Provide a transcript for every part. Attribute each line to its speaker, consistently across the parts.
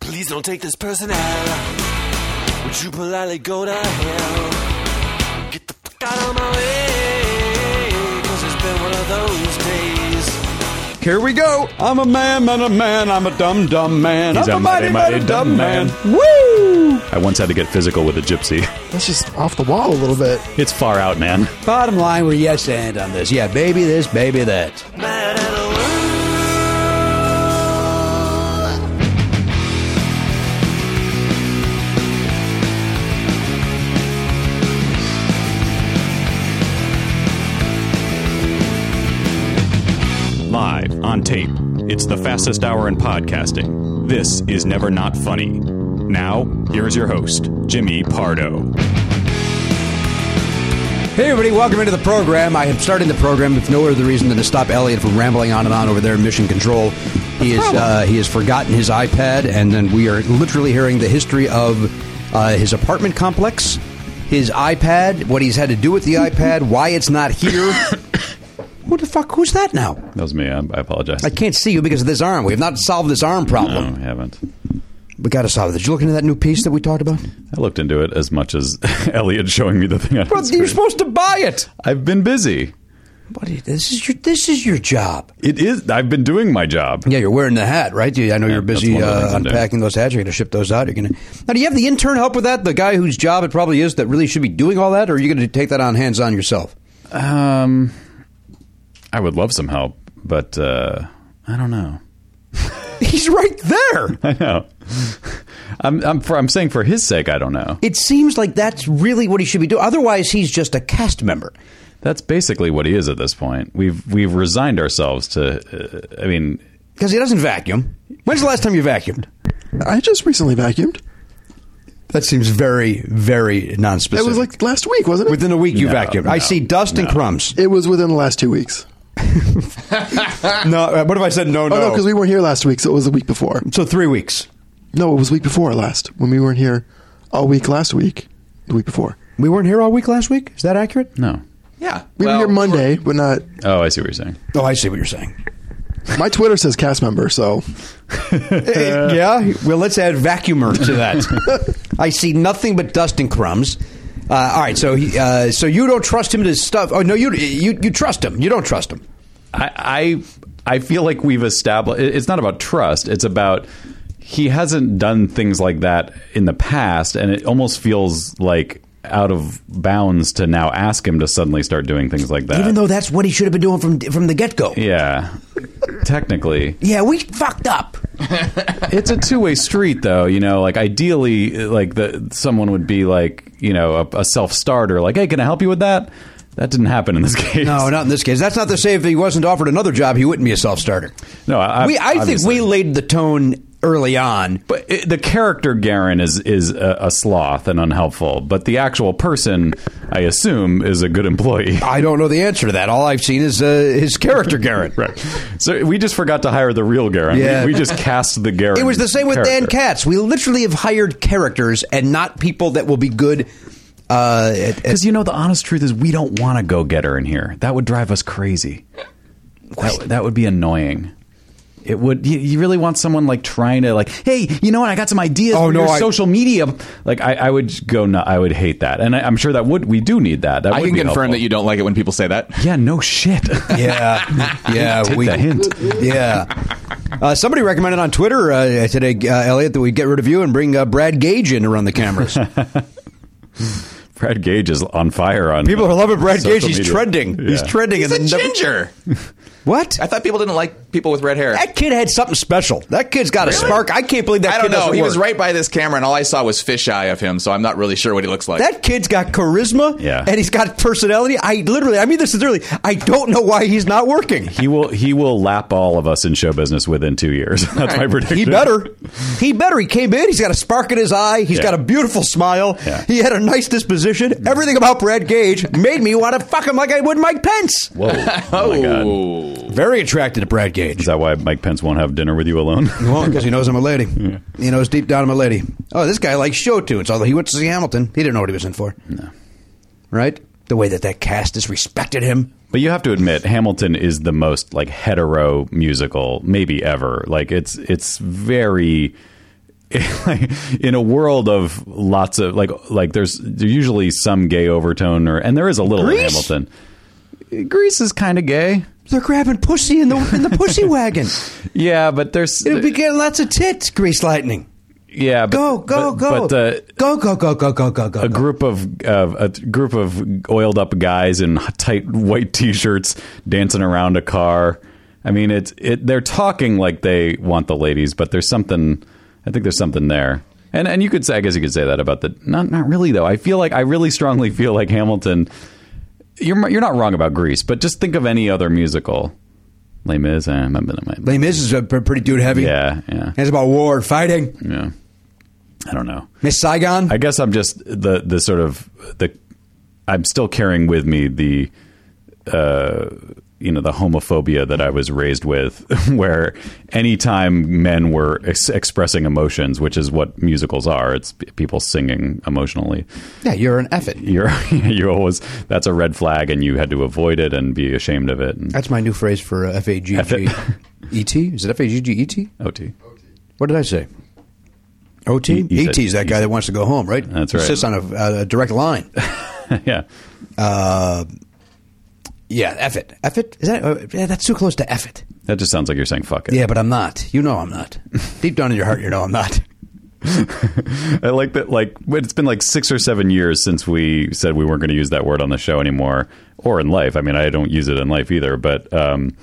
Speaker 1: Please don't take this person out. Would you politely go to hell? Get the fuck out of my way. Cause it's been one of those days.
Speaker 2: Here we go.
Speaker 3: I'm a man, man, a man. I'm a dumb, dumb man.
Speaker 2: He's
Speaker 3: I'm
Speaker 2: a mighty, mighty dumb
Speaker 3: Woo!
Speaker 2: I once had to get physical with a gypsy.
Speaker 4: That's just off the wall a little bit.
Speaker 2: It's far out, man.
Speaker 3: Bottom line, we're yes and on this. Yeah, baby this, baby that.
Speaker 1: Mad at the world.
Speaker 2: Live, on tape. It's the fastest hour in podcasting. This is Never Not Funny. Now, here's your host, Jimmy Pardo.
Speaker 3: Hey, everybody, welcome into the program. I am starting the program, if no other reason than to stop Elliot from rambling on and on over there in Mission Control. He is uh, he has forgotten his iPad, and then we are literally hearing the history of uh, his apartment complex, his iPad, what he's had to do with the iPad, why it's not here. what the fuck? Who's that now?
Speaker 2: That was me. I, I apologize.
Speaker 3: I can't see you because of this arm. We have not solved this arm problem.
Speaker 2: No, I haven't.
Speaker 3: We got to solve it. Did you look into that new piece that we talked about?
Speaker 2: I looked into it as much as Elliot showing me the thing. on
Speaker 3: But
Speaker 2: his
Speaker 3: you're
Speaker 2: screen.
Speaker 3: supposed to buy it.
Speaker 2: I've been busy.
Speaker 3: What is, this is your this is your job.
Speaker 2: It is. I've been doing my job.
Speaker 3: Yeah, you're wearing the hat, right? You- I know you're
Speaker 2: that's
Speaker 3: busy
Speaker 2: one of the
Speaker 3: uh,
Speaker 2: things I'm doing.
Speaker 3: unpacking those hats. You're going to ship those out. You're going to now. Do you have the intern help with that? The guy whose job it probably is that really should be doing all that, or are you going to take that on hands on yourself?
Speaker 2: Um, I would love some help, but uh, I don't know.
Speaker 3: He's right there.
Speaker 2: I know. I'm I'm for, I'm saying for his sake, I don't know.
Speaker 3: It seems like that's really what he should be doing. Otherwise, he's just a cast member.
Speaker 2: That's basically what he is at this point. We've we've resigned ourselves to. Uh, I mean,
Speaker 3: Because he doesn't vacuum. When's the last time you vacuumed?
Speaker 4: I just recently vacuumed.
Speaker 3: That seems very, very nonspecific.
Speaker 4: It was like last week, wasn't it?
Speaker 3: within a week you
Speaker 2: No,
Speaker 3: vacuumed.
Speaker 2: no,
Speaker 3: I see dust and crumbs.
Speaker 4: it was within the last two weeks.
Speaker 3: No, uh, what if I said no,
Speaker 4: Oh no, because we weren't here last week, so it was the week before.
Speaker 3: so three weeks.
Speaker 4: No, it was week before last when we weren't here all week last week. The week before,
Speaker 3: We weren't here all week last week. Is that accurate?
Speaker 2: no.
Speaker 3: Yeah,
Speaker 4: we were here Monday, but not.
Speaker 2: Oh, I see what you're saying.
Speaker 3: Oh, I see what you're saying.
Speaker 4: My Twitter says cast member, so
Speaker 3: Eh, yeah. Well, let's add vacuumer to that. I see nothing but dust and crumbs. Uh, all right, so he, uh, so you don't trust him to stuff. Oh no, you you you trust him. You don't trust him.
Speaker 2: I I I feel like we've established. It's not about trust. It's about he hasn't done things like that in the past, and it almost feels like out of bounds to now ask him to suddenly start doing things like that.
Speaker 3: Even though that's what he should have been doing from from the get go.
Speaker 2: yeah, technically,
Speaker 3: Yeah, we fucked up.
Speaker 2: it's a two-way street though you know like ideally like the someone would be like you know a, a self-starter like hey can i help you with that that didn't happen in this case
Speaker 3: No, not in this case. That's not to say if he wasn't offered another job, he wouldn't be a self starter.
Speaker 2: No, I-
Speaker 3: we, I think
Speaker 2: obviously.
Speaker 3: we laid the tone early on.
Speaker 2: but it, the character Garen is is a, a sloth and unhelpful, but the actual person, I assume, is a good employee.
Speaker 3: I don't know the answer to that. All I've seen is uh, his character, Garrett.
Speaker 2: Right. So we just forgot to hire the real Garen.
Speaker 3: Yeah.
Speaker 2: We, we just cast the Garen.
Speaker 3: It was the same with Dan
Speaker 2: character.
Speaker 3: Katz. We literally have hired characters and not people that will be good. Uh, at, at-
Speaker 2: Because you know the honest truth is we don't want to go get her in here. That would drive us crazy. That, that would be annoying. It would. You, you really want someone like trying to like, hey, you know what? I got some ideas
Speaker 3: Oh,
Speaker 2: for
Speaker 3: no,
Speaker 2: your
Speaker 3: I-
Speaker 2: social media. Like I, I would go. No, I would hate that, and I, I'm sure that would. We do need that. That
Speaker 5: I
Speaker 2: would
Speaker 5: can
Speaker 2: be
Speaker 5: confirm
Speaker 2: helpful.
Speaker 5: that you don't like it when people say that.
Speaker 2: Yeah. No shit.
Speaker 3: yeah, yeah.
Speaker 2: Take
Speaker 3: we,
Speaker 2: the hint.
Speaker 3: Yeah. Uh, somebody recommended on Twitter uh, today, uh, Elliot, that we get rid of you and bring uh, Brad Gage in to run the cameras.
Speaker 2: Brad Gage is on fire. On uh,
Speaker 3: People are loving Brad
Speaker 2: social
Speaker 3: Gage. He's
Speaker 2: media.
Speaker 3: trending.
Speaker 2: Yeah.
Speaker 3: He's trending.
Speaker 5: He's a
Speaker 3: and then never-
Speaker 5: ginger.
Speaker 3: What?
Speaker 5: I thought people didn't like people with red hair.
Speaker 3: That kid had something special. That kid's got a spark. I can't believe that
Speaker 5: I
Speaker 3: kid
Speaker 5: don't know.
Speaker 3: doesn't
Speaker 5: He was
Speaker 3: work.
Speaker 5: right by this camera, and all I saw was fisheye of him, so I'm not really sure what he looks like.
Speaker 3: That kid's got charisma
Speaker 2: Yeah.
Speaker 3: and he's got personality. I literally, I mean this sincerely, I don't know why he's not working.
Speaker 2: He will. He will lap all of us in show business within two years. That's my prediction.
Speaker 3: He better. He better. He came in. He's got a spark in his eye. He's
Speaker 2: Yeah.
Speaker 3: got a beautiful smile.
Speaker 2: Yeah.
Speaker 3: He had a nice disposition. Everything about Brad Gage made me want to fuck him like I would Mike Pence.
Speaker 2: Whoa. Oh my god.
Speaker 5: oh,
Speaker 3: Very attracted to Brad Gage.
Speaker 2: Is that why Mike Pence won't have dinner with you alone?
Speaker 3: Well, because he knows I'm a lady. He knows deep down I'm a lady. Oh, this guy likes show tunes. Although he went to see Hamilton, he didn't know what he was in for. No. Right? The way that that cast disrespected him.
Speaker 2: But you have to admit, Hamilton is the most like hetero musical maybe ever. Like it's it's very in a world of lots of like like there's there's usually some gay overtone or and there is a little in
Speaker 3: Grease?
Speaker 2: Hamilton. Greece is kind of gay.
Speaker 3: They're grabbing pussy in the in the pussy wagon.
Speaker 2: Yeah, but there's
Speaker 3: It'll be getting lots of tits, Grease Lightning.
Speaker 2: yeah, but,
Speaker 3: Go, go,
Speaker 2: but,
Speaker 3: go.
Speaker 2: But the
Speaker 3: go, go, go, go, go, go, go.
Speaker 2: a group of of a group of oiled up guys in tight white t-shirts dancing around a car. I mean, it's it. They're talking like they want the ladies, but there's something. I think there's something there, and and you could say, I guess you could say that about the not not really though. I feel like I really strongly feel like Hamilton. You're you're not wrong about Greece, but just think of any other musical. Les Mis, eh, I'm
Speaker 3: Les Mis is a p- pretty dude heavy.
Speaker 2: yeah, yeah,
Speaker 3: It's about war and fighting.
Speaker 2: yeah. I don't know.
Speaker 3: Miss Saigon.
Speaker 2: I guess I'm just the the sort of the I'm still carrying with me the uh you know the homophobia that I was raised with where anytime men were ex- expressing emotions which is what musicals are it's p- people singing emotionally
Speaker 3: yeah, you're an effort.
Speaker 2: you're you always that's a red flag and you had to avoid it and be ashamed of it and
Speaker 3: That's my new phrase for uh, F A G G E T. Is it F A G G E T?
Speaker 2: OT
Speaker 3: What did I say? OT?
Speaker 2: You- you
Speaker 3: ET
Speaker 2: said-
Speaker 3: E is that
Speaker 2: you
Speaker 3: guy
Speaker 2: said-
Speaker 3: that wants to go home, right?
Speaker 2: That's
Speaker 3: He
Speaker 2: right.
Speaker 3: sits on a, uh, a direct line.
Speaker 2: yeah
Speaker 3: Uh, yeah, F it. F it? Is that, uh, yeah, that's too close to F it.
Speaker 2: that just sounds like you're saying fuck it
Speaker 3: Yeah, but I'm not. You know I'm not. Deep down in your heart, you know I'm not.
Speaker 2: I like that. Like but it's been like six or seven years since we said we weren't going to use that word on the show anymore, or in life. I mean, I don't use it in life either, but um,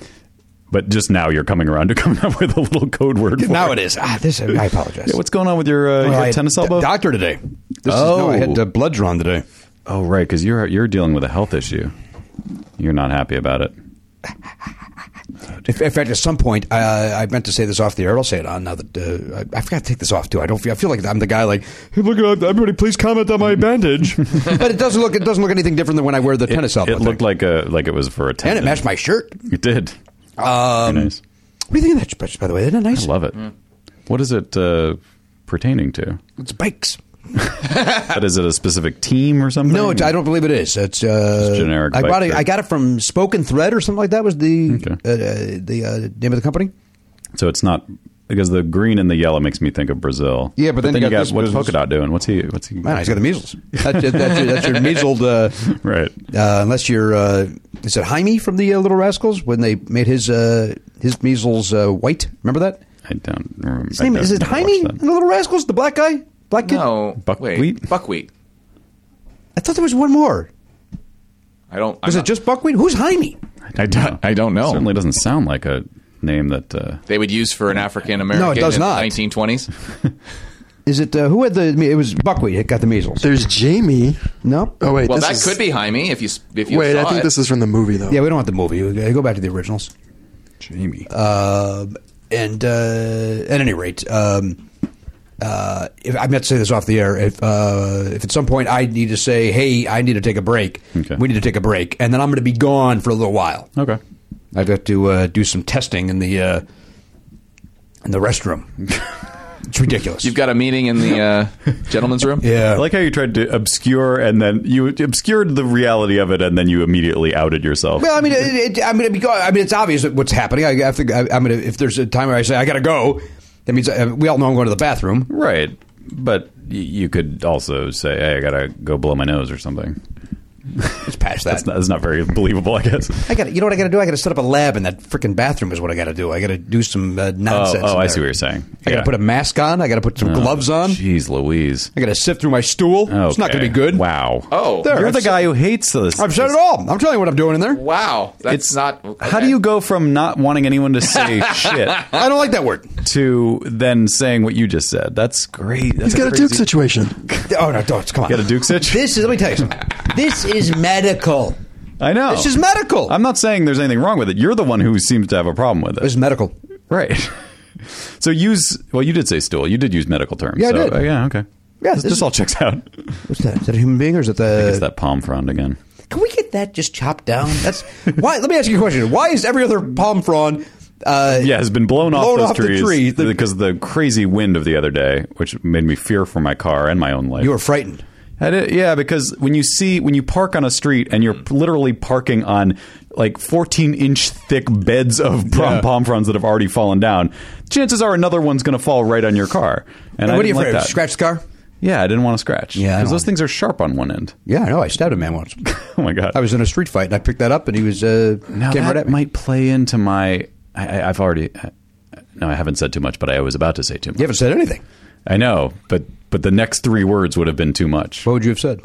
Speaker 2: but just now you're coming around to coming up with a little code word. For
Speaker 3: now it is. Ah, this, I apologize.
Speaker 2: Yeah, what's going on with your, uh,
Speaker 3: Well,
Speaker 2: your
Speaker 3: I had
Speaker 2: tennis
Speaker 3: d-
Speaker 2: elbow?
Speaker 3: doctor today. This Is, no,
Speaker 2: Oh.
Speaker 3: I had uh, blood drawn today.
Speaker 2: oh, right, because you're you're dealing with a health issue. You're not happy about it.
Speaker 3: If- In fact, at some point, uh, I meant to say this off the air. I'll say it on now that uh, I, I forgot to take this off too. I don't. Feel, I feel like I'm the guy like, hey, look at everybody. Please comment on my bandage. but it doesn't look. It doesn't look anything different than when I wear the tennis
Speaker 2: It
Speaker 3: outfit.
Speaker 2: looked like a like it was for a
Speaker 3: and
Speaker 2: tendon.
Speaker 3: it Um, matched my shirt. What
Speaker 2: It did. Very nice.
Speaker 3: do you think of that? By- By the way, isn't that
Speaker 2: I
Speaker 3: nice?
Speaker 2: love it. What is it uh, pertaining to?
Speaker 3: It's bikes.
Speaker 2: But is it a specific team or something?
Speaker 3: No, it's, I don't believe it is. It's, uh,
Speaker 2: It's generic
Speaker 3: I
Speaker 2: bike
Speaker 3: bought it.
Speaker 2: shirt.
Speaker 3: I got it from Spoken Thread or something like that. Was the
Speaker 2: Okay.
Speaker 3: uh, uh, the uh, name of the company?
Speaker 2: So it's not because the green and the yellow makes me think of Brazil.
Speaker 3: Yeah, but then you
Speaker 2: you
Speaker 3: got
Speaker 2: got
Speaker 3: this
Speaker 2: what's
Speaker 3: business.
Speaker 2: polka dot doing? What's he? What's he?
Speaker 3: Man, he's got the measles. That's, your- that's, your, that's your measled. Uh,
Speaker 2: right.
Speaker 3: uh, unless you're uh, is it Jaime from the uh, Little Rascals when they made his uh, his measles uh, white? Remember that?
Speaker 2: I don't remember.
Speaker 3: His name
Speaker 2: I
Speaker 3: is it
Speaker 2: never watched
Speaker 3: Jaime in
Speaker 2: that.
Speaker 3: the Little Rascals? The black guy, black kid.
Speaker 5: No,
Speaker 2: Buckwheat?
Speaker 5: Wait, buckwheat.
Speaker 3: I thought there was one more.
Speaker 5: I don't.
Speaker 3: Was
Speaker 5: I'm
Speaker 3: it
Speaker 5: not-
Speaker 3: just buckwheat? Who's Jaime?
Speaker 2: I don't.
Speaker 5: I don't know.
Speaker 2: Certainly doesn't sound like a name that. Uh,
Speaker 5: they would use for an African American?
Speaker 3: No, it does not.
Speaker 5: Nineteen twenties.
Speaker 3: Is it uh, who had the? It was buckwheat. It got the measles.
Speaker 4: There's Jamie.
Speaker 3: No.
Speaker 4: Oh wait,
Speaker 5: Well,
Speaker 4: this
Speaker 5: that
Speaker 4: is-
Speaker 5: could be Jaime if you s- if you
Speaker 4: Wait,
Speaker 5: Saw
Speaker 4: I think
Speaker 5: it.
Speaker 4: this is from the movie though.
Speaker 3: Yeah, we don't want the movie. We- Go back to the originals.
Speaker 2: Jamie.
Speaker 3: Uh, and uh, at any rate, um, uh, if, I meant to say this off the air. If, uh, if at some point I need to say, "Hey, I need to take a break,"
Speaker 2: Okay.
Speaker 3: we need to take a break, and then I'm going to be gone for a little while.
Speaker 2: okay.
Speaker 3: I've got to uh, do some testing in the uh, in the restroom. it's ridiculous.
Speaker 5: You've got a meeting in the uh, gentleman's room.
Speaker 3: yeah,
Speaker 2: I like how you tried to obscure and then you obscured the reality of it and then you immediately outed yourself.
Speaker 3: Well, I mean, it, it, I mean, because, I mean, it's obvious that what's happening. I, I think I, I'm gonna. If there's a time where I say I gotta go, that means uh we all know I'm going to the bathroom.
Speaker 2: right. But y- you could also say, "Hey, I gotta go blow my nose" or something.
Speaker 3: It's past that.
Speaker 2: That's not, that's not very believable, I guess.
Speaker 3: I got to You know what I got to do? I got to set up a lab in that freaking bathroom. Is what I got to do. I got to do some uh,
Speaker 2: Oh,
Speaker 3: nonsense.
Speaker 2: oh,
Speaker 3: in
Speaker 2: I
Speaker 3: there.
Speaker 2: see what you're saying. Oh,
Speaker 3: I got to put a mask on. I got to put some gloves on.
Speaker 2: Jeez, Louise.
Speaker 3: I got to sift through my stool. It's not going to
Speaker 2: Okay.
Speaker 3: be good.
Speaker 2: Wow.
Speaker 5: Oh.
Speaker 3: There,
Speaker 2: You're
Speaker 3: I've
Speaker 2: the
Speaker 3: said-
Speaker 2: guy who hates this.
Speaker 3: I've said it all. I'm telling you what I'm doing in there.
Speaker 5: Wow, that's
Speaker 2: It's
Speaker 5: not.
Speaker 2: How do
Speaker 5: okay.
Speaker 2: you go from not wanting anyone to say shit
Speaker 3: I don't like that word.
Speaker 2: to then saying what you just said? That's great. That's
Speaker 4: He's got a
Speaker 2: crazy-
Speaker 4: Duke situation.
Speaker 3: Oh no, don't come on.
Speaker 2: You got a Duke sitch?
Speaker 3: This is. Let me tell you something. This is medical.
Speaker 2: I know.
Speaker 3: This is medical.
Speaker 2: Oh. I'm not saying there's anything wrong with it. You're the one who seems to have a problem with it.
Speaker 3: This is medical.
Speaker 2: right. So use. Well, you did say stool. You did use medical terms.
Speaker 3: Yeah, I
Speaker 2: so,
Speaker 3: did.
Speaker 2: uh, yeah. Okay.
Speaker 3: Yeah,
Speaker 2: This,
Speaker 3: this
Speaker 2: this
Speaker 3: is-
Speaker 2: all checks out.
Speaker 3: What's that? Is that a human being or is it the?
Speaker 2: it's that palm frond again.
Speaker 3: Can we get that just chopped down? That's why. let me ask you a question. Why is every other palm frond? Uh,
Speaker 2: Yeah, has been blown,
Speaker 3: Blown
Speaker 2: off those
Speaker 3: off the
Speaker 2: trees
Speaker 3: tree. The-
Speaker 2: because of the crazy wind of the other day, which made me fear for my car and my own life.
Speaker 3: You were frightened.
Speaker 2: I did- yeah, because when you see when you park on a street and you're literally parking on like 14 inch thick beds of prom, palm fronds that have already fallen down, chances are another one's going to fall right on your car. And I
Speaker 3: what are you
Speaker 2: didn't like
Speaker 3: afraid of?
Speaker 2: that.
Speaker 3: Scratch the car?
Speaker 2: Yeah, I didn't want to scratch.
Speaker 3: Yeah, I
Speaker 2: because
Speaker 3: don't-
Speaker 2: those things are sharp on one end.
Speaker 3: Yeah, I know. I stabbed a man once.
Speaker 2: Oh my god!
Speaker 3: I was in a street fight, and I picked that up, and he was uh,
Speaker 2: now
Speaker 3: came
Speaker 2: that
Speaker 3: right at me.
Speaker 2: might play into my. I, I- I've already. I- No, I haven't said too much, but I was about to say too much.
Speaker 3: You haven't said anything.
Speaker 2: I know, but but the next three words would have been too much.
Speaker 3: What would you have said?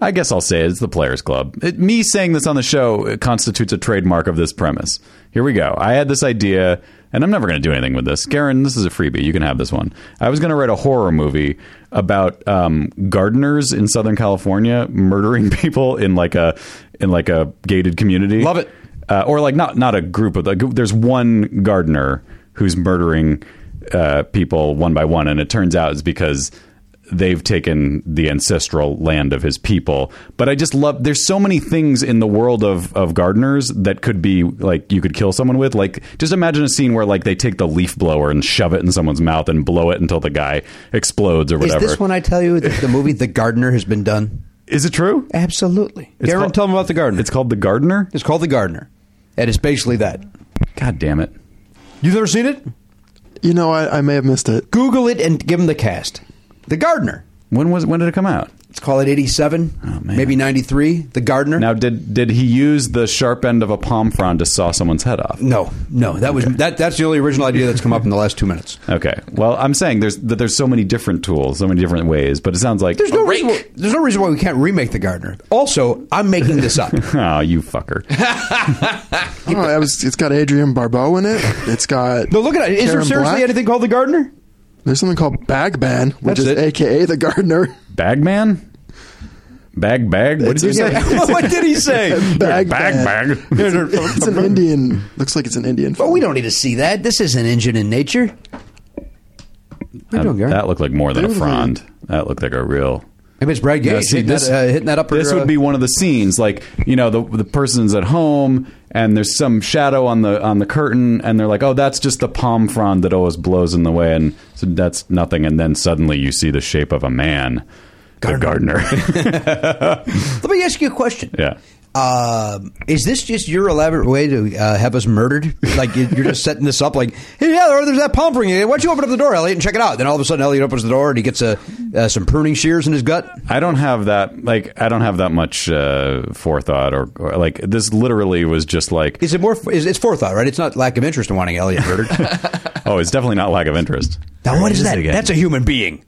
Speaker 2: I guess I'll say it. it's the Players Club. It, me saying this on the show it constitutes a trademark of this premise. Here we go. I had this idea, and I'm never going to do anything with this. Garen, this is a freebie. You can have this one. I was going to write a horror movie about um, gardeners in Southern California murdering people in like a in like a gated community.
Speaker 3: Love it.
Speaker 2: Uh, or like not not a group of like there's one gardener who's murdering uh, people one by one, and it turns out it's because they've taken the ancestral land of his people. But I just love there's so many things in the world of of gardeners that could be like you could kill someone with. Like just imagine a scene where like they take the leaf blower and shove it in someone's mouth and blow it until the guy explodes or whatever.
Speaker 3: Is this when I tell you that the movie The Gardener has been done?
Speaker 2: Is it true?
Speaker 3: Absolutely.
Speaker 2: It's
Speaker 3: Garen,
Speaker 2: called-
Speaker 3: tell them about The Gardener.
Speaker 2: It's called the gardener.
Speaker 3: It's called The Gardener, and it's basically that.
Speaker 2: God damn it.
Speaker 3: You've never seen it?
Speaker 4: You know, I, I may have missed it.
Speaker 3: Google it and give them the cast. The Gardener.
Speaker 2: When was when did it come out?
Speaker 3: Let's call it 87,
Speaker 2: man.
Speaker 3: maybe 93. The Gardener.
Speaker 2: Now, did did he use the sharp end of a palm frond to saw someone's head off?
Speaker 3: no, no, that was that. That's the only original idea that's come up in the last two minutes.
Speaker 2: Okay. Well, I'm saying there's that there's so many different tools, so many different ways, but it sounds like
Speaker 3: There's no,
Speaker 5: rake.
Speaker 3: reason why, there's no reason why we can't remake The Gardener. Also, I'm making this up.
Speaker 2: Oh, you fucker.
Speaker 4: Oh, that was, it's got Adrian Barbeau in it. It's got.
Speaker 3: No, look at it. Is there
Speaker 4: Karen
Speaker 3: seriously
Speaker 4: Black.
Speaker 3: anything called The Gardener?
Speaker 4: There's something called Bagman, which
Speaker 3: That's
Speaker 4: is
Speaker 3: it.
Speaker 4: AKA the gardener.
Speaker 2: Bagman? Bag bag? What did you
Speaker 4: It's-
Speaker 2: say?
Speaker 3: what did he say?
Speaker 4: Bag
Speaker 2: bag bag.
Speaker 4: It's an Indian. Looks like it's an Indian.
Speaker 3: But
Speaker 4: film.
Speaker 3: we don't need to see that. This is an engine in nature. What are you doing, Gary?
Speaker 2: That looked like more than a
Speaker 4: They were
Speaker 2: frond. That looked like a real
Speaker 3: Maybe it's Brad Gage
Speaker 2: Yeah, see,
Speaker 3: hitting,
Speaker 2: this-
Speaker 3: that, uh, hitting that upper.
Speaker 2: this would be
Speaker 3: uh,
Speaker 2: one of the scenes like you know the the person's at home and there's some shadow on the on the curtain and they're like oh that's just the palm frond that always blows in the way and so that's nothing and then suddenly you see the shape of a man the gardener
Speaker 3: uh, Let me ask you a question.
Speaker 2: yeah
Speaker 3: Um, is this just your elaborate way to uh, have us murdered? Like you- you're just setting this up, like, hey, yeah, there- there's that palm tree. Why don't you open up the door, Elliot, and check it out? Then all of a sudden, Elliot opens the door and he gets a, uh, some pruning shears in his gut.
Speaker 2: I don't have that like I don't have that much uh, forethought or, or like this literally was just like
Speaker 3: Is it more? Is, it's forethought, right? It's not lack of interest in wanting Elliot murdered.
Speaker 2: oh it's definitely not lack of interest
Speaker 3: now, what is
Speaker 2: Is it
Speaker 3: that?
Speaker 2: again?
Speaker 3: That's a human being.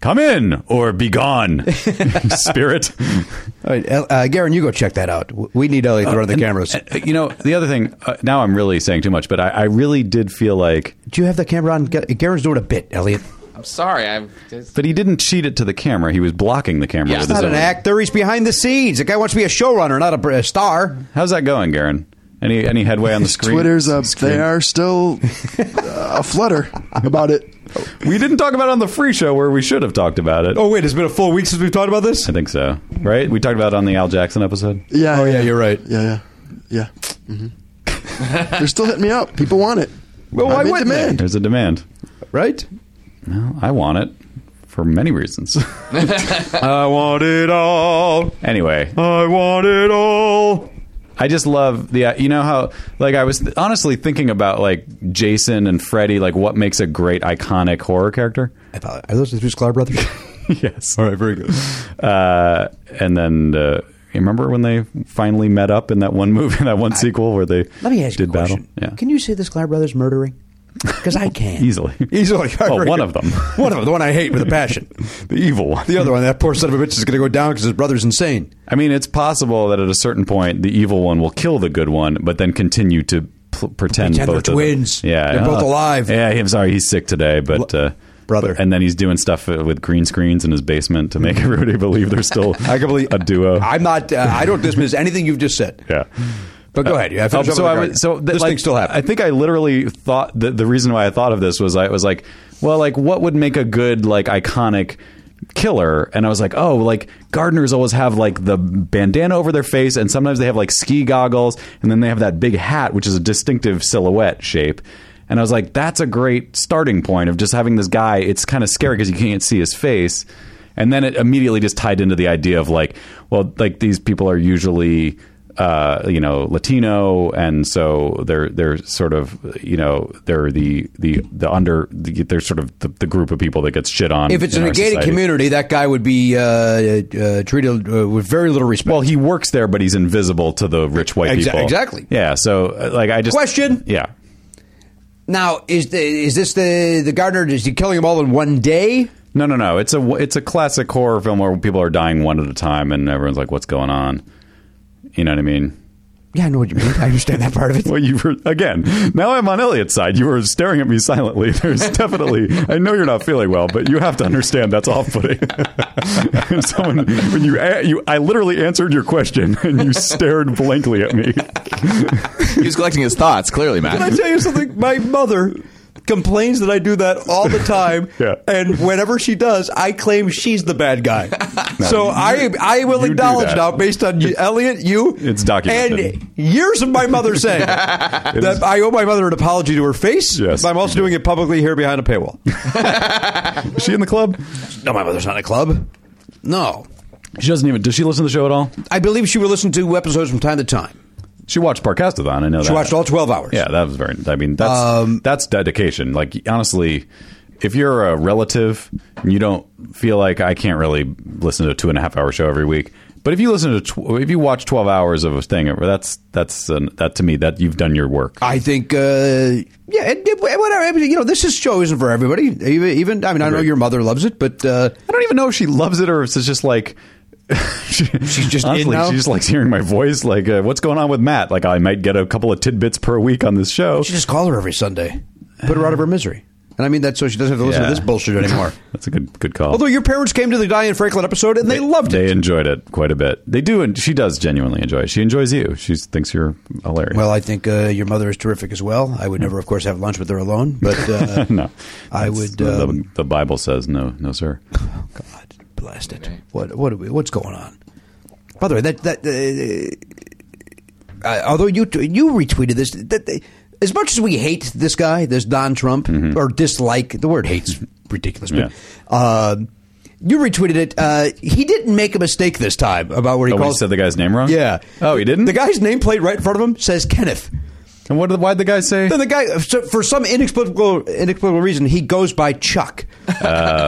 Speaker 2: come in or be gone spirit
Speaker 3: All right, El- uh, Garen, you go check that out. W- We need Elliot to run the cameras.
Speaker 2: Uh, you know the other thing uh, now I'm really saying too much but I, I really did feel like
Speaker 3: Do you have the camera on? Ga- Garen's doing a bit, Elliot.
Speaker 5: I'm sorry. I'm just.
Speaker 2: but he didn't cheat it to the camera he was blocking the camera
Speaker 5: Yeah,
Speaker 2: with
Speaker 5: it's
Speaker 2: his
Speaker 3: Not
Speaker 5: So-
Speaker 3: an
Speaker 2: own.
Speaker 3: actor. He's behind the scenes. The guy wants to be a showrunner, not a, br- a star.
Speaker 2: how's that going Garen any any headway on the screen
Speaker 4: Twitter's up.
Speaker 2: Screen-
Speaker 4: They are still uh, aflutter about it.
Speaker 3: Oh,
Speaker 2: we didn't talk about it on the free show where we should have talked about it
Speaker 3: wait, it's been a full week since we've talked about this.
Speaker 2: I think so right we talked about it on the Al Jackson episode
Speaker 4: Yeah.
Speaker 3: Oh yeah, you're right.
Speaker 4: Yeah, yeah, yeah.
Speaker 3: Mm-hmm.
Speaker 4: hmm They're still hitting me up. People want it.
Speaker 3: Well, why
Speaker 4: I'm in
Speaker 3: wouldn't they?
Speaker 4: demand.
Speaker 2: there's a demand
Speaker 3: Right?
Speaker 2: Well, I want it for many reasons. I want it all. Anyway, I want it all. I just love the uh, you know how like I was honestly thinking about like Jason and Freddy like what makes a great iconic horror character.
Speaker 3: I thought, are those the two Sklar brothers?
Speaker 2: yes.
Speaker 3: All right, very good.
Speaker 2: Uh, and then uh, you remember when they finally met up in that one movie, that one sequel where they
Speaker 3: Let me ask you
Speaker 2: did
Speaker 3: a question.
Speaker 2: battle. Yeah.
Speaker 3: Can you see the Sklar brothers murdering? Because I can.
Speaker 2: easily
Speaker 3: Easily. All right,
Speaker 2: Well,
Speaker 3: very
Speaker 2: one
Speaker 3: good.
Speaker 2: of them.
Speaker 3: one of them. The one I hate with a passion.
Speaker 2: the evil one.
Speaker 3: The other one, that poor son of a bitch is going to go down because his brother's insane.
Speaker 2: I mean, it's possible that at a certain point the evil one will kill the good one, but then continue to pl- pretend,
Speaker 3: Pretend
Speaker 2: both
Speaker 3: they're
Speaker 2: of them-
Speaker 3: twins.
Speaker 2: Yeah,
Speaker 3: They're both alive.
Speaker 2: Yeah, I'm sorry, he's sick today, but
Speaker 3: Bl-
Speaker 2: uh,
Speaker 3: brother.
Speaker 2: And then he's doing stuff uh, with green screens in his basement to make everybody believe they're still
Speaker 3: I can believe
Speaker 2: a duo.
Speaker 3: I'm not. Uh, I don't dismiss anything you've just said.
Speaker 2: yeah.
Speaker 3: But go ahead. Yeah,
Speaker 2: Um,
Speaker 3: finish up
Speaker 2: so
Speaker 3: with
Speaker 2: I
Speaker 3: the
Speaker 2: was, so
Speaker 3: Gardener.
Speaker 2: th-
Speaker 3: this
Speaker 2: like,
Speaker 3: thing still
Speaker 2: I
Speaker 3: happened.
Speaker 2: think I literally thought that the reason why I thought of this was I was like, well, like what would make a good like iconic killer? And I was like, oh, like gardeners always have like the bandana over their face, and sometimes they have like ski goggles, and then they have that big hat, which is a distinctive silhouette shape. And I was like, that's a great starting point of just having this guy. It's kind of scary because you can't see his face. And then it immediately just tied into the idea of like, well, like these people are usually uh, you know Latino, and so they're they're sort of you know they're the the the under they're sort of the, the group of people that gets shit on.
Speaker 3: If it's
Speaker 2: in
Speaker 3: in a
Speaker 2: our
Speaker 3: gated
Speaker 2: society.
Speaker 3: community, that guy would be uh, uh, treated uh, with very little respect.
Speaker 2: Well, he works there, but he's invisible to the rich white
Speaker 3: Exa-
Speaker 2: people.
Speaker 3: exactly.
Speaker 2: Yeah. So, uh, like, I just
Speaker 3: Question?
Speaker 2: Yeah.
Speaker 3: now is the, is this the the gardener? Is he killing them all in one day?
Speaker 2: No, no, no. It's a it's a classic horror film where people are dying one at a time, and everyone's like, "What's going on?" You know what I mean?
Speaker 3: Yeah, I know what you mean. I understand that part of it.
Speaker 2: Well, you were again. Now I'm on Elliot's side. You were staring at me silently. There's definitely. I know you're not feeling well, but you have to understand that's off-putting. And Someone when you a- you, I literally answered your question, and you stared blankly at me.
Speaker 5: He was collecting his thoughts, clearly, Matt.
Speaker 6: Can I tell you something? My mother complains that I do that all the time.
Speaker 2: Yeah.
Speaker 6: And whenever she does, I claim she's the bad guy. so I I will
Speaker 2: you do
Speaker 6: acknowledge
Speaker 2: that.
Speaker 6: now, based on you, Elliot, you,
Speaker 2: It's documented.
Speaker 6: and years of my mother saying that I owe my mother an apology to her face.
Speaker 2: Yes,
Speaker 6: but I'm also
Speaker 2: you do.
Speaker 6: doing it publicly here behind a paywall.
Speaker 2: Is she in the club?
Speaker 3: No, my mother's not in a club. No,
Speaker 2: She doesn't even. Does she listen to the show at all?
Speaker 3: I believe she will listen to episodes from time to time.
Speaker 2: She watched Parkastathon. I know
Speaker 3: She
Speaker 2: that.
Speaker 3: watched all twelve hours.
Speaker 2: Yeah, that was very. I mean, that's
Speaker 3: Um,
Speaker 2: that's dedication. Like honestly, if you're a relative and you don't feel like I can't really listen to a two and a half hour show every week, but if you listen to tw- if you watch twelve hours of a thing, that's that's an, that to me that you've done your work.
Speaker 3: I think, uh, yeah, and, and whatever. I mean, you know, this is, show isn't for everybody. Even, even I mean, I know your mother loves it, but uh,
Speaker 2: I don't even know if she loves it or if it's just like. she's
Speaker 3: just in
Speaker 2: honestly,
Speaker 3: now?
Speaker 2: she just likes hearing my voice. Like, uh, what's going on with Matt? Like, I might get a couple of tidbits per week on this show.
Speaker 3: you should just call her every Sunday, put her out of her misery. And I mean that so she doesn't have to listen
Speaker 2: Yeah.
Speaker 3: to this bullshit anymore.
Speaker 2: That's a good good call.
Speaker 3: Although your parents came to the Diane Franklin episode and they, loved it.
Speaker 2: They enjoyed it quite a bit. They do, and she does genuinely enjoy it. She enjoys you. She thinks you're hilarious.
Speaker 3: Well, I think uh, your mother is terrific as well. I would never, of course, have lunch with her alone, but uh,
Speaker 2: no,
Speaker 3: I
Speaker 2: That's-
Speaker 3: would.
Speaker 2: The,
Speaker 3: Um,
Speaker 2: the Bible says no, no, sir. Oh,
Speaker 3: God, blast it! What what are we, what's going on? By the way, that that uh, uh, although you t- you retweeted this, that they, as much as we hate this guy, this Don Trump, or dislike the word hates ridiculous, but.
Speaker 2: Mm-hmm. Yeah.
Speaker 3: Uh, you retweeted it. Uh, he didn't make a mistake this time about where he
Speaker 2: Oh, when he
Speaker 3: calls.
Speaker 2: said the guy's name wrong.
Speaker 3: Yeah.
Speaker 2: Oh, he didn't.
Speaker 6: The guy's nameplate right in front of him.
Speaker 3: says Kenneth.
Speaker 2: And what? did- Why'd the guy say?
Speaker 3: Then the guy, so for some inexplicable inexplicable reason, he goes by Chuck.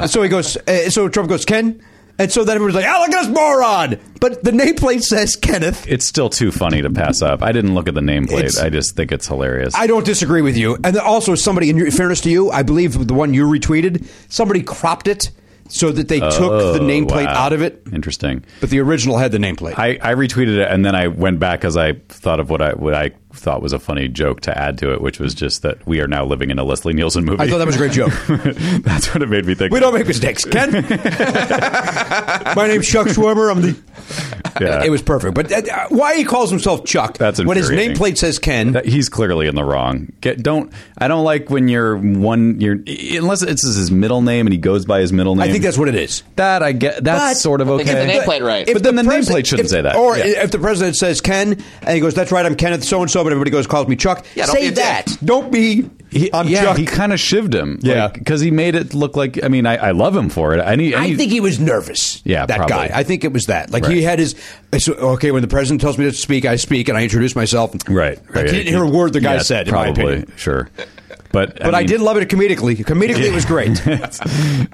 Speaker 3: so he goes. Uh, so Trump goes Ken, and so then everyone's like, "Oh, look at this moron!" But the nameplate says Kenneth.
Speaker 2: It's still too funny to pass up. I didn't look at the
Speaker 3: It's-
Speaker 2: nameplate. I just think it's hilarious.
Speaker 3: I don't disagree with you, and then also somebody. In your- fairness to you, I believe the one you retweeted, somebody cropped it so that they took
Speaker 2: Oh,
Speaker 3: the nameplate
Speaker 2: wow.
Speaker 3: out of it,
Speaker 2: Interesting.
Speaker 3: but the original had the nameplate.
Speaker 2: I, I retweeted it and then I went back as I thought of what I what I thought was a funny joke to add to it, which was just that we are now living in a Leslie Nielsen movie.
Speaker 3: I thought that was a great joke.
Speaker 2: That's what it made me think.
Speaker 3: We don't make mistakes, Ken. My name's Chuck Schwimmer. I'm the.
Speaker 2: Yeah.
Speaker 3: It was perfect. But that, uh, why he calls himself Chuck?
Speaker 2: That's
Speaker 3: when his
Speaker 2: infuriating.
Speaker 3: nameplate says Ken.
Speaker 2: That- he's clearly in the wrong. Get, don't I don't like when you're one. You're unless it's his middle name and he goes by his middle name.
Speaker 3: I think that's what it is.
Speaker 2: that I get. That's
Speaker 3: But-
Speaker 2: sort of
Speaker 5: They get
Speaker 2: okay.
Speaker 5: the nameplate right.
Speaker 2: But
Speaker 3: If
Speaker 2: then the,
Speaker 3: presi-
Speaker 2: nameplate shouldn't
Speaker 3: if-
Speaker 2: say that.
Speaker 3: Or
Speaker 2: Yeah.
Speaker 3: if the president says Ken and he goes, "That's right, I'm Kenneth so and so," but everybody goes calls me Chuck.
Speaker 5: Yeah, don't be
Speaker 3: say
Speaker 5: a dick.
Speaker 3: that. Don't be.
Speaker 2: He,
Speaker 3: I'm
Speaker 2: yeah,
Speaker 3: Chuck.
Speaker 2: he kind of shivved him.
Speaker 3: Yeah.
Speaker 2: because he made it look like. I mean, I, I love him for it. I need. I,
Speaker 3: I
Speaker 2: need-
Speaker 3: think he was nervous.
Speaker 2: Yeah,
Speaker 3: that
Speaker 2: probably.
Speaker 3: guy. I think it was that. Like he
Speaker 2: Right.
Speaker 3: had his. it's, Okay, when the president tells me to speak, I speak and I introduce myself.
Speaker 2: right. right
Speaker 3: Like, he didn't hear a word the guy
Speaker 2: Yes,
Speaker 3: said. in my
Speaker 2: Probably
Speaker 3: opinion.
Speaker 2: sure. But
Speaker 3: But I,
Speaker 2: mean-
Speaker 3: did love it comedically. Comedically, it was great.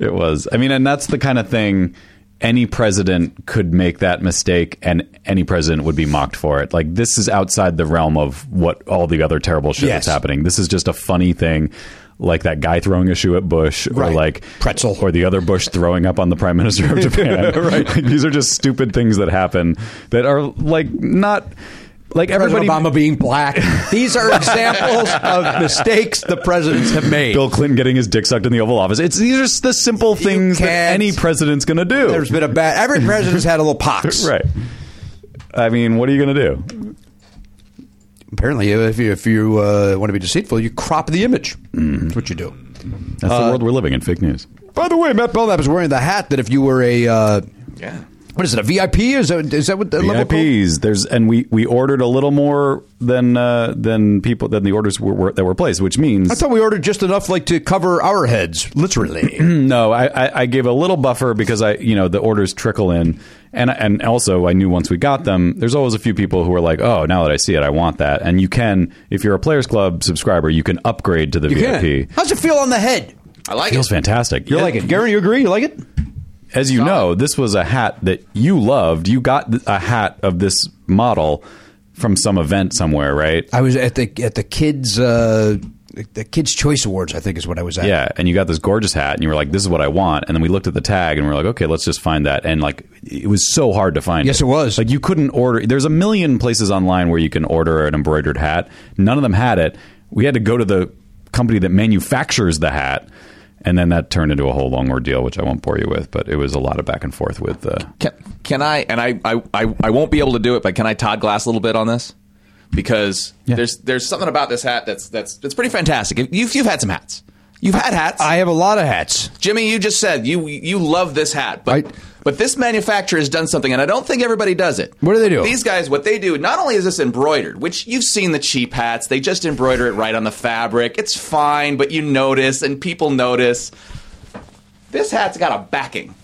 Speaker 2: it was. I mean, and that's the kind of thing any president could make that mistake and any president would be mocked for it. Like this is outside the realm of what all the other terrible shit
Speaker 3: Yes.
Speaker 2: that's happening. This is just a funny thing like that guy throwing a shoe at Bush or
Speaker 3: Right.
Speaker 2: like
Speaker 3: Pretzel.
Speaker 2: or the other Bush throwing up on the prime minister of Japan. right. These are just stupid things that happen that are like not like everybody
Speaker 3: President Obama being black. These are examples of mistakes the presidents have made.
Speaker 2: Bill Clinton getting his dick sucked in the Oval Office. It's these are just the simple things that
Speaker 3: can't-
Speaker 2: any president's going to do.
Speaker 3: There's been a bad. Every president's had a little pox.
Speaker 2: Right. I mean, what are you going to do?
Speaker 3: Apparently, if you, if you uh, want to be deceitful, you crop the image. Mm, That's what you do.
Speaker 2: Uh, That's the world we're living in. Fake news.
Speaker 3: By the way, Matt Belknap is wearing the hat that if you were a uh,
Speaker 5: Yeah.
Speaker 3: What is it? A VIP? Is that, is that what the level called?
Speaker 2: VIPs. There's and we we ordered a little more than uh, than people than the orders were, were that were placed, which means
Speaker 3: I thought we ordered just enough, like to cover our heads, literally.
Speaker 2: no. I, I I gave a little buffer because I you know the orders trickle in, and and also I knew once we got them, there's always a few people who are like, oh, now that I see it, I want that. And you can if you're a Players Club subscriber, you can upgrade to the VIP.
Speaker 3: How's it feel on the head?
Speaker 5: I like
Speaker 2: Feels
Speaker 5: it.
Speaker 2: fantastic.
Speaker 3: You like it, Gary? You agree? You like it?
Speaker 2: As you know, this was a hat that you loved. You got th- a hat of this model from some event somewhere, right?
Speaker 3: I was at the at the kids uh, the Kids Choice Awards. I think is what I was at.
Speaker 2: Yeah, and you got this gorgeous hat, and you were like, "This is what I want." And then we looked at the tag, and we are like, "Okay, let's just find that." And like, it was so hard to find.
Speaker 3: Yes, it was.
Speaker 2: Like, you couldn't order. There's a million places online where you can order an embroidered hat. None of them had it. We had to go to the company that manufactures the hat, and then that turned into a whole long ordeal, which I won't bore you with. But it was a lot of back and forth with. Uh,
Speaker 5: Can, can I? And I, I, I, I won't be able to do it, but can I Todd Glass a little bit on this? Because there's there's something about this hat that's that's that's pretty fantastic. If You've you've had some hats. You've had hats.
Speaker 3: I have a lot of hats.
Speaker 5: Jimmy, you just said you you love this hat, but
Speaker 3: I-
Speaker 5: but this manufacturer has done something, and I don't think everybody does it.
Speaker 3: What do they do?
Speaker 5: These guys, what they do, not only is this embroidered, which you've seen the cheap hats, they just embroider it right on the fabric. It's fine, but you notice, and people notice. This hat's got a backing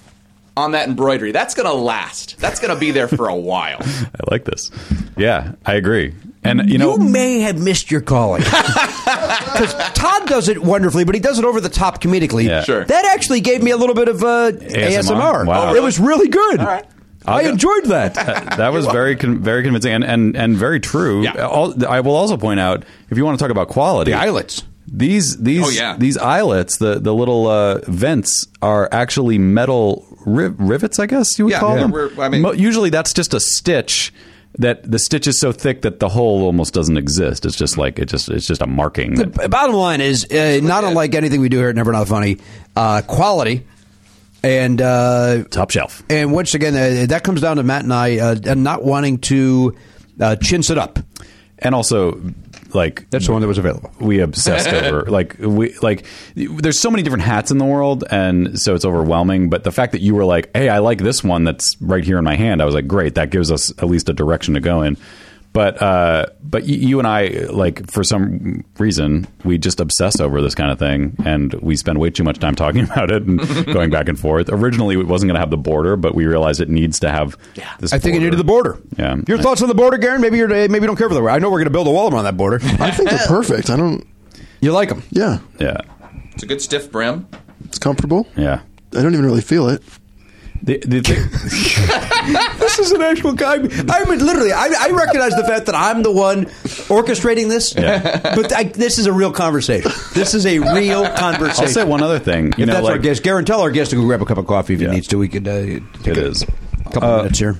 Speaker 5: on that embroidery. That's gonna last. That's gonna be there for a while.
Speaker 2: I like this. Yeah, I agree. And you know,
Speaker 3: You may have missed your calling. Because Todd does it wonderfully, but he does it over the top comedically.
Speaker 2: Yeah.
Speaker 5: Sure.
Speaker 3: That actually gave me a little bit of uh, ASMR.
Speaker 2: Wow.
Speaker 3: Oh, It was really good. I
Speaker 2: go-
Speaker 3: enjoyed that.
Speaker 2: that that was very con- very convincing and and, and very true.
Speaker 5: Yeah.
Speaker 2: All, I will also point out if you want to talk about quality,
Speaker 3: The eyelets.
Speaker 2: These these
Speaker 5: Oh, yeah.
Speaker 2: these eyelets, the the little uh, vents are actually metal riv- rivets, I guess you would
Speaker 5: Yeah,
Speaker 2: call
Speaker 5: yeah,
Speaker 2: them.
Speaker 5: we're- I mean-
Speaker 2: Mo- usually that's just a stitch that the stitch is so thick that the hole almost doesn't exist. It's just like it just it's just a marking. that-
Speaker 3: B- Bottom line is, uh, not unlike anything we do here at Never Not Funny, uh, quality and uh,
Speaker 2: top shelf.
Speaker 3: And once again, uh, that comes down to Matt and I uh, and not wanting to uh, chintz it up.
Speaker 2: And also like
Speaker 3: That's the one that was available.
Speaker 2: we obsessed over like we like there's so many different hats in the world and so it's overwhelming but the fact that you were like hey i like this one that's right here in my hand i was like great that gives us at least a direction to go in but uh but y- you and i like for some reason we just obsess over this kind of thing and we spend way too much time talking about it and going back and forth originally it wasn't going to have the border but we realized it needs to have yeah. this
Speaker 3: I think it
Speaker 2: border.
Speaker 3: needed the border.
Speaker 2: Yeah.
Speaker 3: Your thoughts on the border, Garen? Maybe you're uh, maybe you don't care for the border. I know we're going to build a wall around that border.
Speaker 4: I think they're perfect. I don't.
Speaker 3: you like them?
Speaker 4: Yeah,
Speaker 2: yeah
Speaker 5: It's a good stiff brim.
Speaker 4: it's comfortable.
Speaker 2: yeah
Speaker 4: I don't even really feel it.
Speaker 2: the, the, the,
Speaker 3: This is an actual guy. I'm literally. I, I recognize the fact that I'm the one orchestrating this, but I, this is a real conversation. This is a real conversation.
Speaker 2: i'll say one other thing you
Speaker 3: if
Speaker 2: know
Speaker 3: that's
Speaker 2: like
Speaker 3: our guest, Garen, tell our guest to go grab a cup of coffee if
Speaker 2: Yeah.
Speaker 3: he needs to. We could uh, take
Speaker 2: It
Speaker 3: a
Speaker 2: is. Uh,
Speaker 3: couple of minutes here.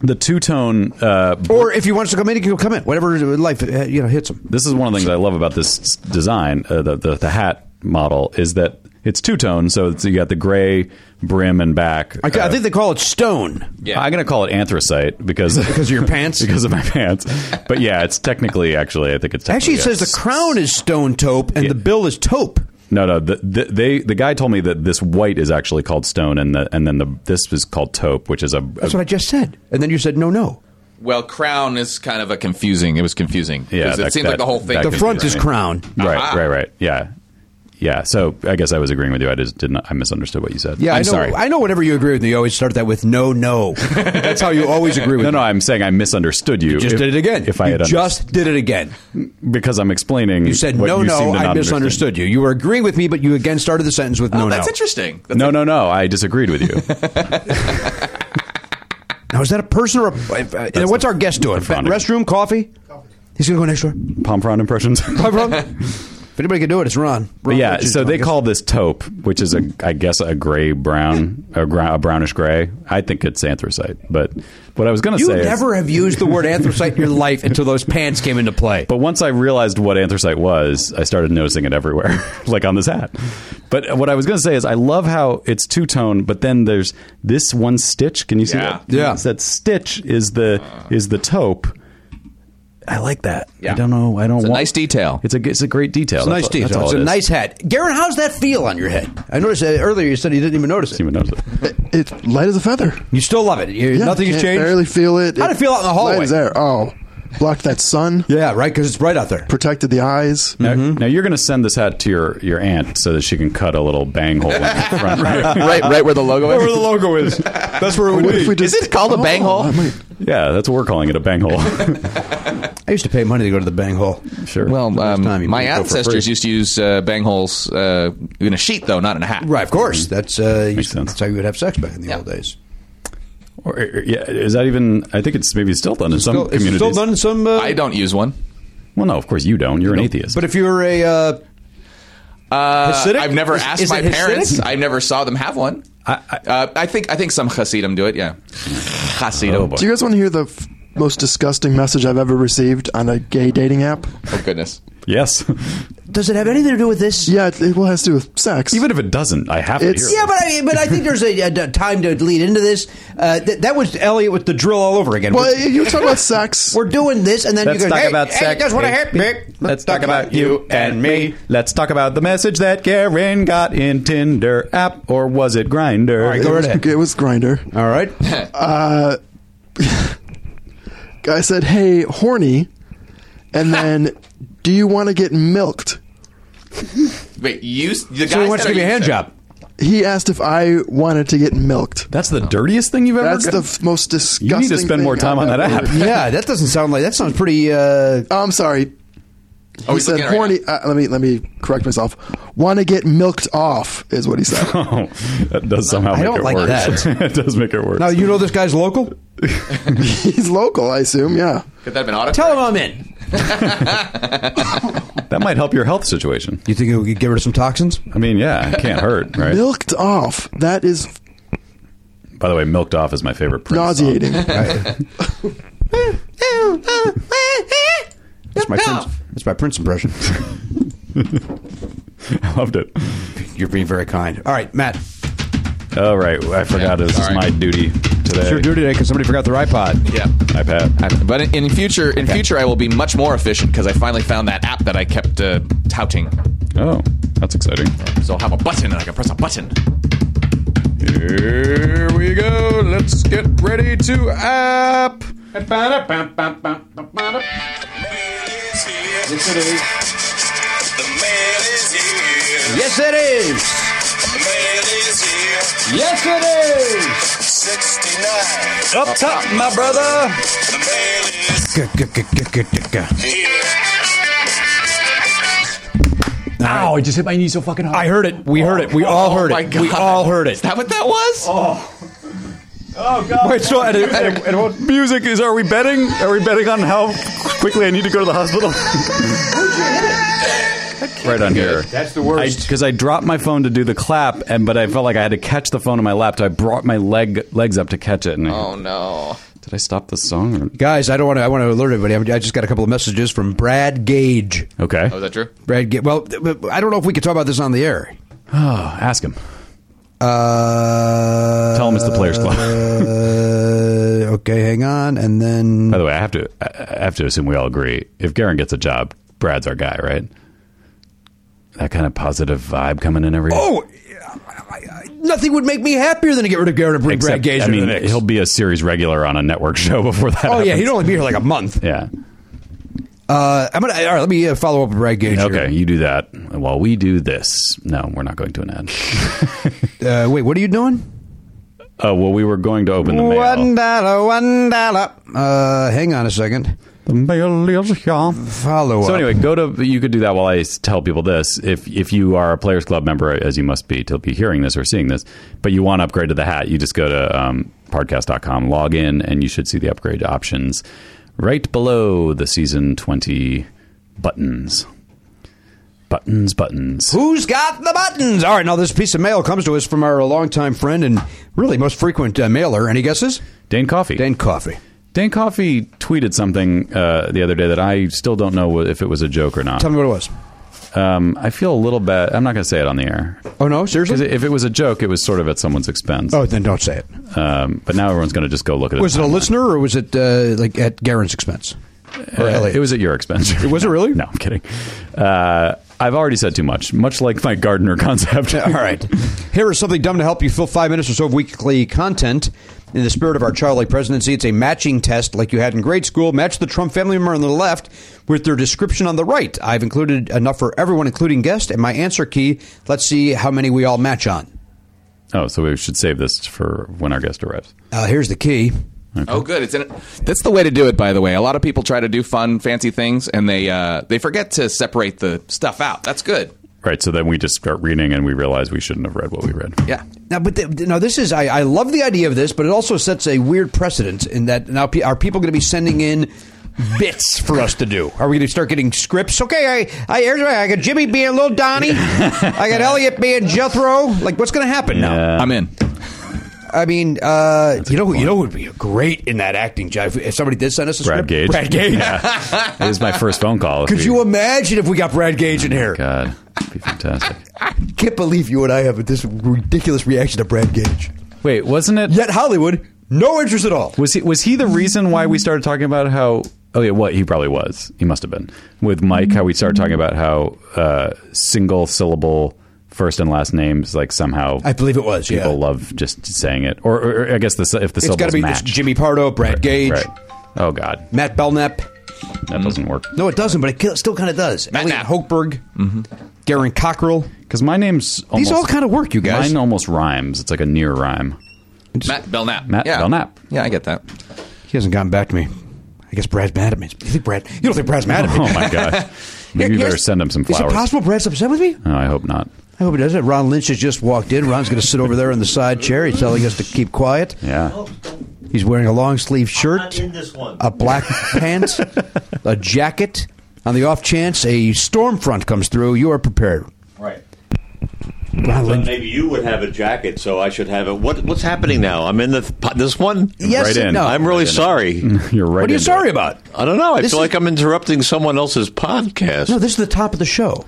Speaker 2: the two-tone uh
Speaker 3: Or if he wants to come in, he can come in. Whatever life uh, you know hits him.
Speaker 2: this is one of the things I love about this s- design, uh, the, the the hat model, is that it's two tone. So it's, you got the gray brim and back.
Speaker 3: I, ca- I
Speaker 2: Uh,
Speaker 3: think they call it stone.
Speaker 5: Yeah.
Speaker 2: I'm gonna call it anthracite because because
Speaker 3: of your pants?
Speaker 2: because of my pants. But yeah, it's technically actually I think it's
Speaker 3: Actually, it
Speaker 2: technically
Speaker 3: says
Speaker 2: a
Speaker 3: the crown is stone taupe and the bill is taupe.
Speaker 2: No, no. The, the, they the guy told me that this white is actually called stone, and the and then the this is called taupe, which is a, a-
Speaker 3: That's what I just said. And then you said, no, no.
Speaker 5: Well, crown is kind of a confusing. It was confusing. 'Cause
Speaker 2: Yeah,
Speaker 5: it
Speaker 2: that-
Speaker 5: seems
Speaker 2: that-
Speaker 5: like the whole thing.
Speaker 2: that
Speaker 3: The
Speaker 2: could
Speaker 3: front
Speaker 2: be
Speaker 3: is
Speaker 2: right.
Speaker 3: crown.
Speaker 2: right,
Speaker 5: Aha.
Speaker 2: right, right. Yeah, yeah. So I guess I was agreeing with you. I just didn't. I misunderstood what you said.
Speaker 3: Yeah,
Speaker 2: I'm
Speaker 3: I know,
Speaker 2: sorry.
Speaker 3: I know whenever you agree with me, you always start that with no, no. That's how you always agree with
Speaker 2: No,
Speaker 3: me.
Speaker 2: no, I'm saying I misunderstood you.
Speaker 3: You just
Speaker 2: If-
Speaker 3: did it again.
Speaker 2: If I
Speaker 3: You
Speaker 2: had
Speaker 3: just did it again.
Speaker 2: underst- because I'm explaining,
Speaker 3: You said,
Speaker 2: what
Speaker 3: no,
Speaker 2: you
Speaker 3: no,
Speaker 2: seem to
Speaker 3: I
Speaker 2: not understand.
Speaker 3: misunderstood you. You were agreeing with me, but you again started the sentence with
Speaker 5: Oh,
Speaker 3: no,
Speaker 5: that's
Speaker 3: no.
Speaker 5: interesting. That's
Speaker 2: No, no, no, I disagreed with you.
Speaker 3: Now, is that a person or a. and
Speaker 2: That's
Speaker 3: what's
Speaker 2: the-
Speaker 3: our guest doing?
Speaker 2: the front.
Speaker 3: Restroom, coffee? He's going to go next door.
Speaker 2: Palm frond impressions.
Speaker 3: Hi, Ron. if anybody can do it, it's Ron.
Speaker 2: But
Speaker 3: Ron
Speaker 2: yeah,
Speaker 3: Richards,
Speaker 2: so
Speaker 3: I
Speaker 2: they
Speaker 3: guess.
Speaker 2: call this taupe, which is a, I guess, a gray brown, a, gra- a brownish gray. I think it's anthracite. But what I was going to
Speaker 3: You
Speaker 2: say, is-
Speaker 3: never have used the word anthracite in your life until those pants came into play.
Speaker 2: but once I realized what anthracite was, I started noticing it everywhere, like on this hat. But what I was going to say is, I love how it's two tone, but then there's this one stitch. Can you see
Speaker 5: Yeah.
Speaker 2: that?
Speaker 3: Yeah.
Speaker 2: that stitch is the is the taupe. I like that.
Speaker 5: Yeah.
Speaker 2: I don't know. I don't
Speaker 5: It's a
Speaker 2: want
Speaker 5: nice detail.
Speaker 2: It's a it's a great detail.
Speaker 3: It's a nice
Speaker 2: That's- that's
Speaker 3: detail.
Speaker 2: all
Speaker 3: It's
Speaker 2: it
Speaker 3: a
Speaker 2: is.
Speaker 3: nice hat. Garrett, how's that feel on your head? I noticed that earlier you said you didn't even notice
Speaker 2: Steven
Speaker 3: it.
Speaker 2: knows it.
Speaker 4: It's light as a feather.
Speaker 3: You still love it. You,
Speaker 4: Yeah,
Speaker 3: nothing's
Speaker 4: can't
Speaker 3: changed.
Speaker 4: Barely feel it.
Speaker 3: How'd it feel out in the hallway?
Speaker 4: Light is there. Oh, blocked that sun.
Speaker 3: Yeah, right, because it's bright out there.
Speaker 4: Protected the eyes.
Speaker 2: Now, now you're going to send this hat to your, your aunt so that she can cut a little bang hole in the front. Right?
Speaker 5: right, right where the logo
Speaker 6: Where
Speaker 5: is.
Speaker 6: the logo is. That's where it would
Speaker 4: What
Speaker 6: be.
Speaker 4: if we
Speaker 5: Is
Speaker 4: just- Oh,
Speaker 5: it called a bang hole?
Speaker 4: I might-
Speaker 2: Yeah, that's what we're calling it, a bang hole.
Speaker 3: I used to pay money to go to the bang hole.
Speaker 2: sure.
Speaker 5: Well,
Speaker 3: Most
Speaker 5: um,
Speaker 3: time you
Speaker 5: my
Speaker 3: can go for
Speaker 5: ancestors
Speaker 3: free.
Speaker 5: used to use uh, bang holes uh, in a sheet, though, not in a hat.
Speaker 3: Right, of course.
Speaker 4: Mm-hmm.
Speaker 3: That's uh, you-
Speaker 2: Makes sense.
Speaker 3: that's how you would have sex back in the
Speaker 5: Yeah.
Speaker 3: old days.
Speaker 2: Or, or- yeah, is that even? I think it's maybe still done in some
Speaker 3: Still- it's
Speaker 2: communities.
Speaker 6: Still done some. Uh,
Speaker 5: I don't use one.
Speaker 2: Well, no, of course you don't. You're an atheist.
Speaker 3: But if you were a uh,
Speaker 5: Uh,
Speaker 3: Hasidic?
Speaker 5: I've never
Speaker 3: Is-
Speaker 5: asked
Speaker 3: is
Speaker 5: my
Speaker 3: it Hasidic?
Speaker 5: parents. I never saw them have one.
Speaker 2: I- I-
Speaker 5: uh, I think I think some Hasidim do it. Yeah, Hasidim.
Speaker 2: Oh, boy.
Speaker 4: Do you guys want to hear the f- most disgusting message I've ever received on a gay dating app?
Speaker 5: Oh, goodness.
Speaker 2: yes,
Speaker 3: does it have anything to do with this?
Speaker 4: Yeah, it, it well, has to do with sex.
Speaker 2: even if it doesn't, I have to hear.
Speaker 4: It's-
Speaker 2: it.
Speaker 3: Yeah, but I, but I think there's a, a time to lead into this. Uh, th- that was Elliot with the drill all over again.
Speaker 4: well, you talk about sex.
Speaker 3: We're doing this, and then
Speaker 2: Let's
Speaker 3: you go,
Speaker 2: talk
Speaker 3: hey,
Speaker 2: about
Speaker 3: hey,
Speaker 2: sex.
Speaker 3: that's what I
Speaker 2: hey,
Speaker 3: had, Mick.
Speaker 2: Let's talk about you and me. Let's talk about the message that Karen got in Tinder app, or was it Grinder?
Speaker 3: right,
Speaker 4: it
Speaker 3: go
Speaker 4: was,
Speaker 3: ahead.
Speaker 4: it was grinder.
Speaker 3: All right.
Speaker 4: Guy said, "Hey, horny," and then, "Do you want to get milked?"
Speaker 5: Wait, you? The
Speaker 3: So
Speaker 5: guys
Speaker 3: he wants
Speaker 5: that
Speaker 3: to give you a
Speaker 5: are
Speaker 3: hand
Speaker 5: using-
Speaker 3: job.
Speaker 4: He asked if I wanted to get milked.
Speaker 2: That's the dirtiest thing you've ever.
Speaker 4: That's the
Speaker 2: done?
Speaker 4: f- most disgusting.
Speaker 2: You need to spend
Speaker 4: thing
Speaker 2: more time on
Speaker 4: I've
Speaker 2: that
Speaker 4: ever-
Speaker 2: app.
Speaker 3: Yeah, that doesn't sound like that sounds pretty. Uh,
Speaker 4: Oh, I'm sorry.
Speaker 5: Oh,
Speaker 4: he
Speaker 5: he's
Speaker 4: said
Speaker 5: looking at it right
Speaker 4: horny.
Speaker 5: now.
Speaker 4: uh, let me let me correct myself. Want to get milked off is what he said.
Speaker 2: Oh, that does somehow make
Speaker 3: don't
Speaker 2: it
Speaker 3: like
Speaker 2: worse.
Speaker 3: that.
Speaker 2: it does make it worse.
Speaker 3: now you know this guy's local.
Speaker 4: He's local, I assume. Yeah.
Speaker 5: Could that have been auto?
Speaker 3: Tell him I'm in.
Speaker 2: that might help your health situation.
Speaker 3: You think it would get rid of some toxins?
Speaker 2: I mean, yeah, it can't hurt, right?
Speaker 4: Milked off. That is
Speaker 2: By the way, "Milked Off" is my favorite. Prince
Speaker 4: nauseating.
Speaker 2: Song.
Speaker 3: That's my Prince, that's my Prince impression.
Speaker 2: I loved it.
Speaker 3: You're being very kind. All right, Matt.
Speaker 2: All right, I forgot
Speaker 5: Yeah,
Speaker 2: this is
Speaker 5: sorry.
Speaker 2: my duty today.
Speaker 3: It's your duty today because somebody forgot their iPod.
Speaker 5: Yeah.
Speaker 2: iPad.
Speaker 5: I- But in- in future, in future, I will be much more efficient because I finally found that app that I kept uh, touting.
Speaker 2: Oh, that's exciting.
Speaker 5: So I'll have a button and I can press a button.
Speaker 2: Oh,
Speaker 5: Here we go. Let's get ready to app.
Speaker 3: Yes, it is. Yes, it is. Up top, my brother.
Speaker 2: Ow! I just hit my knee so fucking hard.
Speaker 3: I heard it. We heard it. We all heard
Speaker 5: Oh, my
Speaker 3: it. We
Speaker 5: God.
Speaker 3: all heard
Speaker 5: Is
Speaker 3: it.
Speaker 5: that what that was?
Speaker 3: Oh,
Speaker 2: Wait, so and, and, and what music is? Are we betting? Are we betting on how quickly I need to go to the hospital? right on here. That's the worst. Because I, dropped my phone to do the clap, and but I felt like I had to catch the phone in my lap, so I brought my leg legs up to catch it. And I-
Speaker 5: Oh no.
Speaker 2: did I stop the song? Or,
Speaker 3: Guys, I don't want to. I want to alert everybody. I just got a couple of messages from Brad Gage.
Speaker 2: okay,
Speaker 5: Oh, is that true?
Speaker 3: Brad, Ga- well, I don't know if we could talk about this on the air.
Speaker 2: oh, ask him.
Speaker 3: Uh,
Speaker 2: Tell him it's the Players Club.
Speaker 3: uh, okay, hang on, and then
Speaker 2: By the way, I have to I I have to assume we all agree. If Garen gets a job, Brad's our guy, right? That kind of positive vibe coming in every.
Speaker 3: oh, nothing would make me happier than to get rid of Garrett and bring Brad
Speaker 2: Except,
Speaker 3: Gage
Speaker 2: I
Speaker 3: into
Speaker 2: mean,
Speaker 3: the Knicks.
Speaker 2: he'll be a series regular on a network show before that.
Speaker 3: oh yeah,
Speaker 2: happens.
Speaker 3: he'd only be here like a month.
Speaker 2: Yeah.
Speaker 3: Uh, I'm gonna. All right, let me uh, follow up with Brad Gage.
Speaker 2: Okay, you do that while we do this. No, we're not going to an ad.
Speaker 3: Here. Uh, wait, what are you doing?
Speaker 2: Oh well, we were going to open the mail.
Speaker 3: One dollar, one dollar. Uh, hang on a second.
Speaker 2: The mail is here.
Speaker 3: Follow
Speaker 2: So
Speaker 3: up.
Speaker 2: anyway, go to you could do that while I s- tell people this. If if you are a Players Club member, as you must be to be hearing this or seeing this, but you want to upgrade to the hat, you just go to um, podcast.com, log in, and you should see the upgrade options right below the season twenty buttons. Buttons, buttons.
Speaker 3: Who's got the buttons? All right, now this piece of mail comes to us from our longtime friend and really most frequent uh, mailer. Any guesses?
Speaker 2: Dane Coffee.
Speaker 3: Dan Coffee.
Speaker 2: Dan Coffey tweeted something uh, the other day that I still don't know if it was a joke or not.
Speaker 3: Tell me what it was.
Speaker 2: Um, I feel a little bit. I'm not going to say it on the air.
Speaker 3: Oh no,
Speaker 2: 'Cause
Speaker 3: seriously?
Speaker 2: If it was a joke, it was sort of at someone's expense.
Speaker 3: oh, then don't say it.
Speaker 2: Uh, Um, but now everyone's going to just go look at it.
Speaker 3: Was it a listener or was it uh, like at Garen's expense?
Speaker 7: Or Elliot.
Speaker 2: It was at your expense.
Speaker 7: Was it really?
Speaker 2: No, I'm kidding. Uh, I've already said too much, much like my gardener concept.
Speaker 3: All right. Here is something dumb to help you fill five minutes or so of weekly content. In the spirit of our Charlie presidency, it's a matching test like you had in grade school. Match the Trump family member on the left with their description on the right. I've included enough for everyone, including guest, and my answer key. Let's see how many we all match on.
Speaker 2: Oh, so we should save this for when our guest arrives.
Speaker 3: Uh, here's the key.
Speaker 5: Oh, good. It's in it. That's the way to do it, by the way. A lot of people try to do fun, fancy things, and they uh, they forget to separate the stuff out. That's good.
Speaker 2: Right. So then we just start reading and we realize we shouldn't have read what we read.
Speaker 5: Yeah.
Speaker 3: Now, but the, now this is I, I love the idea of this, but it also sets a weird precedent in that now pe- are people going to be sending in bits for us to do? Are we going to start getting scripts? Okay, I I, here's my, I got Jimmy being little Donnie, I got Elliot being Jethro. Like, what's going to happen now?
Speaker 5: I'm in.
Speaker 3: I mean, uh, you know, who- you know, who would be great in that acting job if, if somebody did send us a
Speaker 2: Brad
Speaker 3: script.
Speaker 2: Gage.
Speaker 3: Brad Gage.
Speaker 2: Yeah. it was my first phone call.
Speaker 3: Could you imagine if we got Brad Gage in here?
Speaker 2: God, that'd be fantastic.
Speaker 7: can't believe you and I have this ridiculous reaction to Brad Gage.
Speaker 2: Wait, wasn't it?
Speaker 7: Yet Hollywood, no interest at all.
Speaker 2: Was he? Was he the reason why we started talking about how? Oh yeah, what he probably was. He must have been with Mike. How we started talking about how uh, single syllable first and last names like somehow
Speaker 7: I believe it was,
Speaker 2: people
Speaker 7: yeah.
Speaker 2: love just saying it or, or, or I guess the sy- if the
Speaker 3: It's
Speaker 2: syllables
Speaker 3: got to be
Speaker 2: match.
Speaker 3: Jimmy Pardo, Brad Gage,
Speaker 2: Right. Oh God,
Speaker 3: Matt Belknap.
Speaker 2: that doesn't work.
Speaker 3: No, it doesn't, but it ki- still kind of does. Matt
Speaker 5: Knapp.
Speaker 3: Hochberg,
Speaker 2: Mm-hmm.
Speaker 3: Garen Cockrell.
Speaker 2: Because my name's almost,
Speaker 3: all kinda work, you guys.
Speaker 2: Mine almost rhymes. It's like a near rhyme.
Speaker 5: Matt Belknap.
Speaker 2: Matt
Speaker 5: yeah.
Speaker 2: Belknap.
Speaker 5: Yeah, I get that.
Speaker 3: He hasn't gotten back to me. I guess Brad's mad at me. You think Brad? You don't think Brad's mad at me?
Speaker 2: Oh my gosh, maybe you better send him some flowers.
Speaker 3: Is it possible Brad's upset with me?
Speaker 2: No, I hope not.
Speaker 3: I hope he doesn't. Ron Lynch has just walked in. Ron's going to sit over there on the side chair. He's telling us to keep quiet.
Speaker 2: Yeah.
Speaker 3: He's wearing a long sleeve shirt,
Speaker 8: not in this one.
Speaker 3: a black pants, a jacket. On the off chance a storm front comes through, you are prepared.
Speaker 8: Right.
Speaker 3: Ron
Speaker 8: But
Speaker 3: Lynch.
Speaker 8: maybe you would have a jacket, so I should have it. What What's happening now? I'm in the th- this one.
Speaker 3: Yes
Speaker 2: Right
Speaker 3: and
Speaker 2: in.
Speaker 3: no.
Speaker 8: I'm really
Speaker 2: Right in.
Speaker 8: sorry.
Speaker 3: Mm-hmm.
Speaker 2: You're right.
Speaker 3: what are you
Speaker 2: into
Speaker 3: sorry
Speaker 2: it.
Speaker 3: about?
Speaker 8: I don't know. I
Speaker 3: This
Speaker 8: feel
Speaker 3: is-
Speaker 8: like I'm interrupting someone else's podcast.
Speaker 3: No, this is the top of the show.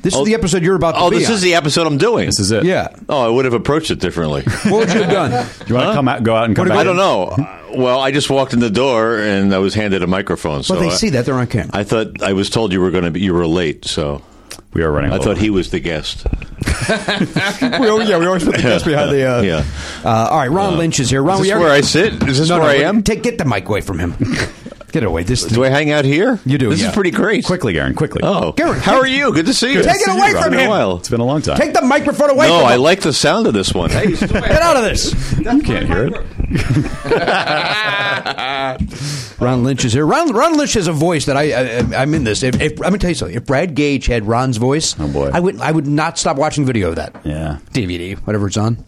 Speaker 3: This
Speaker 8: Oh,
Speaker 3: is the episode you're about to
Speaker 8: oh,
Speaker 3: be
Speaker 8: this
Speaker 3: on.
Speaker 8: is the episode I'm doing.
Speaker 2: This is it.
Speaker 3: Yeah.
Speaker 8: Oh, I would have approached it differently.
Speaker 3: What would you have done?
Speaker 2: Do you want to come out, go out and come back?
Speaker 8: I
Speaker 2: in?
Speaker 8: don't know. Uh, well, I just walked in the door and I was handed a microphone. So uh,
Speaker 3: Well, they
Speaker 8: I-
Speaker 3: see that. They're on camera.
Speaker 8: I thought I was told you were going to be you were late, so
Speaker 2: We are running.
Speaker 8: I
Speaker 2: low.
Speaker 3: Oh.
Speaker 8: thought he was the guest.
Speaker 7: we always, yeah, we always put the guest behind the. Uh,
Speaker 8: yeah.
Speaker 3: Uh, all right, Ron Lynch is here. Ron,
Speaker 8: Is
Speaker 3: we
Speaker 8: this
Speaker 3: are
Speaker 8: where I sit? Is this
Speaker 3: No, no,
Speaker 8: where
Speaker 3: wait,
Speaker 8: I am?
Speaker 3: Take get the mic away from him. get it away. This
Speaker 8: Do I hang out here?
Speaker 3: You do,
Speaker 8: This
Speaker 3: yeah.
Speaker 8: is pretty great.
Speaker 2: quickly, Aaron. Quickly.
Speaker 8: Oh,
Speaker 3: Garrett,
Speaker 8: how
Speaker 3: take-
Speaker 8: are you? Good to see you.
Speaker 3: Take it
Speaker 8: Good to see
Speaker 3: away
Speaker 8: you,
Speaker 3: from
Speaker 8: Robin.
Speaker 3: him.
Speaker 8: A while.
Speaker 2: It's been a long time.
Speaker 3: take the microphone away.
Speaker 8: No,
Speaker 3: from
Speaker 8: I
Speaker 3: him.
Speaker 8: like the sound of this one. Hey,
Speaker 3: Get out of this.
Speaker 2: you can't hear it.
Speaker 3: Ron Lynch is here. Ron, Ron Lynch has a voice that I, I I'm in this. If, if, I'm gonna tell you something. If Brad Gage had Ron's voice,
Speaker 2: Oh, boy.
Speaker 3: I would I would not stop watching video of that.
Speaker 2: Yeah.
Speaker 3: DVD, whatever it's Oh, on.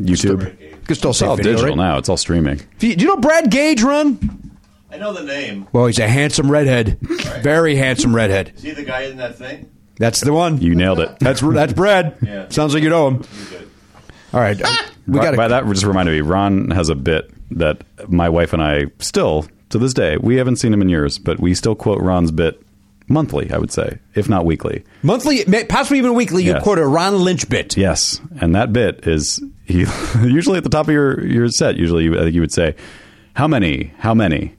Speaker 2: YouTube.
Speaker 3: You can still
Speaker 2: It's
Speaker 3: say
Speaker 2: all
Speaker 3: video,
Speaker 2: digital
Speaker 3: right?
Speaker 2: now. It's all streaming.
Speaker 3: Do you do you know Brad Gage, Ron?
Speaker 8: I know the name.
Speaker 3: Well, he's a handsome redhead, very handsome redhead.
Speaker 8: See the guy in that thing?
Speaker 3: That's the one.
Speaker 2: You nailed it.
Speaker 3: That's that's Brad.
Speaker 8: Yeah.
Speaker 3: Sounds like you know him. All right, uh, we got
Speaker 2: By
Speaker 3: to.
Speaker 2: that, just reminded me. Ron has a bit that my wife and I still, to this day, we haven't seen him in years, but we still quote Ron's bit monthly. I would say, if not weekly.
Speaker 3: Monthly, may- possibly even weekly, you
Speaker 2: Yes.
Speaker 3: quote a Ron Lynch bit.
Speaker 2: Yes, and that bit is he, usually at the top of your your set. Usually, you, I think you would say, "How many? How many?"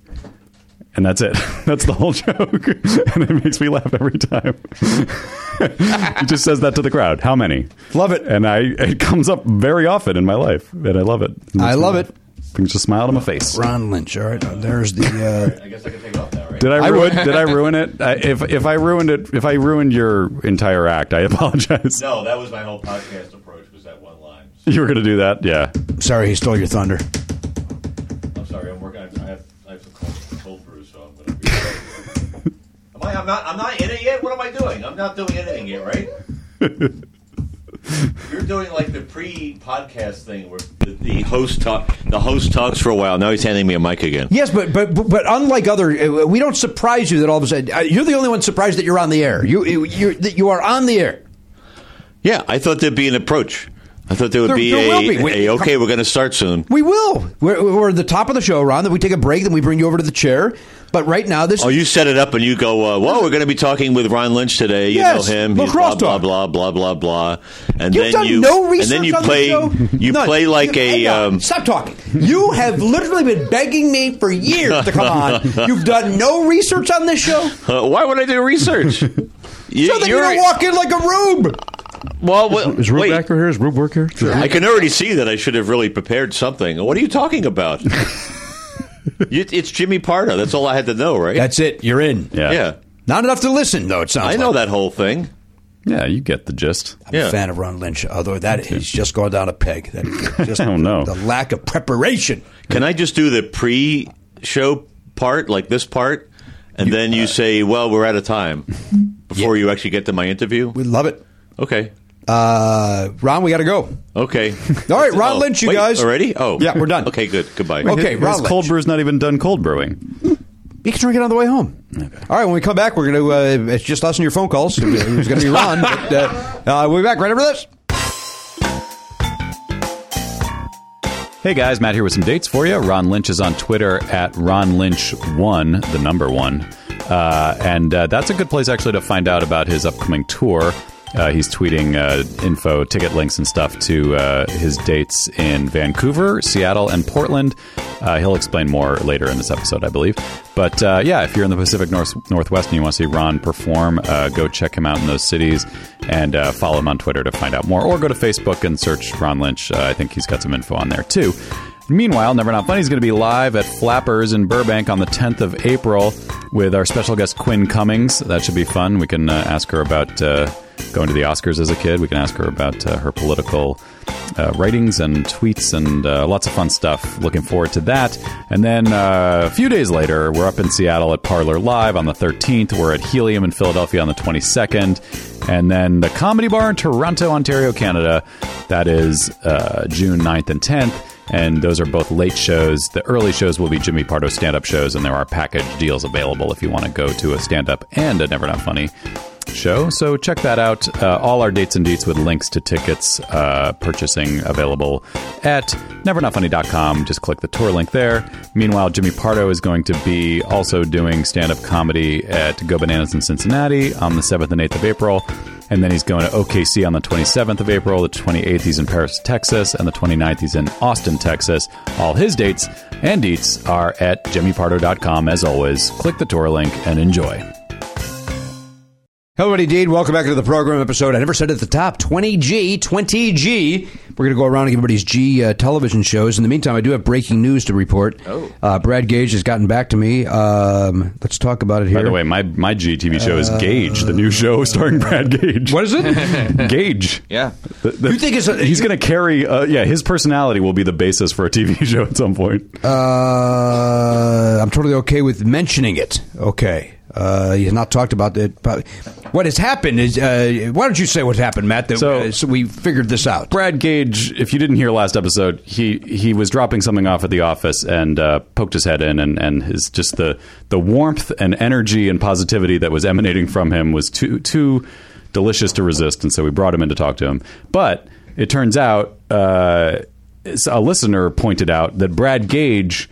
Speaker 2: And that's it. That's the whole joke, and it makes me laugh every time. he just says that to the crowd. How many?
Speaker 3: Love it.
Speaker 2: And I it comes up very often in my life, and I love it. it
Speaker 3: I
Speaker 2: makes me
Speaker 3: love
Speaker 2: laugh.
Speaker 3: it.
Speaker 2: Brings a smile to my face.
Speaker 3: Ron Lynch. All right, uh, there's the. Uh,
Speaker 8: I guess I can take off now, right?
Speaker 2: Did I, ruin, did I ruin it? I, if if I ruined it, if I ruined your entire act, I apologize.
Speaker 8: No, that was my whole podcast approach was that one line.
Speaker 2: You were gonna do that, yeah.
Speaker 3: uh, sorry, he stole your thunder.
Speaker 8: I'm sorry, I'm working. I have, I have, I have some cold, cold brew, so I'm going to be. am I? I'm not. I'm not in it yet. What am I doing? I'm not doing anything yet, right? You're doing like the pre-podcast thing where the, the host talk. The host talks for a while. Now he's handing me a mic again.
Speaker 3: Yes, but but but but unlike other, uh, we don't surprise you that all of a sudden uh, you're the only one surprised that you're on the air. You you you're, that you are on the air.
Speaker 8: Yeah, I thought there'd be an approach. I thought there would
Speaker 3: There-
Speaker 8: be,
Speaker 3: there
Speaker 8: a,
Speaker 3: will be. We-
Speaker 8: a, okay, we're going to start soon.
Speaker 3: We will. We're, we're at the top of the show, Ron. Then we take a break, then we bring you over to the chair. But right now, this
Speaker 8: Oh, you set it up and you go, uh, well, we're going to be talking with Ron Lynch today. You
Speaker 3: Yes,
Speaker 8: know him.
Speaker 3: the
Speaker 8: He's blah, blah,
Speaker 3: crosstalk.
Speaker 8: blah, blah, blah, blah. And
Speaker 3: You've
Speaker 8: then
Speaker 3: done
Speaker 8: you,
Speaker 3: no research
Speaker 8: And then you
Speaker 3: on
Speaker 8: play,
Speaker 3: this show.
Speaker 8: you
Speaker 3: None.
Speaker 8: play like a,
Speaker 3: Hang on.
Speaker 8: um,
Speaker 3: stop talking. You have literally been begging me for years to come on. You've done no research on this show, so
Speaker 8: uh, why would I do research? you,
Speaker 3: that you don't walk in like a rube.
Speaker 8: Well, wait,
Speaker 2: Is Rube
Speaker 8: wait.
Speaker 2: Becker here? Is Rube Work here?
Speaker 8: I can already see that I should have really prepared something. What are you talking about? You- it's Jimmy Pardo. That's all I had to know, right?
Speaker 3: That's it. You're in.
Speaker 8: yeah.
Speaker 3: Not enough to listen, though. It sounds.
Speaker 8: I know
Speaker 3: like.
Speaker 8: that whole thing.
Speaker 2: Yeah, you get the gist.
Speaker 3: I'm
Speaker 8: Yeah.
Speaker 3: a fan of Ron Lynch, although that he's just gone down a peg. That just
Speaker 2: I don't know.
Speaker 3: the lack of preparation.
Speaker 8: Can I just do the pre-show part, like this part, and then
Speaker 3: uh,
Speaker 8: you say, "Well, we're out of time," before you actually get to my interview?
Speaker 3: We love it,
Speaker 8: Okay.
Speaker 3: uh, Ron. We got to go.
Speaker 8: Okay.
Speaker 3: All right, Ron
Speaker 8: Oh,
Speaker 3: Lynch, you
Speaker 8: wait,
Speaker 3: guys.
Speaker 8: already? Oh,
Speaker 3: Yeah, we're done.
Speaker 8: Okay, good. Goodbye.
Speaker 3: Okay,
Speaker 2: His-
Speaker 3: Ron
Speaker 2: his
Speaker 3: Lynch.
Speaker 2: cold brew's not even done cold brewing.
Speaker 3: You can drink it on the way home. All right, when we come back, we're going to. Uh, it's just us and your phone calls. It's going to be Ron. But, uh, uh, we'll be back right after this.
Speaker 2: Hey guys, Matt here with some dates for you. Ron Lynch is on Twitter at Ron Lynch One, the number one, uh, and uh, that's a good place actually to find out about his upcoming tour. Uh, he's tweeting uh, info, ticket links, and stuff to uh, his dates in Vancouver, Seattle, and Portland. Uh, he'll explain more later in this episode, I believe. But uh, yeah, if you're in the Pacific North- Northwest and you want to see Ron perform, uh, go check him out in those cities and uh, follow him on Twitter to find out more, or go to Facebook and search Ron Lynch. Uh, I think he's got some info on there too. Meanwhile, Never Not Funny is going to be live at Flappers in Burbank on the 10th of April with our special guest Quinn Cummings. That should be fun. We can uh, ask her about uh, going to the Oscars as a kid. We can ask her about uh, her political uh, writings and tweets and uh, lots of fun stuff. Looking forward to that. And then uh, a few days later, we're up in Seattle at Parlor Live on the 13th. We're at Helium in Philadelphia on the 22nd. And then the Comedy Bar in Toronto, Ontario, Canada. That is uh, June 9th and 10th. And those are both late shows. The early shows will be Jimmy Pardo stand up shows, and there are package deals available if you want to go to a stand up and a Never Not Funny show. So check that out. Uh, all our dates and deets with links to tickets uh, purchasing available at nevernotfunny.com. Just click the tour link there. Meanwhile, Jimmy Pardo is going to be also doing stand up comedy at Go Bananas in Cincinnati on the 7th and 8th of April. And then he's going to OKC on the 27th of April. The 28th, he's in Paris, Texas. And the 29th, he's in Austin, Texas. All his dates and deets are at jimmypardo.com. As always, click the tour link and enjoy.
Speaker 3: Hello, everybody. Dean, welcome back to the program episode. I never said it at the top 20G, 20G. We're going to go around and give everybody's G uh, television shows. In the meantime, I do have breaking news to report. Oh. Uh, Brad Gage has gotten back to me. Um, let's talk about it here.
Speaker 2: By the way, my my GTV show is Gage, the new show starring Brad Gage.
Speaker 3: what is it?
Speaker 2: Gage?
Speaker 5: Yeah.
Speaker 2: The- the-
Speaker 3: You think it's a-
Speaker 2: he's going to carry? Uh, yeah, his personality will be the basis for a TV show at some point.
Speaker 3: Uh, I'm totally okay with mentioning it. Okay. Uh, he's not talked about it. But what has happened is, uh, why don't you say what happened, Matt? That,
Speaker 2: So-
Speaker 3: uh, so we figured this out.
Speaker 2: Brad Gage, if you didn't hear last episode, he he was dropping something off at the office and uh, poked his head in, and and his just the the warmth and energy and positivity that was emanating from him was too too delicious to resist, and so we brought him in to talk to him. But it turns out uh, a listener pointed out that Brad Gage.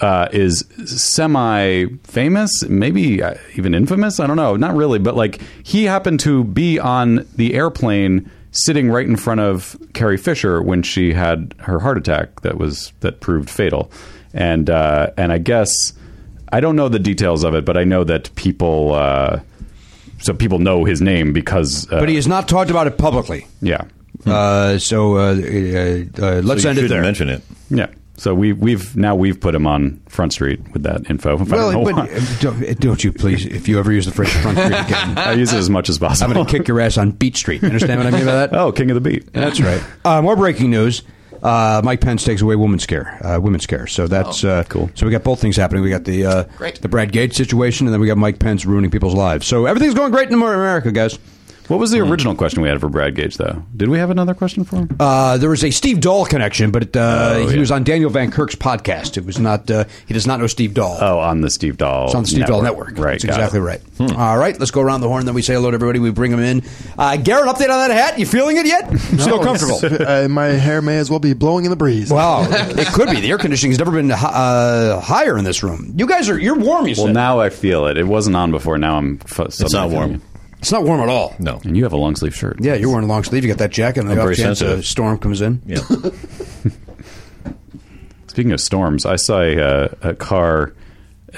Speaker 2: Uh, is semi famous, maybe uh, even infamous. I don't know, not really, but like he happened to be on the airplane sitting right in front of Carrie Fisher when she had her heart attack that was that proved fatal, and uh, and I guess I don't know the details of it, but I know that people uh, so people know his name because uh,
Speaker 3: But he has not talked about it publicly.
Speaker 2: yeah
Speaker 3: Uh, so uh, uh, uh, let's
Speaker 8: So you
Speaker 3: end it
Speaker 8: shouldn't
Speaker 3: there.
Speaker 8: mention it.
Speaker 2: yeah. So we we've now we've put him on Front Street with that info. I don't know
Speaker 3: well, but
Speaker 2: why.
Speaker 3: uh, don't, don't you please, if you ever use the phrase front street again,
Speaker 2: I use it as much as possible.
Speaker 3: I'm going to kick your ass on Beach Street. You understand what I mean by that?
Speaker 2: Oh, King of the Beat.
Speaker 3: That's right. Uh, more breaking news. Uh, Mike Pence takes away women's care, uh, women's care. So that's uh,
Speaker 2: Oh, cool.
Speaker 3: So we got both things happening. We got the uh,
Speaker 5: Great.
Speaker 3: the Brad Gates situation, and then we got Mike Pence ruining people's lives. So everything's going great in America, guys.
Speaker 2: What was the original question we had for Brad Gage, though? Did we have another question for him?
Speaker 3: Uh, there was a Steve Dahl connection, but uh,
Speaker 2: Oh,
Speaker 3: he
Speaker 2: yeah.
Speaker 3: was on Daniel Van Kirk's podcast. It was not. Uh, he does not know Steve Dahl.
Speaker 2: oh, on the Steve Dahl.
Speaker 3: It's on the Steve Dahl Network.
Speaker 2: Right.
Speaker 3: That's
Speaker 2: got
Speaker 3: exactly
Speaker 2: it. Hmm.
Speaker 3: right. All right, let's go around the horn. Then we say hello to everybody. We bring them in. Uh, Garrett, update on that hat. You feeling it yet? Still comfortable?
Speaker 4: uh, my hair may as well be blowing in the breeze.
Speaker 3: wow, it could be. The air conditioning's never been hi- uh, higher in this room. You guys are you're warm. You
Speaker 2: Well,
Speaker 3: said
Speaker 2: now I feel it. It wasn't on before. Now I'm. F- it's
Speaker 8: not warm.
Speaker 3: it's not warm at all.
Speaker 8: No.
Speaker 2: And you have a long sleeve shirt.
Speaker 3: Yeah, you're wearing a long sleeve. You got that jacket. And the off
Speaker 8: very
Speaker 3: chance a
Speaker 8: sensitive.
Speaker 3: storm comes in.
Speaker 8: Yeah.
Speaker 2: Speaking of storms, I saw a, uh, a car,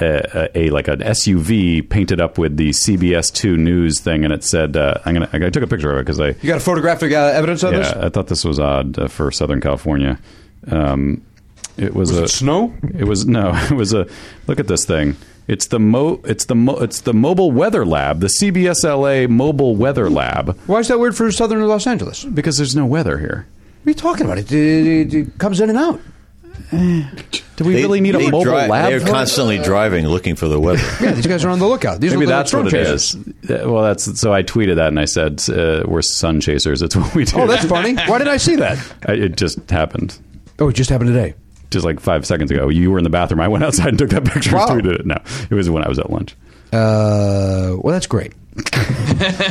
Speaker 2: uh, a, a, a like an SUV painted up with the CBS Two News thing, and it said, uh, "I'm gonna." I took a picture of it because I.
Speaker 3: You got photographic uh, evidence of this?
Speaker 2: Yeah, I thought this was odd uh, for Southern California. Um, it was, a
Speaker 3: it snow?
Speaker 2: It was no. It was a look at this thing. It's the mo. It's the mo, It's the mobile weather lab. The CBS LA mobile weather lab.
Speaker 3: Why is that weird for Southern Los Angeles? What
Speaker 2: Because there's no weather here.
Speaker 3: are you talking about? It, it, it- it comes in and out.
Speaker 2: Do we really need a
Speaker 8: they
Speaker 2: mobile
Speaker 8: drive-
Speaker 2: lab?
Speaker 8: They're
Speaker 2: for it?
Speaker 8: constantly driving looking for the weather.
Speaker 3: Yeah, these guys are on the lookout. These
Speaker 2: Maybe
Speaker 3: are the
Speaker 2: that's
Speaker 3: storm
Speaker 2: what it
Speaker 3: chasers.
Speaker 2: is. Uh, Well, that's so. I tweeted that and I said uh, we're sun chasers. It's what we do.
Speaker 3: Oh, that's funny. Why did I see that?
Speaker 2: I, it just happened,
Speaker 3: Oh, it just happened today.
Speaker 2: just like five seconds ago. You were in the bathroom. I went outside and took that picture.
Speaker 3: Wow.
Speaker 2: and Tweeted it. No, it was when I was at lunch.
Speaker 3: Uh, well, that's great.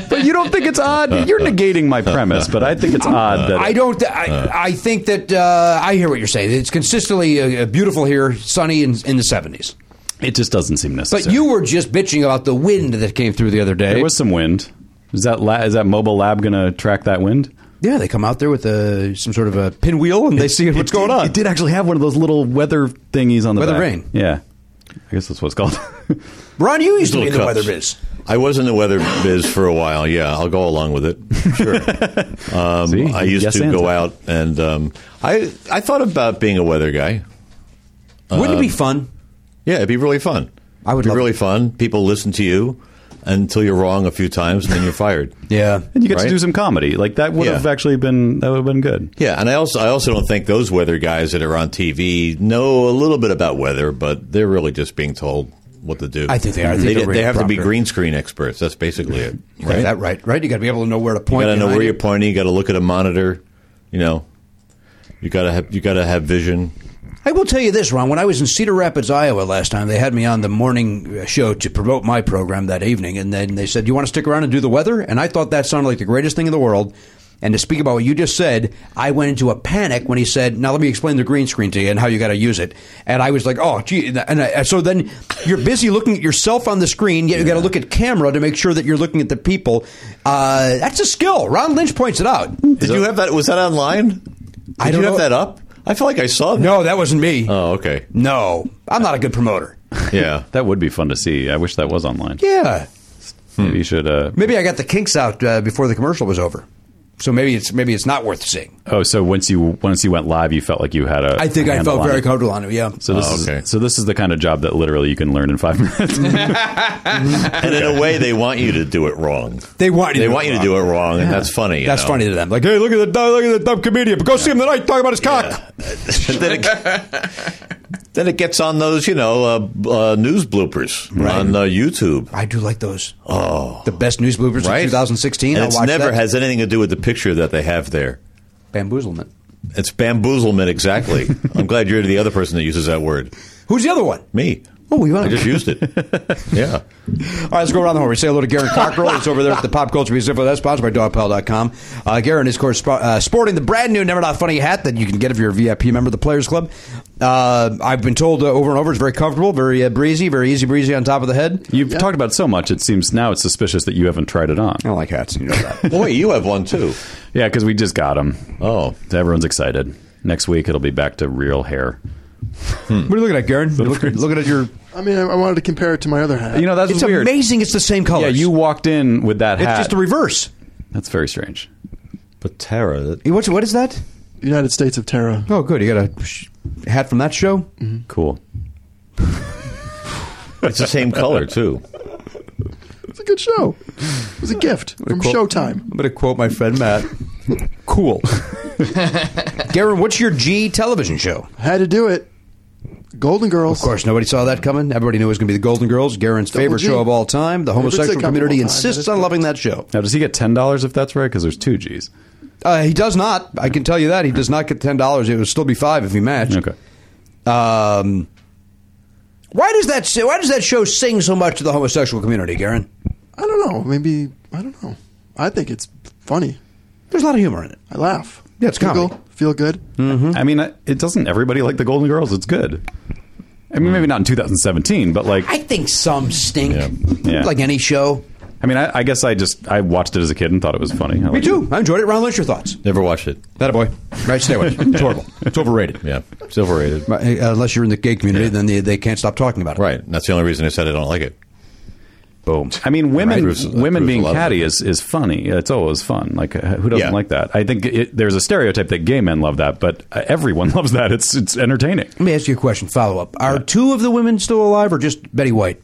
Speaker 2: But you don't think it's odd? You're negating my premise, but I think it's odd that
Speaker 3: I don't. Th- I, I think that uh, I hear what you're saying. It's consistently uh, beautiful here, sunny in, in the 70s.
Speaker 2: it just doesn't seem necessary.
Speaker 3: But you were just bitching about the wind that came through the other day.
Speaker 2: there was some wind. Is that la- is that mobile lab going to track that wind?
Speaker 3: yeah, they come out there with a, some sort of a pinwheel and they see what's going on.
Speaker 2: It did actually have one of those little weather thingies on the
Speaker 3: Weather
Speaker 2: back.
Speaker 3: vane.
Speaker 2: Yeah, I guess that's what it's called.
Speaker 3: Ron, you used to be in
Speaker 8: Little
Speaker 3: the
Speaker 8: cups.
Speaker 3: weather biz.
Speaker 8: I was in the weather biz for a while. Yeah, I'll go along with it. Sure. Um,
Speaker 2: See?
Speaker 8: I used
Speaker 2: Yes
Speaker 8: to
Speaker 2: and.
Speaker 8: go out, and um, I I thought about being a weather guy.
Speaker 3: Wouldn't it be fun?
Speaker 8: Yeah, it'd be really fun.
Speaker 3: I would
Speaker 8: It'd be
Speaker 3: love
Speaker 8: really
Speaker 3: it.
Speaker 8: fun. People listen to you until you're wrong a few times, and then you're fired.
Speaker 3: Yeah.
Speaker 2: and you get to
Speaker 8: Right?
Speaker 2: do some comedy. Like that would
Speaker 8: Yeah.
Speaker 2: have actually been that would have been good.
Speaker 8: Yeah, and I also I also don't think those weather guys that are on TV know a little bit about weather, but they're really just being told what to do.
Speaker 3: I think they are. I think
Speaker 8: They,
Speaker 3: they're
Speaker 8: they
Speaker 3: really
Speaker 8: have to be
Speaker 3: proper.
Speaker 8: green screen experts. That's basically it.
Speaker 3: Right. That right, right. You got to be able to know where to
Speaker 8: You
Speaker 3: point.
Speaker 8: got to know
Speaker 3: behind
Speaker 8: where
Speaker 3: it.
Speaker 8: you're pointing. You got to look at a monitor. You know, you got to have you got to have vision.
Speaker 3: I will tell you this, Ron. When I was in Cedar Rapids, Iowa last time, they had me on the morning uh, show to promote my program that evening, and then they said, "You want to stick around and do the weather?" And I thought that sounded like the greatest thing in the world. And to speak about what you just said, I went into a panic when he said, "Now let me explain the green screen to you and how you got to use it." And I was like, "Oh, gee!" And, I, and I- so then you're busy looking at yourself on the screen, yet you got to look at camera to make sure that you're looking at the people. Uh, that's a skill. Ron Lynch points it out.
Speaker 8: Did you have that? Was that online? Did
Speaker 3: I don't
Speaker 8: you have
Speaker 3: know.
Speaker 8: that up? I feel like I saw that.
Speaker 3: No, that wasn't me.
Speaker 8: Oh, okay.
Speaker 3: No, I'm not a good promoter.
Speaker 8: Yeah.
Speaker 2: That would be fun to see. I wish that was online.
Speaker 3: Yeah.
Speaker 2: Maybe you should. Uh,
Speaker 3: Maybe I got the kinks out uh, before the commercial was over. So maybe it's maybe it's not worth seeing.
Speaker 2: oh, so once you once you went live, you felt like you had a.
Speaker 3: I think I
Speaker 2: handle
Speaker 3: felt
Speaker 2: on
Speaker 3: very
Speaker 2: it.
Speaker 3: comfortable on it. Yeah.
Speaker 2: So this
Speaker 8: Oh, okay.
Speaker 2: is so this is the kind of job that literally you can learn in five minutes.
Speaker 8: And in a way, they want you to do it wrong.
Speaker 3: They want you
Speaker 8: They
Speaker 3: to do
Speaker 8: want
Speaker 3: it
Speaker 8: you
Speaker 3: wrong.
Speaker 8: to do it wrong, and that's funny. you
Speaker 3: That's
Speaker 8: know?
Speaker 3: funny to them. Like, hey, look at the dumb- look at the dumb comedian. But go see him tonight. Talk about his cock.
Speaker 8: then, it, then it gets on those, you know, uh, b- uh, news bloopers on uh, YouTube.
Speaker 3: I do like those. Oh, the best news bloopers
Speaker 8: Right?
Speaker 3: of 2016.
Speaker 8: And
Speaker 3: I'll
Speaker 8: it's
Speaker 3: watch
Speaker 8: never
Speaker 3: that.
Speaker 8: has anything to do with the picture that they have there.
Speaker 3: bamboozlement.
Speaker 8: It's bamboozlement, exactly. I'm glad you're the other person that uses that word.
Speaker 3: Who's the other one?
Speaker 8: Me.
Speaker 3: Oh, we want
Speaker 8: I just
Speaker 3: to.
Speaker 8: used it. Yeah.
Speaker 3: All right, let's go around the horn. We say hello to Garen Cockrell. He's over there at the Pop Culture Museum. That's sponsored by DogPal.com. Uh, Garen is, of course, spo- uh, sporting the brand new Never Not Funny hat that you can get if you're a VIP member of the Players Club. Uh, I've been told uh, over and over it's very comfortable, very uh, breezy, very easy breezy on top of the head.
Speaker 2: You've talked about it so much, it seems now it's suspicious that you haven't tried it on.
Speaker 3: I don't like hats, you know that.
Speaker 8: Boy, you have one too.
Speaker 2: Yeah, because we just got them.
Speaker 8: Oh.
Speaker 2: Everyone's excited. Next week it'll be back to real hair.
Speaker 3: what are you looking at, Garen? You're looking, looking at your.
Speaker 4: I mean, I, I wanted to compare it to my other hat.
Speaker 2: You know that's
Speaker 3: It's
Speaker 2: weird.
Speaker 3: amazing it's the same color.
Speaker 2: Yeah, you walked in with that
Speaker 3: It's
Speaker 2: hat.
Speaker 3: just the reverse.
Speaker 2: that's very strange.
Speaker 8: But Tara, that-
Speaker 3: What's, what is that?
Speaker 4: United States of Terra.
Speaker 3: Oh, good. You got a sh- hat from that show?
Speaker 2: Cool.
Speaker 8: it's the same color too.
Speaker 4: It's a good show. It was a gift from Showtime.
Speaker 3: I'm going to quote my friend Matt. cool. Garen, what's your G television show?
Speaker 4: Had to do it. Golden Girls.
Speaker 3: Of course, nobody saw that coming. Everybody knew it was going to be the Golden Girls, Garen's favorite
Speaker 4: G.
Speaker 3: show of all time. The homosexual
Speaker 4: sitcom of all
Speaker 3: community
Speaker 4: time,
Speaker 3: insists
Speaker 4: that is
Speaker 3: on loving that show.
Speaker 2: Now, does he get ten dollars if that's right? Because there's two G's.
Speaker 3: Uh, he does not. I can tell you that he does not get ten dollars. It would still be five if he matched.
Speaker 2: Okay.
Speaker 3: Um, why does that s- Why does that show sing so much to the homosexual community, Garen?
Speaker 4: I don't know. Maybe I don't know. I think it's funny.
Speaker 3: There's a lot of humor in it.
Speaker 4: I laugh.
Speaker 3: Yeah, it's
Speaker 4: Giggle,
Speaker 3: comedy.
Speaker 4: Feel good.
Speaker 2: Mm-hmm. I mean, it doesn't everybody like the Golden Girls? It's good. I mean, maybe not in 2017, but like,
Speaker 3: I think some stink,
Speaker 2: Yeah. Yeah.
Speaker 3: like any show.
Speaker 2: I mean, I, I guess I just I watched it as a kid and thought it was funny. I
Speaker 3: Me
Speaker 2: liked
Speaker 3: too.
Speaker 2: it.
Speaker 3: I enjoyed it. Ron, what's your thoughts?
Speaker 9: Never watched it.
Speaker 3: That a boy. Right, stay away. It's horrible.
Speaker 9: It's overrated. Yeah, it's overrated.
Speaker 3: Right, uh, Unless you're in the gay community, then they, they can't stop talking about it.
Speaker 9: Right. And that's the only reason I said I don't like it.
Speaker 2: Boom. I mean, women
Speaker 9: Proves- that
Speaker 2: women
Speaker 9: proves
Speaker 2: being
Speaker 9: a lot of
Speaker 2: catty
Speaker 9: it.
Speaker 2: is is funny. It's always fun. Like, uh, who doesn't
Speaker 9: Yeah.
Speaker 2: like that? I think it, there's a stereotype that gay men love that, but uh, everyone loves that. It's it's entertaining.
Speaker 3: Let me ask you a question. Follow up. Are two of the women still alive, or just Betty White?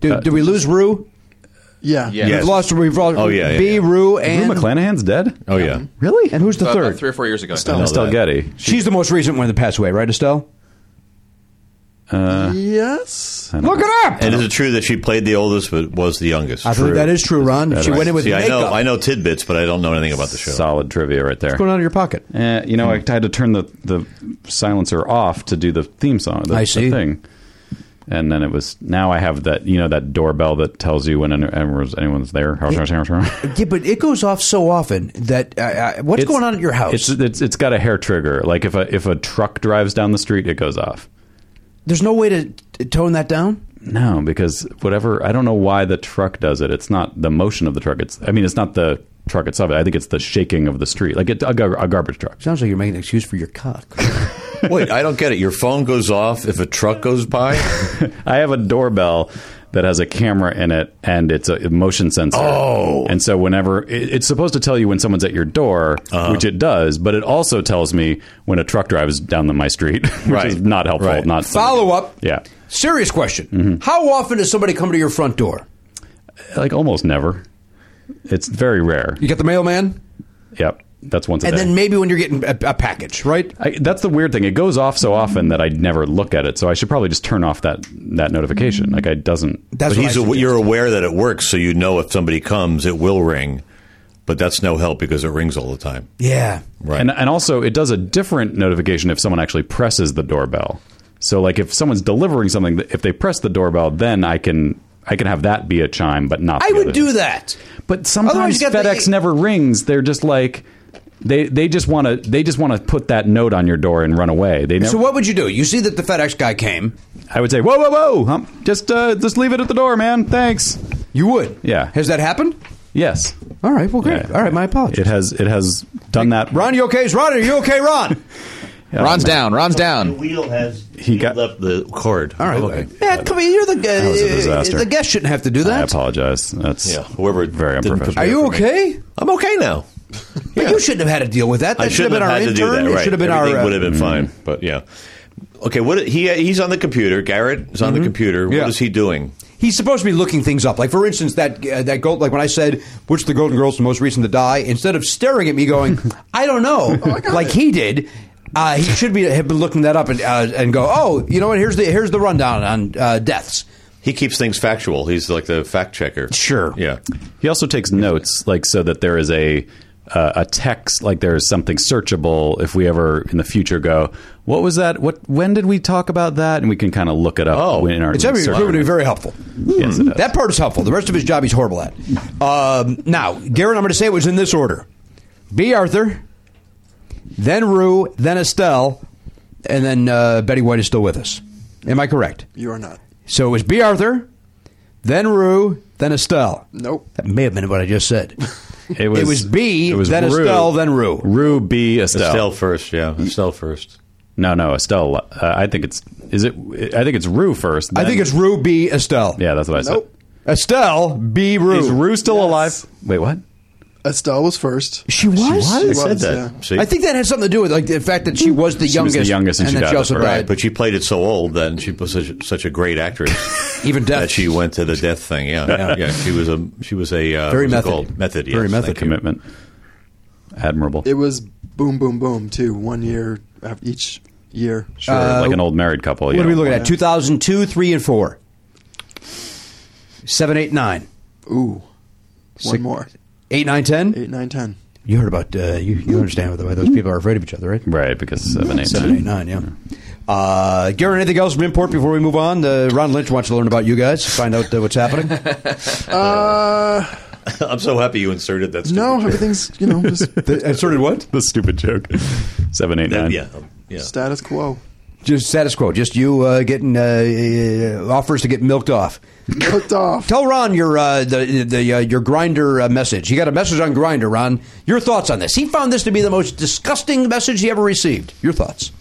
Speaker 3: Do,
Speaker 2: Uh,
Speaker 3: did we lose Rue?
Speaker 4: Yeah.
Speaker 5: Yeah.
Speaker 3: We've lost. We've lost.
Speaker 9: Oh, yeah, yeah,
Speaker 3: B.
Speaker 9: yeah.
Speaker 3: Rue
Speaker 2: Rue
Speaker 3: and
Speaker 2: McClanahan's dead.
Speaker 9: Oh yeah.
Speaker 3: really. And who's the
Speaker 5: About- about
Speaker 3: third?
Speaker 5: three or four years ago.
Speaker 9: know
Speaker 2: Estelle
Speaker 9: that.
Speaker 2: Getty.
Speaker 3: She's the most recent one to pass away, right, Estelle?
Speaker 4: yes.
Speaker 3: Look it up.
Speaker 9: And is it true that she played the oldest but was the youngest?
Speaker 3: I think that is true, Ron. she went in with
Speaker 9: See, I
Speaker 3: makeup.
Speaker 9: know, I know tidbits, but I don't know anything about the show.
Speaker 2: Solid trivia right there.
Speaker 3: What's going on Hmm. in your pocket?
Speaker 2: Eh, you know, I had to turn the, the silencer off to do the theme song. The,
Speaker 3: I
Speaker 2: the
Speaker 3: see.
Speaker 2: thing. And then it was. Now I have that. You know that doorbell that tells you when any- anyone's, anyone's there. What's
Speaker 3: Yeah, but it goes off so often that uh, uh, what's going on at your house?
Speaker 2: It's, it's it's got a hair trigger. Like if a if a truck drives down the street, it goes off.
Speaker 3: There's no way to t- tone that down.
Speaker 2: No, because whatever. I don't know why the truck does it. It's not the motion of the truck. It's. I mean, it's not the truck itself. I think it's the shaking of the street. Like it, a, gar- a garbage truck.
Speaker 3: Sounds like you're making an excuse for your cock.
Speaker 9: Wait, I don't get it. Your phone goes off if a truck goes by.
Speaker 2: I have a doorbell that has a camera in it and it's a motion sensor.
Speaker 9: Oh.
Speaker 2: And so whenever it, it's supposed to tell you when someone's at your door,
Speaker 9: Uh-huh.
Speaker 2: which it does, but it also tells me when a truck drives down the my street, which is
Speaker 9: Right.
Speaker 2: not helpful.
Speaker 9: Right.
Speaker 2: Not
Speaker 3: Follow up.
Speaker 2: Yeah.
Speaker 3: Serious question.
Speaker 9: Mm-hmm.
Speaker 3: How often does somebody come to your front door?
Speaker 2: Like almost never. It's very rare.
Speaker 3: You got the mailman,
Speaker 2: Yep. That's once a
Speaker 3: and
Speaker 2: day.
Speaker 3: then maybe when you're getting a, a package, right?
Speaker 2: I, that's the weird thing. It goes off so often that I never look at it. So I should probably just turn off that that
Speaker 9: Mm-hmm.
Speaker 2: notification. Like I doesn't.
Speaker 3: That's
Speaker 9: But
Speaker 3: what
Speaker 9: he's
Speaker 3: I
Speaker 9: aw-
Speaker 3: suggest.
Speaker 9: you're aware that it works, so you know if somebody comes, it will ring. But that's no help because it rings all the time.
Speaker 3: yeah.
Speaker 9: Right.
Speaker 2: And, and also, it does a different notification if someone actually presses the doorbell. So, like, if someone's delivering something, if they press the doorbell, then I can I can have that be a chime, but not.
Speaker 3: I
Speaker 2: the
Speaker 3: would
Speaker 2: other.
Speaker 3: do that.
Speaker 2: But
Speaker 3: Otherwise,
Speaker 2: sometimes
Speaker 3: you got the-
Speaker 2: FedEx never rings. They're just like they they just want to they just want to put that note on your door and run away. They never,
Speaker 3: So what would you do? You see that the FedEx guy came.
Speaker 2: I would say, whoa, whoa, whoa, hum, just uh, just leave it at the door, man. Thanks.
Speaker 3: You would.
Speaker 2: Yeah.
Speaker 3: Has that happened?
Speaker 2: Yes.
Speaker 3: All right. Well, great.
Speaker 2: Yeah.
Speaker 3: All right. My apologies.
Speaker 2: It has it has done that.
Speaker 3: Ron, you okay? Is Ron? Are you okay, Ron?
Speaker 5: Ron's down. Ron's
Speaker 8: The
Speaker 5: down.
Speaker 8: wheel has
Speaker 2: He got-
Speaker 8: up the cord.
Speaker 3: All right.
Speaker 9: Okay.
Speaker 3: Yeah, come here. You're the guy. Uh,
Speaker 2: was a disaster.
Speaker 3: The guest shouldn't have to do
Speaker 2: I
Speaker 3: that.
Speaker 2: apologize. That's
Speaker 9: Yeah, whoever
Speaker 2: very
Speaker 9: didn't
Speaker 2: unprofessional.
Speaker 3: Are you okay?
Speaker 9: I'm okay now.
Speaker 3: But you shouldn't have had to deal with that. That
Speaker 9: I
Speaker 3: should
Speaker 9: shouldn't
Speaker 3: been
Speaker 9: have
Speaker 3: our
Speaker 9: had to do
Speaker 3: intern.
Speaker 9: that.
Speaker 3: It
Speaker 9: Right.
Speaker 3: should have been
Speaker 9: Everything
Speaker 3: our. uh, Hmm.
Speaker 9: would have been fine. But yeah. Okay. What he he's on the computer. Garrett is on the computer.
Speaker 3: Mm-hmm. Yeah.
Speaker 9: What is he doing?
Speaker 3: he's supposed to be looking things up. Like for instance, that uh, that gold. Like when I said, "Which the Golden Girls the most recent to die?" Instead of staring at me, going, "I don't know," like he did. Uh, he should be have been looking that up and uh, and go, "Oh, you know what? Here's the here's the rundown on uh, deaths."
Speaker 9: He keeps things factual. He's like the fact checker.
Speaker 3: Sure.
Speaker 9: Yeah.
Speaker 2: He also takes notes, like so that there is a uh, a text, like there is something searchable. If we ever in the future go, what was that? What when did we talk about that? And we can kind of look it up.
Speaker 9: Oh,
Speaker 2: in our
Speaker 3: It's every
Speaker 2: search.
Speaker 3: proven to be very helpful.
Speaker 2: Yes, it does.
Speaker 3: That part is helpful. The rest of his job he's horrible at. Um, now, Garrett, I'm going to say it was in this order: B. Arthur, then Rue, then Estelle, and then uh, Betty White is still with us. Am I correct?
Speaker 4: You are not.
Speaker 3: So it was B. Arthur, then Rue, then Estelle.
Speaker 4: Nope.
Speaker 3: That may have been what I just said.
Speaker 2: it
Speaker 3: it was B, then Estelle, then Rue.
Speaker 2: Rue B Estelle.
Speaker 9: Estelle first. Yeah. Estelle first.
Speaker 2: No, no Estelle. Uh, I think it's is it. I think it's Rue first.
Speaker 3: I
Speaker 2: then-
Speaker 3: think it's Rue B. Estelle.
Speaker 2: yeah. That's what I said.
Speaker 4: Nope.
Speaker 3: Estelle B. Rue.
Speaker 2: Is Rue still
Speaker 4: Yes.
Speaker 2: alive? Wait, what?
Speaker 4: Estelle was first.
Speaker 3: She was.
Speaker 9: I
Speaker 4: was,
Speaker 9: said that.
Speaker 4: yeah.
Speaker 9: See?
Speaker 3: I think that has something to do with like the fact that
Speaker 4: Mm.
Speaker 3: she was the
Speaker 2: She was
Speaker 3: youngest.
Speaker 2: the youngest and she
Speaker 3: then
Speaker 2: died
Speaker 3: she
Speaker 2: the
Speaker 3: also
Speaker 2: first.
Speaker 3: died.
Speaker 9: But she played it so old then she was such, such a great actress.
Speaker 3: Even death.
Speaker 9: That she went to the death thing. Yeah. Yeah. She was a she was a uh,
Speaker 3: Very
Speaker 9: what's it
Speaker 3: method.
Speaker 9: called? Method. Yes,
Speaker 3: Very method.
Speaker 9: thank you.
Speaker 2: Commitment. Admirable.
Speaker 4: It was boom, boom, boom, too. One year af- each year.
Speaker 2: Sure, like an old married couple.
Speaker 3: uh, What are we looking at? 2002, 3, and 4. 7, 8, 9.
Speaker 4: Ooh,
Speaker 3: Six-
Speaker 4: one more.
Speaker 3: 8, 9, 10?
Speaker 4: Eight, nine, ten.
Speaker 3: You heard about, uh, you, you understand what those people are afraid of each other, right?
Speaker 2: Right, because seven, eight,
Speaker 3: Seven, eight, nine, yeah. Uh, Garen, anything else from import before we move on? Uh, Ron Lynch wants to learn about you guys, find out uh, what's happening.
Speaker 4: Uh,
Speaker 8: I'm so happy you inserted that. stupid
Speaker 4: no,
Speaker 8: joke.
Speaker 4: everything's you know just
Speaker 3: Inserted what?
Speaker 2: The stupid joke. Seven, eight,
Speaker 8: That-
Speaker 2: nine.
Speaker 8: yeah, um, yeah.
Speaker 4: status quo.
Speaker 3: Just status quo. Just you uh, getting uh, uh, offers to get milked off.
Speaker 4: Cooked off.
Speaker 3: Tell Ron your uh, the the uh, your grinder uh, message. You got a message on grinder, Ron. Your thoughts on this? He found this to be the most disgusting message he ever received. Your thoughts?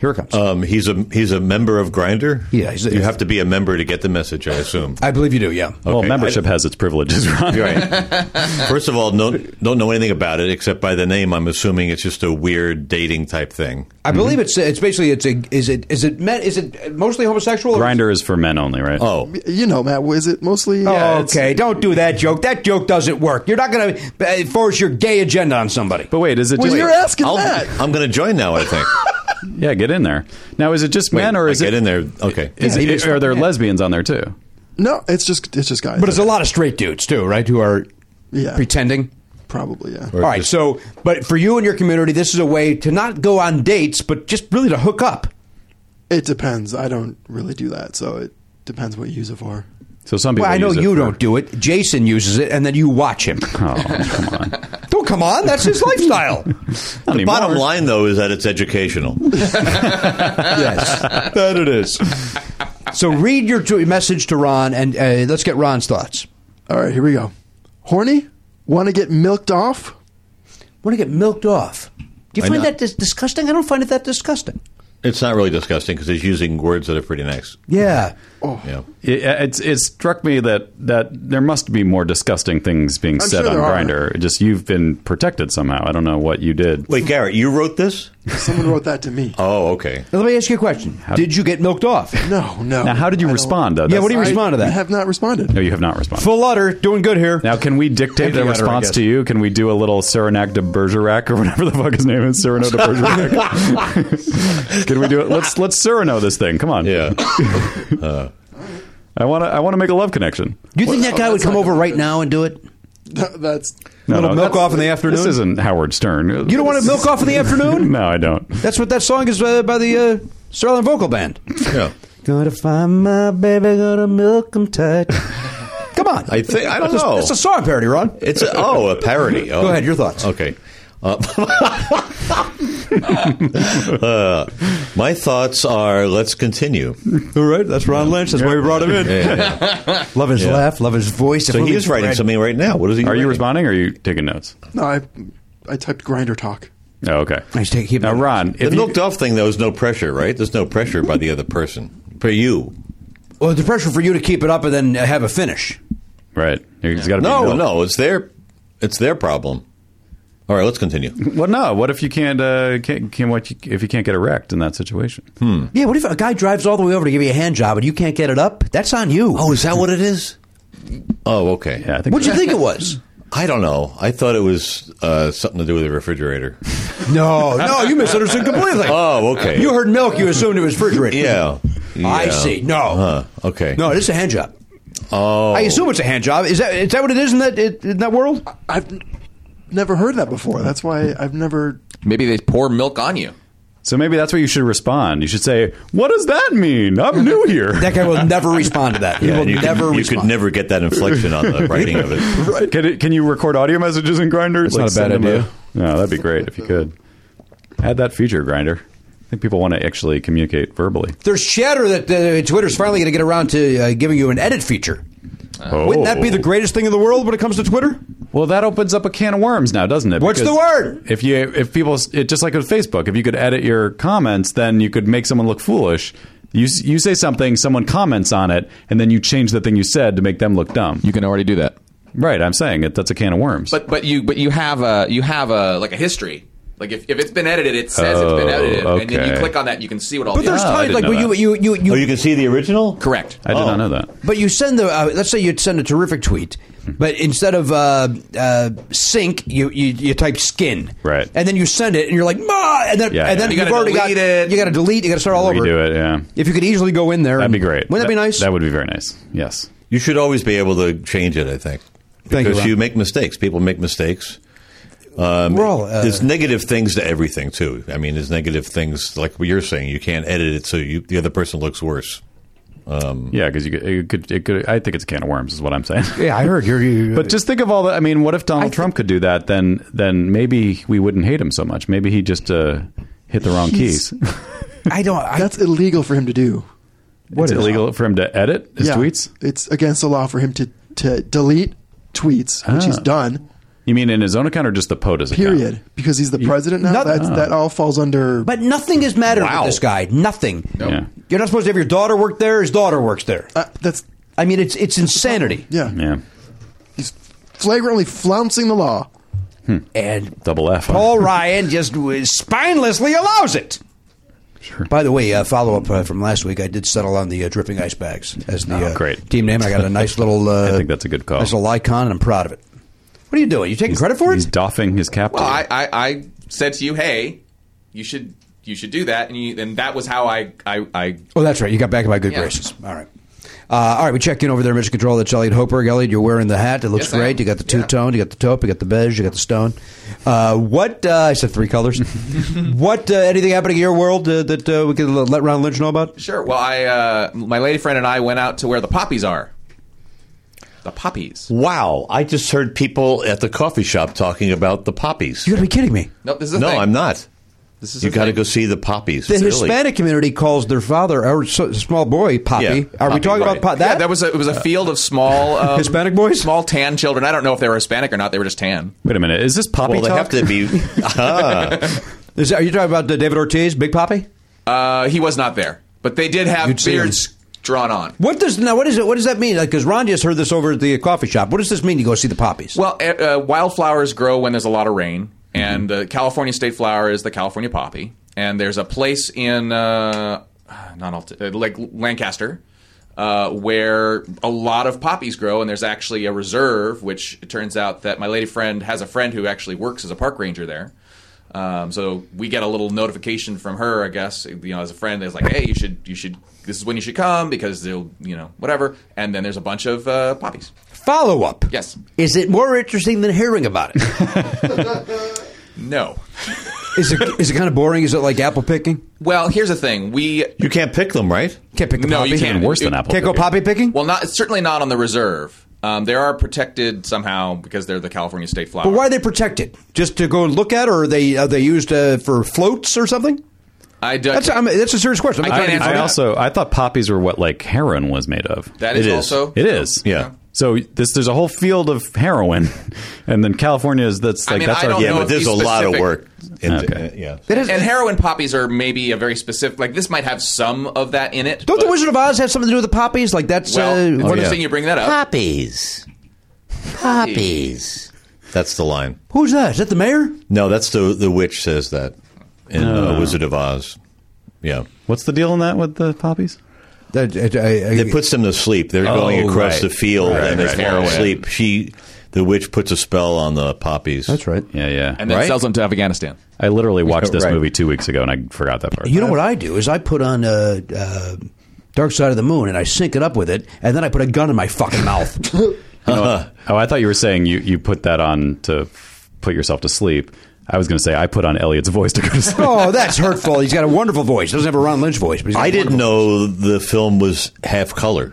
Speaker 3: Here it comes.
Speaker 8: Um, he's a he's a member of Grinder.
Speaker 3: Yeah, he's a-
Speaker 8: you have to be a member to get the message. I assume.
Speaker 3: I believe you do. Yeah.
Speaker 2: Well,
Speaker 8: Okay,
Speaker 2: membership
Speaker 8: I-
Speaker 2: has its privileges, Ron.
Speaker 8: You're right. First of all, don't don't know anything about it except by the name. I'm assuming it's just a weird dating type thing.
Speaker 3: I believe it's it's basically it's a is it is it men, is it mostly homosexual? or-
Speaker 2: Grinder is for men only, right?
Speaker 8: Oh,
Speaker 4: You know, Matt. Is it mostly?
Speaker 3: okay, don't do that joke. That joke doesn't work. You're not going to force your gay agenda on somebody.
Speaker 2: But wait, is it
Speaker 4: Well,
Speaker 2: just
Speaker 4: you're asking
Speaker 8: I'll,
Speaker 4: that.
Speaker 8: I'm going to join now. I think.
Speaker 2: yeah? Get in there. Now, is it just men,
Speaker 8: Wait,
Speaker 2: or
Speaker 8: I
Speaker 2: is
Speaker 8: get
Speaker 2: it
Speaker 8: in there? Okay.
Speaker 2: Is
Speaker 3: Yeah,
Speaker 2: it-
Speaker 3: you just-
Speaker 2: are there lesbians on there too?
Speaker 4: No, it's just it's just guys.
Speaker 3: But it's a lot of straight dudes too, right? Who are
Speaker 4: Yeah.
Speaker 3: pretending.
Speaker 4: probably yeah.
Speaker 3: All right, so but for you and your community, this is a way to not go on dates, but just really to hook up.
Speaker 4: It depends. I don't really do that, so it depends what you use it for.
Speaker 2: So some people.
Speaker 3: Well, I know
Speaker 2: use it
Speaker 3: you
Speaker 2: for-
Speaker 3: don't do it. Jason uses it, and then you watch him.
Speaker 2: Oh, come on.
Speaker 3: Don't come on, that's his lifestyle.
Speaker 2: Not
Speaker 8: The
Speaker 2: anymore.
Speaker 8: bottom line, though, is that it's educational.
Speaker 3: yes, that it is. So read your t- message to Ron, and uh, let's get Ron's thoughts.
Speaker 4: All right, here we go. Horny? Want to get milked off?
Speaker 3: Want to get milked off? Do you
Speaker 8: Why
Speaker 3: find
Speaker 8: not?
Speaker 3: that dis- disgusting? I don't find it that disgusting.
Speaker 8: It's not really disgusting because he's using words that are pretty nice.
Speaker 3: Yeah.
Speaker 8: Yeah.
Speaker 2: It, uh, it's it struck me that that there must be more disgusting things being
Speaker 4: I'm
Speaker 2: said
Speaker 4: sure
Speaker 2: on
Speaker 4: there are.
Speaker 2: Grinder. Just you've been protected somehow. I don't know what you did.
Speaker 8: Wait, Garrett, you wrote this?
Speaker 4: Someone wrote that to me.
Speaker 8: Oh, okay.
Speaker 3: Now, let me ask you a question. Did you get milked off?
Speaker 4: No, no.
Speaker 2: Now, how did you
Speaker 4: I don't-
Speaker 2: respond? Though?
Speaker 3: Yeah, what do you
Speaker 4: I
Speaker 3: respond to that?
Speaker 4: have not responded.
Speaker 2: No, you have not responded.
Speaker 3: Full udder, doing good here.
Speaker 2: Now, can we dictate
Speaker 3: Empty
Speaker 2: a
Speaker 3: letter, I
Speaker 2: response
Speaker 3: guess.
Speaker 2: to you? Can we do a little Saranac de Bergerac or whatever the fuck his name is? Cyrano de Bergerac. can we do it? Let's let's Cyrano this thing. Come on.
Speaker 8: Yeah.
Speaker 2: I want to I want to make a love connection.
Speaker 3: Do you think that
Speaker 4: Well,
Speaker 3: guy would
Speaker 4: that's
Speaker 3: come
Speaker 4: not
Speaker 3: over
Speaker 4: gonna
Speaker 3: right
Speaker 4: fit.
Speaker 3: now and do it?
Speaker 4: That's
Speaker 2: No,
Speaker 3: Little milk
Speaker 2: that's-
Speaker 3: off in the afternoon?
Speaker 2: This isn't Howard Stern.
Speaker 3: You don't want to milk off in the afternoon?
Speaker 2: No, I don't.
Speaker 3: That's what that song is uh, by the uh, Sterling Vocal Band.
Speaker 8: yeah.
Speaker 3: Gonna find my baby, gonna milk him tight. Come on.
Speaker 8: I think- I don't
Speaker 3: That's a-
Speaker 8: know.
Speaker 3: That's a song parody, Ron.
Speaker 8: It's a, oh, a parody. Oh.
Speaker 3: Go ahead, your thoughts.
Speaker 8: Okay. Uh, uh, my thoughts are let's continue.
Speaker 3: All right, that's Ron Lynch. That's why we brought him in. Love his laugh, love his voice. If
Speaker 8: So
Speaker 3: only
Speaker 8: he is writing
Speaker 3: Fred-
Speaker 8: something right now. What is he?
Speaker 2: Are you
Speaker 8: writing?
Speaker 2: responding or are you taking notes?
Speaker 4: no. I I typed grinder talk.
Speaker 2: Oh, okay.
Speaker 3: Nice take. Keep
Speaker 2: Now,
Speaker 3: it.
Speaker 2: Ron,
Speaker 8: The
Speaker 2: if you,
Speaker 8: milked off thing though is no pressure, right? There's no pressure by the other person. For you.
Speaker 3: Well, the pressure for you to keep it up and then uh, have a finish.
Speaker 2: right, he's got to be
Speaker 8: No,
Speaker 2: milked.
Speaker 8: no, it's their it's their problem. All right, let's continue.
Speaker 2: Well, no. What if you can't? Uh, can, can what you, if you can't get erect in that situation?
Speaker 3: Yeah, what if a guy drives all the way over to give you a hand job and you can't get it up? That's on you.
Speaker 8: Oh, is that what it is? Oh, okay.
Speaker 2: Yeah, I think.
Speaker 3: What'd you think it was?
Speaker 8: I don't know. I thought it was uh, something to do with the refrigerator.
Speaker 3: No, no, you misunderstood completely.
Speaker 8: Oh, okay.
Speaker 3: You heard milk, you assumed it was refrigerated.
Speaker 8: Yeah.
Speaker 3: I
Speaker 8: Yeah.
Speaker 3: see. No.
Speaker 8: Huh. Okay.
Speaker 3: No, it is a hand job.
Speaker 8: Oh.
Speaker 3: I assume it's a hand job. Is that is that what it is in that in that world?
Speaker 4: I've n- never heard that before. That's why I've never.
Speaker 5: Maybe they pour milk on you.
Speaker 2: So maybe that's what you should respond. You should say, "What does that mean? I'm new here."
Speaker 3: That guy will never respond to that. He
Speaker 8: Yeah,
Speaker 3: will
Speaker 8: you could-
Speaker 3: never
Speaker 8: you
Speaker 3: respond.
Speaker 8: could never get that inflection on the writing of it.
Speaker 2: Right. Can, it, can you record audio messages in Grinder? That's
Speaker 10: not a bad idea.
Speaker 2: no, that'd be great if you could add that feature, Grinder. I think people want to actually communicate verbally.
Speaker 3: There's chatter that uh, Twitter's finally going to get around to uh, giving you an edit feature.
Speaker 2: Oh.
Speaker 3: Uh, Wouldn't that be the greatest thing in the world when it comes to Twitter?
Speaker 2: Well, that opens up a can of worms now, doesn't it?
Speaker 3: What's
Speaker 2: Because
Speaker 3: the word?
Speaker 2: If you if people it just like with Facebook, if you could edit your comments, then you could make someone look foolish. You s- you say something, someone comments on it, and then you change the thing you said to make them look dumb.
Speaker 5: You can already do that.
Speaker 2: Right, I'm saying it. That's a can of worms.
Speaker 5: But but you but you have a you have a like a history. Like if, if it's been edited, it says it's
Speaker 2: Oh,
Speaker 5: been edited, and then you
Speaker 2: okay.
Speaker 5: click on that, and you can see what all.
Speaker 11: But
Speaker 5: the
Speaker 11: there's
Speaker 5: other-
Speaker 2: I
Speaker 11: times
Speaker 2: didn't
Speaker 11: like
Speaker 2: know
Speaker 11: when you
Speaker 2: that.
Speaker 11: you you you.
Speaker 8: Oh, you can see the original.
Speaker 5: correct.
Speaker 2: I did
Speaker 3: Oh.
Speaker 2: not know that.
Speaker 3: But you send the uh, let's say you'd send a terrific tweet, but instead of uh, uh, sink, you, you you type skin,
Speaker 2: Right.
Speaker 3: and then you send it, and you're like, ma, and then
Speaker 2: Yeah,
Speaker 3: and then
Speaker 2: yeah.
Speaker 5: You
Speaker 3: have
Speaker 5: gotta
Speaker 3: already got
Speaker 5: delete it.
Speaker 3: you got to delete, you got to start all over.
Speaker 2: Redo it. Yeah,
Speaker 3: If you could easily go in there,
Speaker 2: that'd
Speaker 3: and-
Speaker 2: be great.
Speaker 3: Wouldn't that, be nice?
Speaker 2: That would be very nice. Yes.
Speaker 8: You should always be able to change it, I think.
Speaker 3: Thank you,
Speaker 8: Because
Speaker 3: Rob.
Speaker 8: you make mistakes. People make mistakes.
Speaker 3: We're all, uh,
Speaker 8: there's negative things to everything, too. I mean, there's negative things, like what you're saying. You can't edit it so you, the other person looks worse.
Speaker 2: Yeah, because you could, it could, it could. I think it's a can of worms, is what I'm saying.
Speaker 3: yeah, I heard you're. You,
Speaker 2: But just think of all the. I mean, what if Donald Trump could do that? Then, then maybe we wouldn't hate him so much. Maybe he just uh, hit the wrong
Speaker 4: He's-
Speaker 2: keys.
Speaker 3: I don't. I,
Speaker 4: That's illegal for him to do.
Speaker 2: What's illegal for him to edit his tweets?
Speaker 4: It's against the law for him to, to delete tweets, which he's
Speaker 2: Ah.
Speaker 4: done.
Speaker 2: You mean in his own account or just the POTUS account?
Speaker 4: Period. Because he's the president now.
Speaker 3: Not-
Speaker 4: That's, that all falls under.
Speaker 3: but nothing is mattered
Speaker 8: Wow.
Speaker 3: with this guy. Nothing.
Speaker 2: Yeah.
Speaker 3: You're not supposed to have your daughter work there. His daughter works there.
Speaker 4: uh, that's
Speaker 3: I mean, it's it's insanity.
Speaker 4: yeah.
Speaker 2: Yeah.
Speaker 4: He's flagrantly flouncing the law.
Speaker 3: And
Speaker 2: Double F. huh?
Speaker 3: Paul Ryan just w- spinelessly allows it. By the way, uh, follow up uh, from last week, I did settle on the uh, dripping ice bags as the
Speaker 2: Oh,
Speaker 3: uh,
Speaker 2: great.
Speaker 3: team name. I got a nice little. Uh,
Speaker 2: I think that's a good call.
Speaker 3: Nice little icon, and I'm proud of it. What are you doing? You taking credit for
Speaker 2: He's
Speaker 3: it?
Speaker 2: doffing his cap.
Speaker 5: Well,
Speaker 2: to you.
Speaker 5: I, I, I said to you, hey, you should you should do that, and you, and that was how I I, I
Speaker 3: Oh, that's right. You got back in my good
Speaker 5: Yeah.
Speaker 3: graces. All right. Uh, all right, we checked in over there, Mission Control. That's Elliot Hopeberg. Elliot, you're wearing the hat. It looks
Speaker 5: Yes, I am.
Speaker 3: great. You got the
Speaker 5: Yeah.
Speaker 3: two tone. You got the taupe. You got the beige. You got the stone. Uh, what? Uh, I said three colors. what? Uh, anything happening in your world uh, that uh, we could l- let Ron Lynch know about?
Speaker 5: sure. Well, I uh, my lady friend and I went out to where the poppies are. The poppies.
Speaker 8: Wow. I just heard people at the coffee shop talking about the poppies.
Speaker 3: You got to be kidding me.
Speaker 5: Nope, this is the
Speaker 8: No,
Speaker 5: thing.
Speaker 8: I'm not.
Speaker 5: This is
Speaker 8: You
Speaker 5: the
Speaker 8: got to
Speaker 5: thing.
Speaker 8: go see the poppies.
Speaker 3: The
Speaker 8: It's really-
Speaker 3: Hispanic community calls their father our so, small boy Poppy.
Speaker 8: Yeah,
Speaker 3: Are we
Speaker 8: Poppy,
Speaker 3: talking
Speaker 8: right.
Speaker 3: about po-
Speaker 5: Yeah,
Speaker 3: that?
Speaker 5: that was a, it was a field of small um,
Speaker 3: Hispanic boys?
Speaker 5: small tan children. I don't know if they were Hispanic or not. They were just tan.
Speaker 2: Wait a minute. Is this Poppy
Speaker 8: Well, they have
Speaker 2: talk?
Speaker 8: to be. Ah.
Speaker 3: Is that- are you talking about uh, David Ortiz, Big Poppy?
Speaker 5: Uh, he was not there, but they did have
Speaker 3: You'd see
Speaker 5: beards drawn on.
Speaker 3: What does now? What is it? What does that mean? Because Ron just heard this over at the coffee shop. What does this mean? You go see the poppies?
Speaker 5: Well, uh, uh, wildflowers grow when there's a lot of rain, and the California state flower is the California poppy. And there's a place in uh, not Alt- uh, like Lancaster uh, where a lot of poppies grow, and there's actually a reserve. Which it turns out that my lady friend has a friend who actually works as a park ranger there. Um, so we get a little notification from her, I guess, you know, as a friend. That's like, hey, you should, you should. This is when you should come because they'll, you know, whatever. And then there's a bunch of uh, poppies.
Speaker 3: Follow up.
Speaker 5: Yes.
Speaker 3: Is it more interesting than hearing about it?
Speaker 5: No.
Speaker 3: is it is it kind of boring? Is it like apple picking?
Speaker 5: Well, here's the thing. We
Speaker 8: you can't pick them, right?
Speaker 3: Can't pick the
Speaker 5: No,
Speaker 3: poppy.
Speaker 5: you can't.
Speaker 2: Even worse than
Speaker 5: It-
Speaker 2: Apple.
Speaker 3: Can't go
Speaker 2: Picking.
Speaker 3: poppy picking.
Speaker 5: well, not certainly not on the reserve. Um, they are protected somehow because they're the California state flower.
Speaker 3: but why are they protected? Just to go and look at, or are they are they used uh, for floats or something?
Speaker 5: I do,
Speaker 3: That's I mean, that's a serious question. I'm
Speaker 5: I
Speaker 3: trying
Speaker 5: can't
Speaker 3: to
Speaker 5: answer
Speaker 2: I
Speaker 5: that.
Speaker 2: also I thought poppies were what like heroin was made of.
Speaker 5: that is,
Speaker 8: It is.
Speaker 5: also
Speaker 2: It is.
Speaker 8: Yeah.
Speaker 2: So this there's a whole field of heroin, and then California is that's
Speaker 5: I
Speaker 2: like
Speaker 5: mean,
Speaker 2: that's
Speaker 5: I
Speaker 2: our
Speaker 5: don't
Speaker 8: Yeah,
Speaker 5: know
Speaker 8: but
Speaker 5: if
Speaker 8: there's
Speaker 5: he's
Speaker 8: a lot of
Speaker 5: specific.
Speaker 8: work. into-
Speaker 2: Okay.
Speaker 8: uh, yeah.
Speaker 3: It is-
Speaker 5: And heroin poppies are maybe a very specific. Like this might have some of that in it.
Speaker 3: Don't the
Speaker 5: but-
Speaker 3: Wizard of Oz have something to do with the poppies? Like that's
Speaker 5: Well,
Speaker 3: uh,
Speaker 5: it's
Speaker 3: what is-
Speaker 5: interesting you bring that up.
Speaker 12: Poppies. Poppies.
Speaker 8: That's the line.
Speaker 3: who's that? Is that the mayor?
Speaker 8: No, that's the the witch says that in
Speaker 2: Oh.
Speaker 8: uh, Wizard of Oz. Yeah,
Speaker 2: What's the deal in that with the poppies?
Speaker 3: That, uh, I- I-
Speaker 8: it puts them to sleep. They're
Speaker 2: Oh,
Speaker 8: going across
Speaker 2: right.
Speaker 8: the field and they
Speaker 2: right,
Speaker 8: fall
Speaker 5: right.
Speaker 8: asleep. She, the witch, puts a spell on the poppies.
Speaker 3: that's right.
Speaker 2: Yeah, yeah.
Speaker 5: and then
Speaker 8: Right?
Speaker 5: sells them to Afghanistan.
Speaker 2: I literally watched this
Speaker 8: Right.
Speaker 2: movie two weeks ago, and I forgot that part.
Speaker 3: You know what I do is I put on uh, uh, Dark Side of the Moon and I sync it up with it, and then I put a gun in my fucking mouth.
Speaker 2: Oh, I thought you were saying you you put that on to f- put yourself to sleep. I was going to say I put on Elliot's voice to go to sleep.
Speaker 3: oh, that's hurtful. He's got a wonderful voice. Doesn't have a Ron Lynch voice, but he's got
Speaker 8: I
Speaker 3: a wonderful-
Speaker 8: didn't know the film was half color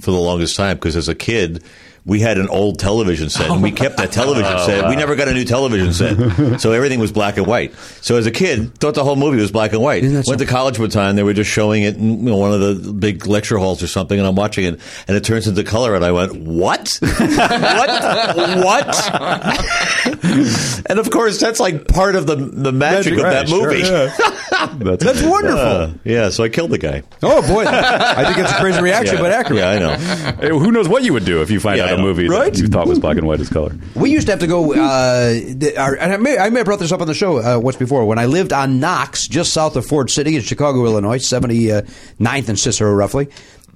Speaker 8: for the longest time because as a kid. We had an old television set, and we kept that television set. We never got a new television set, so everything was black and white. So as a kid, thought the whole movie was black and white.
Speaker 3: Isn't that
Speaker 8: Went to
Speaker 3: something?
Speaker 8: college one time, they were just showing it in you know, one of the big lecture halls or something, and I'm watching it, and it turns into color, and I went, "What? what? What?" and of course, that's like part of the the magic, of that movie.
Speaker 2: That's,
Speaker 3: That's wonderful.
Speaker 8: Uh, yeah, so I killed the guy.
Speaker 3: oh boy, I think it's a crazy reaction, but accurate.
Speaker 8: Yeah, I know.
Speaker 2: Who knows what you would do if you find
Speaker 8: Yeah,
Speaker 2: out
Speaker 8: I
Speaker 2: a movie that you thought was black and white is color.
Speaker 3: We used to have to go. Uh, the, our, and I may, I may have brought this up on the show uh, once before. When I lived on Knox, just south of Ford City in Chicago, Illinois, 79th and Cicero, roughly,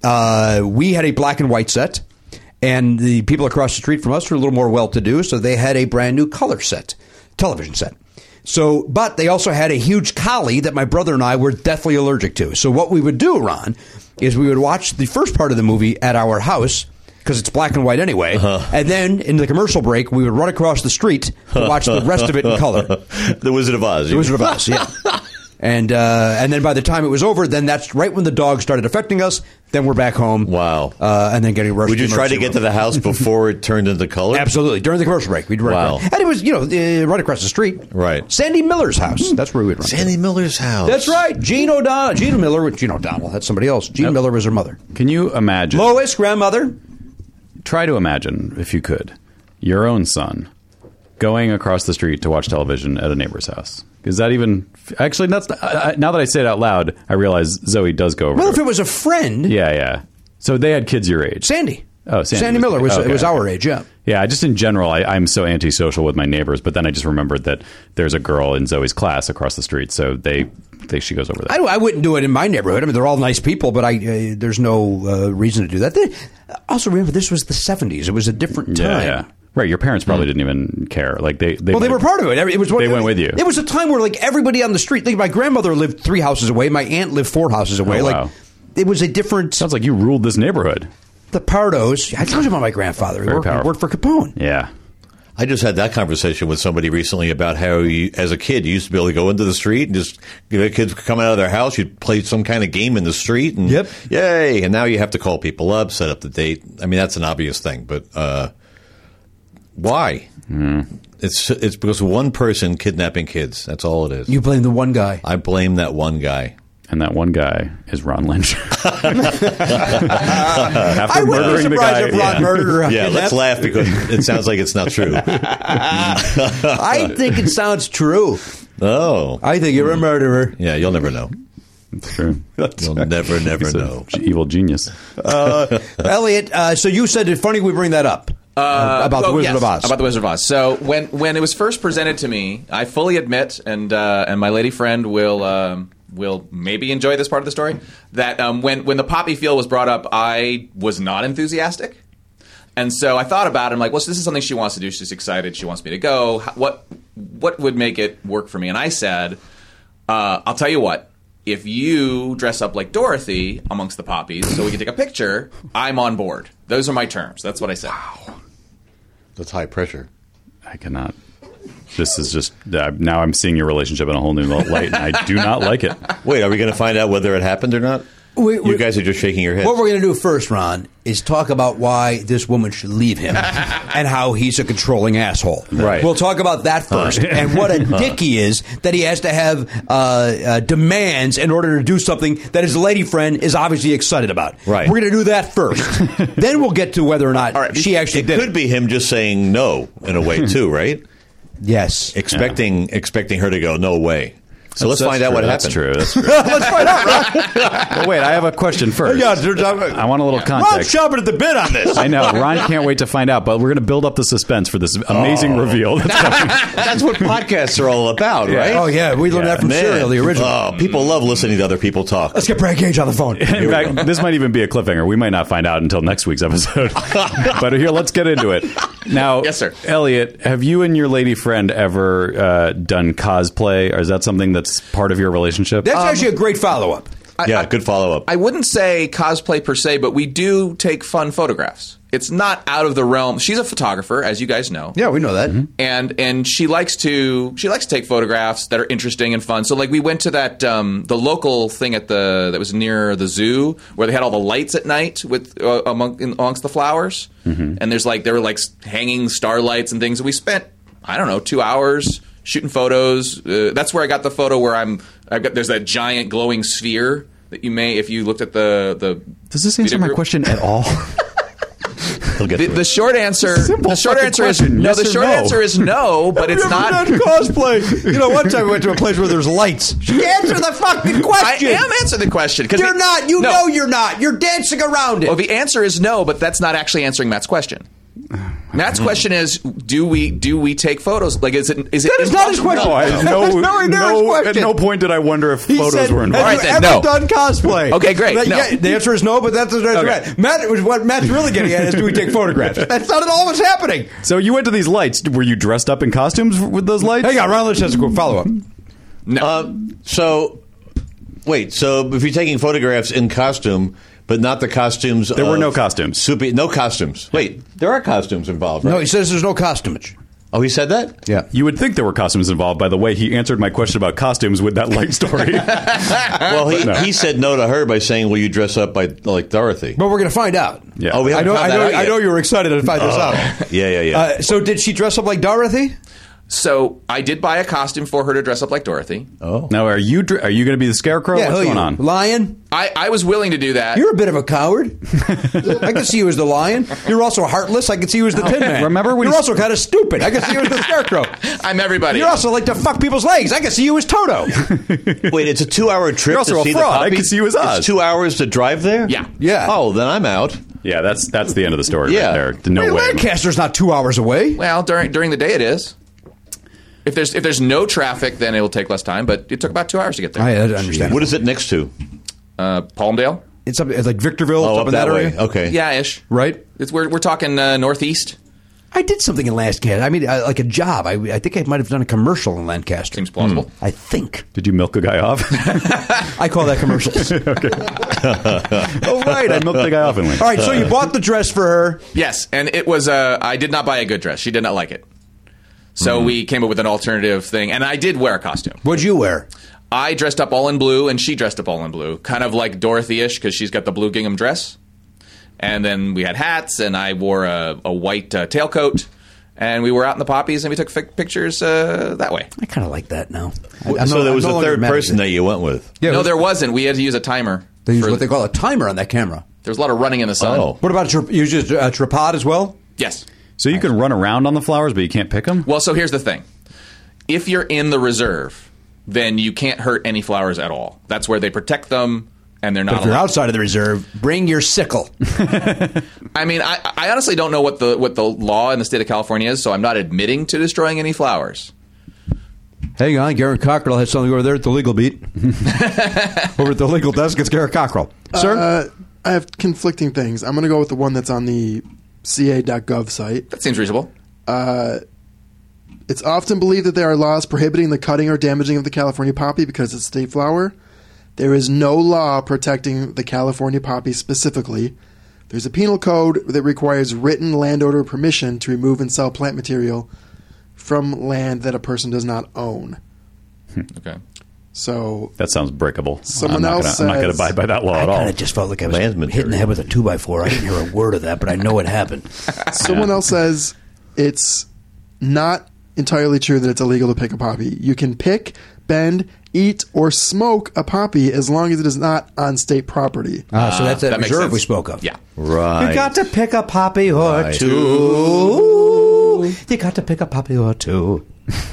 Speaker 3: uh, we had a black and white set. And the people across the street from us were a little more well to do, so they had a brand new color set, television set. So, but they also had a huge collie that my brother and I were deathly allergic to. So, what we would do, Ron, is we would watch the first part of the movie at our house because it's black and white anyway.
Speaker 9: Uh-huh.
Speaker 3: And then in the commercial break, we would run across the street to watch the rest of it in color.
Speaker 9: the Wizard of Oz.
Speaker 3: The Wizard of Oz, yeah. And uh, and then by the time it was over, then that's right when the dog started affecting us. Then we're back home. Wow. Uh, and then getting rushed.
Speaker 9: Would you
Speaker 3: the
Speaker 9: try to
Speaker 3: emergency
Speaker 9: get
Speaker 3: room.
Speaker 9: to the house before it turned into color?
Speaker 3: Absolutely. During the commercial break, we'd run
Speaker 9: Wow.
Speaker 3: across- And it was you know uh, right across the street.
Speaker 9: Right.
Speaker 3: Sandy Miller's house. That's where we would run.
Speaker 9: Sandy Miller's house.
Speaker 3: That's right. Gene O'Donnell. Gene Miller. Gene O'Donnell. That's somebody else. Gene Miller was her mother.
Speaker 2: Can you imagine?
Speaker 3: Lois, grandmother.
Speaker 2: Try to imagine, if you could, your own son going across the street to watch television at a neighbor's house. Is that even actually? That's I, I, now that I say it out loud, I realize Zoe does go over.
Speaker 3: Well,
Speaker 2: to
Speaker 3: if it was a friend,
Speaker 2: Yeah, yeah. So they had kids your age.
Speaker 3: Sandy.
Speaker 2: Oh, Sandy.
Speaker 3: Sandy Miller was-
Speaker 2: okay,
Speaker 3: was
Speaker 2: okay.
Speaker 3: our age, yeah.
Speaker 2: Yeah, just in general, I, I'm so antisocial with my neighbors. But then I just remembered that there's a girl in Zoe's class across the street, so they think she goes over there.
Speaker 3: I, don't- I wouldn't do it in my neighborhood. I mean, they're all nice people, but I uh, there's no uh, reason to do that. They- also, remember this was the '70s; it was a different time. Hmm.
Speaker 2: Yeah, yeah. Right. Your parents probably didn't even care. Like they, they
Speaker 3: well, they were part of it. Every- It was
Speaker 2: They went with you.
Speaker 3: It was a time where like everybody on the street. Like my grandmother lived three houses away. My aunt lived four houses away.
Speaker 2: Oh,
Speaker 3: like
Speaker 2: wow.
Speaker 3: it was a different.
Speaker 2: Sounds like you ruled this neighborhood.
Speaker 3: The Pardos. I told you about my grandfather. He
Speaker 2: Very
Speaker 3: worked, he
Speaker 2: powerful.
Speaker 3: worked for Capone.
Speaker 2: Yeah.
Speaker 9: I just had that conversation with somebody recently about how you, as a kid, you used to be able to go into the street and just, you know, kids would come out of their house, you'd play some kind of game in the street and
Speaker 3: Yep.
Speaker 9: yay. And now you have to call people up, set up the date. I mean, that's an obvious thing, but, uh, why? It's, it's because of one person kidnapping kids. That's all it is.
Speaker 3: You blame the one guy.
Speaker 9: I blame that one guy.
Speaker 2: And that one guy is Ron Lynch. After
Speaker 3: I wouldn't be
Speaker 2: murdering the guy,
Speaker 3: surprised if Ron
Speaker 2: yeah.
Speaker 3: murdered her.
Speaker 9: Yeah, let's laugh because it sounds like it's not true.
Speaker 3: I think it sounds true.
Speaker 9: Oh,
Speaker 3: I think
Speaker 2: Mm.
Speaker 3: you're a murderer.
Speaker 9: yeah, you'll never know.
Speaker 2: It's true.
Speaker 9: You'll never, never
Speaker 2: He's a
Speaker 9: know.
Speaker 2: g- evil genius.
Speaker 3: Elliot, uh, so you said it's funny we bring that up uh, about
Speaker 5: Oh,
Speaker 3: the Wizard
Speaker 5: yes,
Speaker 3: of Oz.
Speaker 5: About the Wizard of Oz. So when when it was first presented to me, I fully admit, and uh, and my lady friend will um, will maybe enjoy this part of the story. That um, when when the poppy field was brought up, I was not enthusiastic. And so I thought about it. I'm like, well, so this is something she wants to do. She's excited. She wants me to go. How- What what would make it work for me? And I said, uh, I'll tell you what. If you dress up like Dorothy amongst the poppies, so we can take a picture, I'm on board. Those are my terms. That's what I said.
Speaker 9: That's high pressure.
Speaker 2: I cannot. This is just uh, now. I'm seeing your relationship in a whole new light, and I do not like it.
Speaker 9: Wait, are we going to find out whether it happened or not?
Speaker 3: We- we-
Speaker 9: you guys are just shaking your head.
Speaker 3: What we're going to do first, Ron, is talk about why this woman should leave him and how he's a controlling asshole.
Speaker 2: Right.
Speaker 3: We'll talk about that first and what a dick he is that he has to have uh, uh, demands in order to do something that his lady friend is obviously excited about.
Speaker 9: Right.
Speaker 3: We're going to do that first. then we'll get to whether or not she actually
Speaker 9: it
Speaker 3: did
Speaker 9: could be him just saying no in a way too, right?
Speaker 3: Yes.
Speaker 9: expecting expecting her to go no way. So let's
Speaker 2: That's
Speaker 9: find out
Speaker 2: true.
Speaker 9: what
Speaker 2: That's
Speaker 9: happened.
Speaker 2: true. That's true.
Speaker 3: Let's find out, Ron.
Speaker 2: But wait, I have a question first.
Speaker 6: Yeah, they're talking-
Speaker 2: I want a little
Speaker 6: Ron
Speaker 2: context.
Speaker 6: shopping at the bit on this.
Speaker 2: I know Ron can't wait to find out, but we're going to build up the suspense for this amazing reveal. That's coming.
Speaker 9: That's what podcasts are all about,
Speaker 2: Yeah.
Speaker 9: right?
Speaker 3: Oh, yeah. We learned
Speaker 2: Yeah.
Speaker 3: that from
Speaker 9: Man.
Speaker 3: Serial, the original.
Speaker 8: Uh,
Speaker 9: Oh, people love listening to other people talk.
Speaker 3: Let's get Brad Gage on the phone.
Speaker 2: In fact, this might even be a cliffhanger. We might not find out until next week's episode. but here, let's get into it. Now,
Speaker 5: Yes, sir.
Speaker 2: Elliot, have you and your lady friend ever uh, done cosplay, or is that something that's part of your relationship?
Speaker 3: That's actually a great follow up.
Speaker 9: yeah, good follow up.
Speaker 5: I wouldn't say cosplay per se, but we do take fun photographs. It's not out of the realm. She's a photographer, as you guys know.
Speaker 3: Yeah, we know that.
Speaker 5: And and she likes to she likes to take photographs that are interesting and fun. So like we went to that um, the local thing at the that was near the zoo where they had all the lights at night with uh, among, in, amongst the flowers.
Speaker 2: Mm-hmm.
Speaker 5: And there's like there were like s- hanging starlights and things. And we spent I don't know two hours shooting photos. Uh, that's where I got the photo where I'm I've got there's that giant glowing sphere that you may if you looked at the the
Speaker 2: Does this
Speaker 5: video
Speaker 2: answer my
Speaker 5: group-
Speaker 2: question at all?
Speaker 9: He'll get
Speaker 5: the,
Speaker 9: to
Speaker 5: the
Speaker 9: it.
Speaker 5: short answer.
Speaker 2: Simple
Speaker 5: the short
Speaker 2: fucking
Speaker 5: answer is
Speaker 2: question.
Speaker 5: no.
Speaker 2: Yes
Speaker 5: the
Speaker 2: or
Speaker 5: short
Speaker 2: no?
Speaker 5: answer is no, but it's not.
Speaker 3: cosplay. You know, one time we went to a place where there's lights. Answer the fucking
Speaker 5: I
Speaker 3: question.
Speaker 5: am answering the question because
Speaker 3: You're not. You know you're not. You're dancing around it.
Speaker 5: Well, the answer is no, but that's not actually answering Matt's question. Matt's question is: Do we do we take photos? Like, is it is it?
Speaker 2: That is not his question. No, I- That's no- nowhere near his no- question. at no point did I wonder if He photos said, were involved.
Speaker 5: All right,
Speaker 2: "Have
Speaker 5: then,
Speaker 2: you ever
Speaker 5: no.
Speaker 3: done cosplay.
Speaker 5: Okay, great.
Speaker 3: But
Speaker 5: No.
Speaker 3: yeah, the answer is no, but that's, that's right. Matt, what Matt's really getting at is do we take photographs? That's not at all what's happening.
Speaker 2: So you went to these lights. Were you dressed up in costumes with those lights?
Speaker 3: Hang on, Ron Lynch has a quick follow up.
Speaker 8: Uh, so, wait. So, if you're taking photographs in costume, but not the costumes, there
Speaker 2: were no costumes.
Speaker 8: Super, no costumes. Wait, there are costumes involved. Right?
Speaker 13: No, he says there's no costumage.
Speaker 8: Oh, he said that.
Speaker 13: Yeah.
Speaker 2: You would think there were costumes involved by the way he answered my question about costumes with that light story.
Speaker 8: well, he, he said no to her by saying, "Will you dress up by like Dorothy?"
Speaker 3: But we're going to find out.
Speaker 2: Yeah.
Speaker 8: Oh, we
Speaker 3: I
Speaker 8: haven't
Speaker 3: know, I
Speaker 8: found
Speaker 3: know,
Speaker 8: that out
Speaker 3: I
Speaker 8: yet.
Speaker 3: know you were excited to find this out.
Speaker 8: Yeah, yeah, yeah.
Speaker 3: Uh, so did she dress up like Dorothy?
Speaker 5: So I did buy a costume for her to dress up like Dorothy.
Speaker 8: oh,
Speaker 2: now, are you dr- are you going to be the scarecrow?
Speaker 3: yeah,
Speaker 2: Oh, What's
Speaker 3: who
Speaker 2: going
Speaker 3: you?
Speaker 2: on?
Speaker 3: Lion?
Speaker 5: I, I was willing to do that.
Speaker 3: You're a bit of a coward. I can see you as the lion. You're also heartless. I can see you as the Tin Man.
Speaker 2: Remember we-
Speaker 3: You're also kind of stupid. I can see you as the Scarecrow.
Speaker 5: I'm everybody.
Speaker 3: You're also like to fuck people's legs. I can see you as Toto.
Speaker 8: Wait, it's a two-hour trip.
Speaker 2: You're also
Speaker 8: to
Speaker 2: a
Speaker 8: see
Speaker 2: fraud.
Speaker 8: The
Speaker 2: I
Speaker 8: puppy?
Speaker 2: can see you as Oz.
Speaker 8: It's two hours to drive there.
Speaker 5: Yeah.
Speaker 3: Yeah.
Speaker 8: Oh, then I'm out.
Speaker 2: Yeah, that's that's the end of the story
Speaker 8: Yeah.
Speaker 2: right there. No
Speaker 3: Wait,
Speaker 2: way.
Speaker 3: Lancaster's not two hours away.
Speaker 5: well, during during the day it is. If there's if there's no traffic, then it will take less time. But it took about two hours to get there.
Speaker 3: I I understand.
Speaker 8: What is it next to?
Speaker 5: Uh, Palmdale.
Speaker 3: It's up it's like Victorville, it's
Speaker 8: Oh,
Speaker 3: up,
Speaker 8: up
Speaker 3: in
Speaker 8: that,
Speaker 3: that,
Speaker 8: way.
Speaker 3: area.
Speaker 8: Okay.
Speaker 5: Yeah, ish.
Speaker 3: Right?
Speaker 5: It's, we're we're talking uh, northeast.
Speaker 3: I did something in Lancaster. I mean, uh, like a job. I, I think I might have done a commercial in Lancaster. Hmm.
Speaker 5: Seems plausible.
Speaker 3: I think.
Speaker 2: Did you milk a guy off?
Speaker 3: I call that commercials. All
Speaker 2: oh right, I milked a guy off in Lincoln.
Speaker 3: right, so you bought the dress for her.
Speaker 5: Yes, and it was. Uh, I did not buy a good dress. She did not like it.
Speaker 3: Hmm.
Speaker 5: So we came up with an alternative thing, and I did wear a costume.
Speaker 3: What'd you wear?
Speaker 5: I dressed up all in blue, and she dressed up all in blue, kind of like Dorothy-ish because she's got the blue gingham dress. And then we had hats, and I wore a, a white uh, tailcoat, and we were out in the poppies, and we took fi- pictures uh, that way.
Speaker 3: I kind of like that now.
Speaker 8: so there was a third person that you went with.
Speaker 3: Yeah,
Speaker 5: no,
Speaker 3: was-
Speaker 5: there wasn't. We had to use a timer.
Speaker 3: They use
Speaker 5: for-
Speaker 3: what they call a timer on that camera.
Speaker 5: there was a lot of running in the sun.
Speaker 8: Oh.
Speaker 3: What about a trip- you just a tripod as well?
Speaker 5: Yes.
Speaker 2: So you can run around on the flowers, but you can't pick them.
Speaker 5: Well, so here's the thing. If you're in the reserve, then you can't hurt any flowers at all. That's where they protect them, and they're not.
Speaker 3: If you're
Speaker 5: allowed-
Speaker 3: outside of the reserve, bring your sickle.
Speaker 5: I mean, I, I honestly don't know what the what the law in the state of California is, so I'm not admitting to destroying any flowers.
Speaker 3: Hang on, Garen Cockrell has something over there at the legal beat. over at the legal desk, it's Garen Cockrell. Sir?
Speaker 4: Uh, I have conflicting things. I'm going to go with the one that's on the ca.gov site.
Speaker 5: That seems reasonable.
Speaker 4: It's often believed that there are laws prohibiting the cutting or damaging of the California poppy because it's a state flower. There is no law protecting the California poppy specifically. There's a penal code that requires written landowner permission to remove and sell plant material from land that a person does not own.
Speaker 5: Okay.
Speaker 4: So
Speaker 2: That sounds breakable.
Speaker 4: Someone
Speaker 2: I'm not
Speaker 4: else
Speaker 2: gonna, I'm not going
Speaker 4: says-
Speaker 2: to abide by that law
Speaker 3: I
Speaker 2: at
Speaker 3: kind
Speaker 2: all.
Speaker 3: of just felt like I was
Speaker 8: Man's
Speaker 3: hit in the
Speaker 8: material.
Speaker 3: head with a two by four. I didn't hear a word of that, but I know it happened.
Speaker 4: Someone else says it's not entirely true that it's illegal to pick a poppy. You can pick, bend, eat, or smoke a poppy as long as it is not on state property.
Speaker 3: Ah, so that's that,
Speaker 5: that makes
Speaker 3: reserve we
Speaker 5: sense.
Speaker 3: spoke of.
Speaker 5: Yeah.
Speaker 8: Right.
Speaker 3: You got to pick a poppy or two. You got to pick a poppy or two.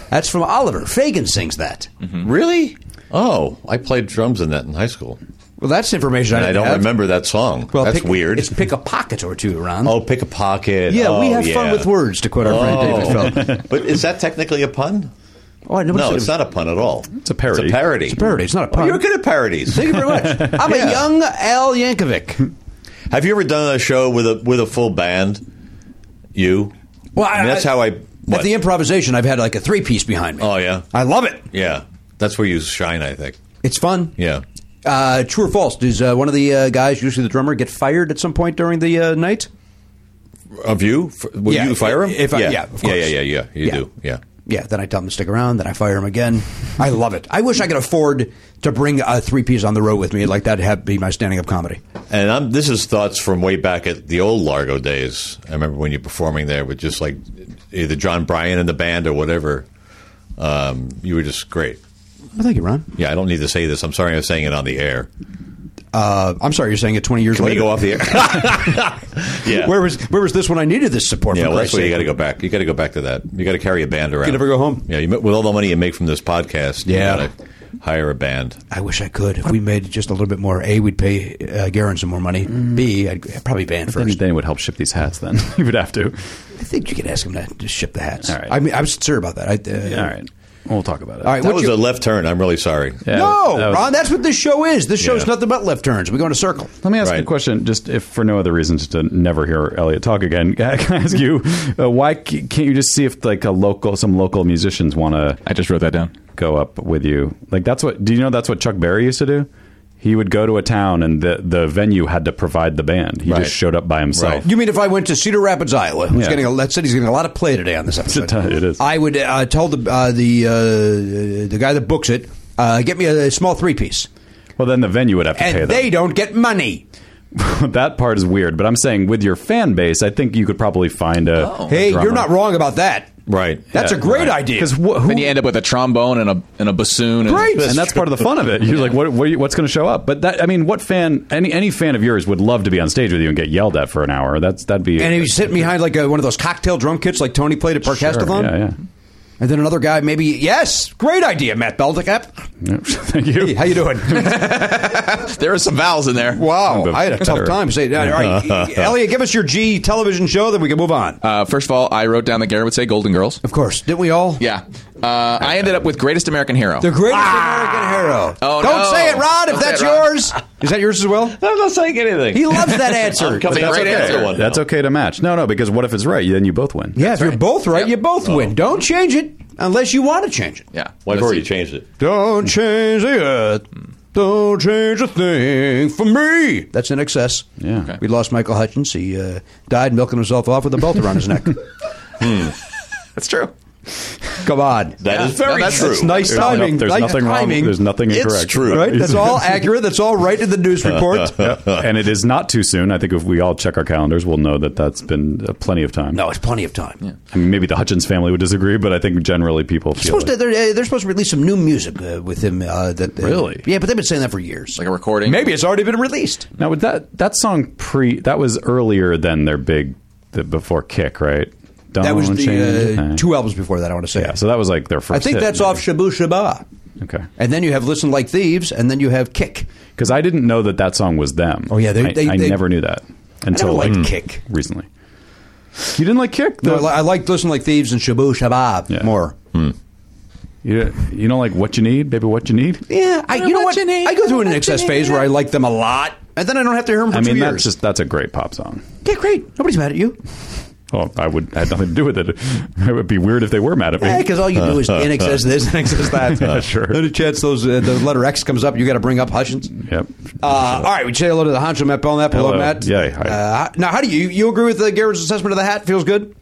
Speaker 3: That's from Oliver. Fagan sings that.
Speaker 8: Mm-hmm. Really? Oh, I played drums in that in high school.
Speaker 3: Well, that's information
Speaker 8: And
Speaker 3: I,
Speaker 8: I
Speaker 3: didn't
Speaker 8: don't
Speaker 3: have.
Speaker 8: remember that song.
Speaker 3: Well,
Speaker 8: That's
Speaker 3: pick-
Speaker 8: weird.
Speaker 3: It's pick a pocket or two, Ron.
Speaker 8: Oh, pick a pocket.
Speaker 3: yeah, we
Speaker 8: Oh,
Speaker 3: have fun
Speaker 8: yeah.
Speaker 3: with words, to quote our friend David Feld.
Speaker 8: Oh. but is that technically a pun?
Speaker 3: Oh, I
Speaker 8: No, it's not a pun at all. It's
Speaker 2: a parody.
Speaker 8: It's a parody. It's
Speaker 3: a parody. It's not a pun.
Speaker 8: you're good at parodies.
Speaker 3: Thank you very much. I'm a young Al Yankovic.
Speaker 8: Have you ever done a show with a with a full band? You.
Speaker 3: Well,
Speaker 8: I mean, that's how I.
Speaker 3: At
Speaker 8: What?
Speaker 3: the improvisation, I've had like a three piece behind me.
Speaker 8: oh yeah,
Speaker 3: I love it.
Speaker 8: yeah. That's where you shine. I think.
Speaker 3: It's fun.
Speaker 8: Yeah.
Speaker 3: Uh, true or false? Does uh, one of the uh, guys, usually the drummer, get fired at some point during the uh, night?
Speaker 8: Of you? F- Will
Speaker 3: Yeah,
Speaker 8: you fire him?
Speaker 3: if I- yeah, of
Speaker 8: yeah,
Speaker 3: course.
Speaker 8: yeah, yeah, yeah. You
Speaker 3: Yeah.
Speaker 8: do. Yeah.
Speaker 3: Yeah, then I tell him to stick around. Then I fire him again. I love it. I wish I could afford to bring a three piece on the road with me like that. Have be my standing up comedy.
Speaker 8: And I'm, this is thoughts from way back at the old Largo days. I remember when you're performing there with just like either John Bryan and the band or whatever. Um, you were just great.
Speaker 3: Well, thank you, Ron.
Speaker 8: Yeah, I don't need to say this. I'm sorry I'm saying it on the air.
Speaker 3: Uh, I'm sorry, you're saying it 20 years
Speaker 8: Can we
Speaker 3: later.
Speaker 8: go off the air? yeah.
Speaker 3: Where was where was this when I needed this support?
Speaker 8: yeah,
Speaker 3: for
Speaker 8: well, that's
Speaker 3: Christ's
Speaker 8: where you
Speaker 3: sake?
Speaker 8: got to go back. You got to go back to that. You got to carry a band around.
Speaker 3: never go home.
Speaker 8: Yeah, you, with all the money you make from this podcast. you
Speaker 3: Yeah.
Speaker 8: gotta- hire a band.
Speaker 3: I wish I could. If we made just a little bit more, A, we'd pay uh, Garen some more money. B, I'd probably ban
Speaker 2: Then,
Speaker 3: first.
Speaker 2: then it would help ship these hats. Then you would have to.
Speaker 3: I think you could ask him to, to ship the hats.
Speaker 2: All right.
Speaker 3: I mean, I'm sincere about that. I, uh,
Speaker 2: All right, we'll talk about it.
Speaker 3: All right.
Speaker 8: That
Speaker 3: what's
Speaker 8: was
Speaker 3: your-
Speaker 8: a left turn. I'm really sorry.
Speaker 2: Yeah,
Speaker 3: no,
Speaker 2: that was-
Speaker 3: Ron, that's what this show is. This show's
Speaker 8: Yeah.
Speaker 3: nothing but left turns. We go in a circle.
Speaker 2: Let me ask you a
Speaker 8: Right.
Speaker 2: question, just if for no other reason, just to never hear Elliot talk again. Can I ask you uh, why c- can't you just see if like a local, some local musicians want to
Speaker 5: I just wrote that down.
Speaker 2: go up with you? Like that's what. Do you know that's what Chuck Berry used to do? He would go to a town, and the the venue had to provide the band. He
Speaker 8: Right.
Speaker 2: just showed up by himself.
Speaker 3: You mean if I went to Cedar Rapids, Iowa, who's
Speaker 2: Yeah.
Speaker 3: getting a, that city's getting a lot of play today on this episode?
Speaker 2: ton- it is.
Speaker 3: I would uh, tell the uh, the uh, the guy that books it, uh, get me a, small three piece,
Speaker 2: Well, then the venue would have to pay
Speaker 3: and
Speaker 2: them.
Speaker 3: they don't get money.
Speaker 2: that part is weird, but I'm saying with your fan base, I think you could probably find a.
Speaker 3: Hey, you're not wrong about that.
Speaker 8: Right.
Speaker 3: That's a great idea.
Speaker 2: Because wh- who
Speaker 5: Then you end up with a trombone and a and a bassoon. and-
Speaker 3: Great.
Speaker 2: and that's part of the fun of it. You're like, what, what are you, what's going to show up? But that, I mean, what fan, any any fan of yours would love to be on stage with you and get yelled at for an hour. That's that'd be.
Speaker 3: And he was sitting behind like a, one of those cocktail drum kits like Tony played at
Speaker 2: Sure,
Speaker 3: Parkastathon.
Speaker 2: Yeah, yeah.
Speaker 3: And then another guy, maybe yes, great idea, Matt Beldicap.
Speaker 2: Yep. Thank you.
Speaker 3: Hey, how you doing?
Speaker 14: There are some vowels in there.
Speaker 3: wow,
Speaker 2: Sound of
Speaker 3: I had a tough
Speaker 2: better.
Speaker 3: time. Say, all right, Elliot, give us your G television show, then we can move on.
Speaker 5: Uh, first of all, I wrote down that Garrett would say Golden Girls.
Speaker 3: of course, didn't we all?
Speaker 5: Yeah. Uh, I ended up with Greatest American Hero.
Speaker 3: The greatest American hero.
Speaker 14: Oh,
Speaker 3: Don't
Speaker 14: no.
Speaker 3: say it, Rod, if
Speaker 14: Don't say
Speaker 3: that's
Speaker 14: it, Rod.
Speaker 3: yours. Is that yours as well?
Speaker 8: I'm not saying anything.
Speaker 3: He loves that answer.
Speaker 8: coming
Speaker 14: That's
Speaker 8: right
Speaker 14: okay.
Speaker 8: after
Speaker 14: That's
Speaker 8: one.
Speaker 2: That's okay to match. No, no, because what if it's right? Then you both win.
Speaker 3: yeah, if you're both right,
Speaker 14: Yep.
Speaker 3: you both win. Don't change it unless you want to change it.
Speaker 5: Yeah.
Speaker 8: Well,
Speaker 5: Let's
Speaker 8: I've already
Speaker 5: see.
Speaker 8: changed it.
Speaker 3: Don't change the earth. Don't change a thing for me. That's in excess.
Speaker 2: Yeah. Okay.
Speaker 3: We lost Michael Hutchins. He uh, died milking himself off with a belt around his neck.
Speaker 14: That's true.
Speaker 3: Come on.
Speaker 8: That is very
Speaker 14: No, that's-
Speaker 8: true.
Speaker 14: it's
Speaker 3: nice
Speaker 2: There's,
Speaker 3: timing.
Speaker 2: no- there's
Speaker 3: nice
Speaker 2: nothing
Speaker 3: timing.
Speaker 2: wrong. There's nothing
Speaker 8: It's
Speaker 2: incorrect.
Speaker 8: true.
Speaker 3: Right? That's all accurate. That's all right in the news report.
Speaker 2: and it is not too soon. I think if we all check our calendars, we'll know that that's been uh, plenty of time.
Speaker 3: No, Oh, it's plenty of time.
Speaker 2: I mean, maybe the Hutchins family would disagree, but I think generally people feel.
Speaker 3: supposed
Speaker 2: like-
Speaker 3: to, they're, uh, they're supposed to release some new music uh, with him. Uh, that uh,
Speaker 2: Really?
Speaker 3: Yeah, but they've been saying that for years.
Speaker 5: Like a recording.
Speaker 3: Maybe it's already been released.
Speaker 2: Now, with that that song pre that was earlier than their big the, before Kick, right? Don't
Speaker 3: that was
Speaker 2: Oh, change a
Speaker 3: the uh,
Speaker 2: thing.
Speaker 3: two albums before that. I want to say.
Speaker 2: Yeah, so that was like their first.
Speaker 3: I think
Speaker 2: hit,
Speaker 3: that's
Speaker 2: maybe.
Speaker 3: off Shabu Shaba.
Speaker 2: Okay,
Speaker 3: And then you have Listen Like Thieves, and then you have Kick.
Speaker 2: because I didn't know that that song was them.
Speaker 3: Oh, yeah, they-
Speaker 2: I,
Speaker 3: they-
Speaker 2: I
Speaker 3: they-
Speaker 2: never knew that until
Speaker 3: liked
Speaker 2: like
Speaker 3: Kick.
Speaker 2: recently. You didn't like Kick.
Speaker 3: No, I,
Speaker 2: though?
Speaker 3: li- I like Listen Like Thieves and Shabu Shabab
Speaker 2: Yeah. Hmm.
Speaker 3: more.
Speaker 2: you, you don't like what you need, baby. What you need.
Speaker 3: Yeah, I, you know what? I go through an excess phase where I like them a lot, and then I don't have to hear them for
Speaker 2: I
Speaker 3: two
Speaker 2: mean,
Speaker 3: years.
Speaker 2: that's just that's a great pop song.
Speaker 3: yeah, great. Nobody's mad at you.
Speaker 2: Oh, I would I had nothing to do with it. It would be weird if they were mad at me.
Speaker 3: Yeah, because all you do is in excess this, in excess that.
Speaker 2: Yeah, sure.
Speaker 3: Then a chance those uh, the letter X comes up, you got to bring up Hutchins.
Speaker 2: Yep.
Speaker 3: Uh, all right, we say hello to the honcho Matt Belknap. Hello,
Speaker 2: Hello.
Speaker 3: Matt.
Speaker 2: Yay, hi.
Speaker 3: Uh, now, how do you you agree with uh, Garrett's assessment of the hat? Feels good.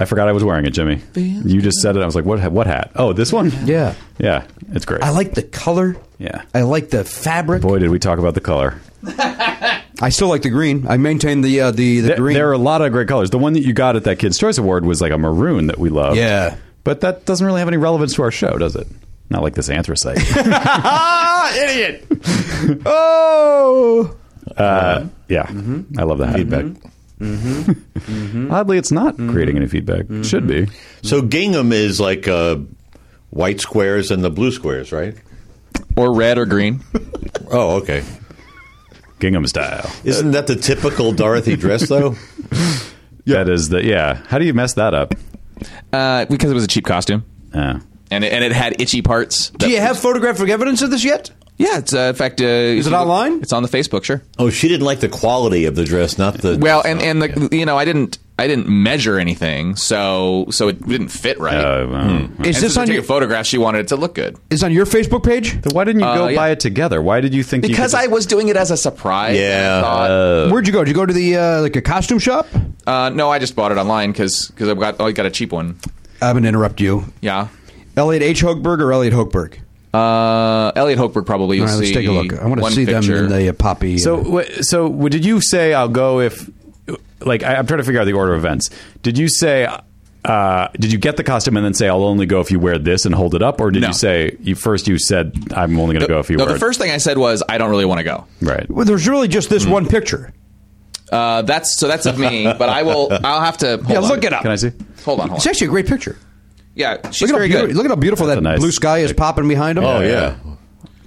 Speaker 2: I forgot I was wearing it, Jimmy. You just said it. I was like, what? ha- What hat? Oh, this one.
Speaker 3: Yeah.
Speaker 2: Yeah, it's great.
Speaker 3: I like the color.
Speaker 2: Yeah.
Speaker 3: I like the fabric.
Speaker 2: Boy, did we talk about the color.
Speaker 3: I still like the green. I maintain the uh, the the
Speaker 2: There,
Speaker 3: green.
Speaker 2: there are a lot of great colors. The one that you got at that Kids Choice Award was like a maroon that we love.
Speaker 3: Yeah.
Speaker 2: But that doesn't really have any relevance to our show, does it? Not like this anthracite.
Speaker 3: ah, idiot. oh.
Speaker 2: uh, yeah.
Speaker 5: Mm-hmm.
Speaker 2: I love that. Feedback. Oddly, it's not
Speaker 5: Mm-hmm.
Speaker 2: creating any feedback. It should be.
Speaker 8: So gingham is like uh, white squares and the blue squares, right?
Speaker 5: Or red or green.
Speaker 8: Oh, okay.
Speaker 2: Gingham style.
Speaker 8: Isn't that the typical Dorothy dress, though?
Speaker 2: That is the, yeah. How do you mess that up?
Speaker 5: Uh, because it was a cheap costume.
Speaker 2: Uh,
Speaker 5: And it, and it had itchy parts.
Speaker 3: Do you have photographic evidence of this yet?
Speaker 5: Yeah, it's uh, in fact. Uh, is
Speaker 3: it online?
Speaker 5: It's on the Facebook, sure.
Speaker 8: Oh, she didn't like the quality of the dress, not the.
Speaker 5: Well, and and the, you know, I didn't I didn't measure anything, so so it Hmm. didn't fit right.
Speaker 2: uh,
Speaker 5: And
Speaker 3: Is
Speaker 5: since
Speaker 3: this
Speaker 5: I
Speaker 3: on
Speaker 5: took
Speaker 3: your
Speaker 5: a photograph, she wanted it to look good
Speaker 3: is on your Facebook page?
Speaker 2: Then why didn't you go
Speaker 5: Uh, yeah.
Speaker 2: buy it together? Why did you think you
Speaker 5: because
Speaker 2: could
Speaker 5: I was doing it as a surprise. and I
Speaker 8: Yeah.
Speaker 5: thought-
Speaker 3: Where'd you go? Did you go to the uh, like a costume shop?
Speaker 5: uh, no, I just bought it online because I got oh, I got a cheap one.
Speaker 3: I'm gonna interrupt you.
Speaker 5: Yeah.
Speaker 3: Elliot H. Hochberg or Elliot Hochberg?
Speaker 5: Uh, Elliot Hochberg probably.
Speaker 3: All
Speaker 5: You'll
Speaker 3: right, let's
Speaker 5: see
Speaker 3: take a look. I want to
Speaker 5: one
Speaker 3: see
Speaker 5: picture.
Speaker 3: them in the uh, poppy. uh,
Speaker 2: So, wh- so wh- did you say I'll go if, like, I, I'm trying to figure out the order of events. Did you say, uh, did you get the costume and then say I'll only go if you wear this and hold it up, or did
Speaker 5: No.
Speaker 2: you say you first you said I'm only going to go if you
Speaker 5: no,
Speaker 2: wear
Speaker 5: the first thing I said was I don't really want to go.
Speaker 2: it. right?
Speaker 3: well, there's really just this one picture.
Speaker 5: Uh, that's so that's of me, but I will. I'll have to. Hold
Speaker 3: Yeah,
Speaker 5: on.
Speaker 3: look it up.
Speaker 2: Can I see?
Speaker 5: Hold on, hold
Speaker 3: It's
Speaker 5: on.
Speaker 3: actually a great picture.
Speaker 5: Yeah, she's
Speaker 3: Look at, how
Speaker 5: very
Speaker 3: beautiful,
Speaker 5: good.
Speaker 3: look at how beautiful
Speaker 2: That's
Speaker 3: that
Speaker 2: a nice
Speaker 3: blue sky is popping behind him.
Speaker 8: oh yeah.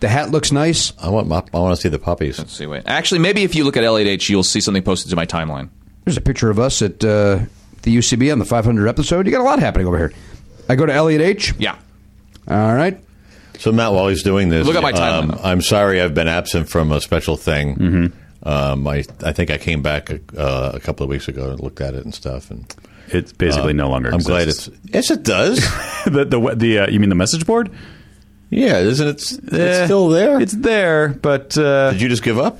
Speaker 3: The hat looks nice.
Speaker 8: I want I want to see the puppies.
Speaker 5: Let's see. Wait. Actually, maybe if you look at LH, you'll see something posted to my timeline.
Speaker 3: There's a picture of us at uh, the UCB on the 500 episode. You got a lot happening over here. I go to Elliot H.
Speaker 5: Yeah.
Speaker 3: All right.
Speaker 8: So Matt, while he's doing this,
Speaker 5: Look at my timeline.
Speaker 8: Um, I'm sorry I've been absent from a special thing. Um, I I think I came back a, uh, a couple of weeks ago and looked at it and stuff. And
Speaker 2: It's basically
Speaker 8: um,
Speaker 2: no longer.
Speaker 8: I'm glad
Speaker 2: exists.
Speaker 8: it's yes, it does.
Speaker 2: the the, the uh, you mean the message board?
Speaker 8: yeah, isn't it? It's,
Speaker 2: Eh,
Speaker 8: it's still there.
Speaker 2: It's there, but uh,
Speaker 8: Did you just give up?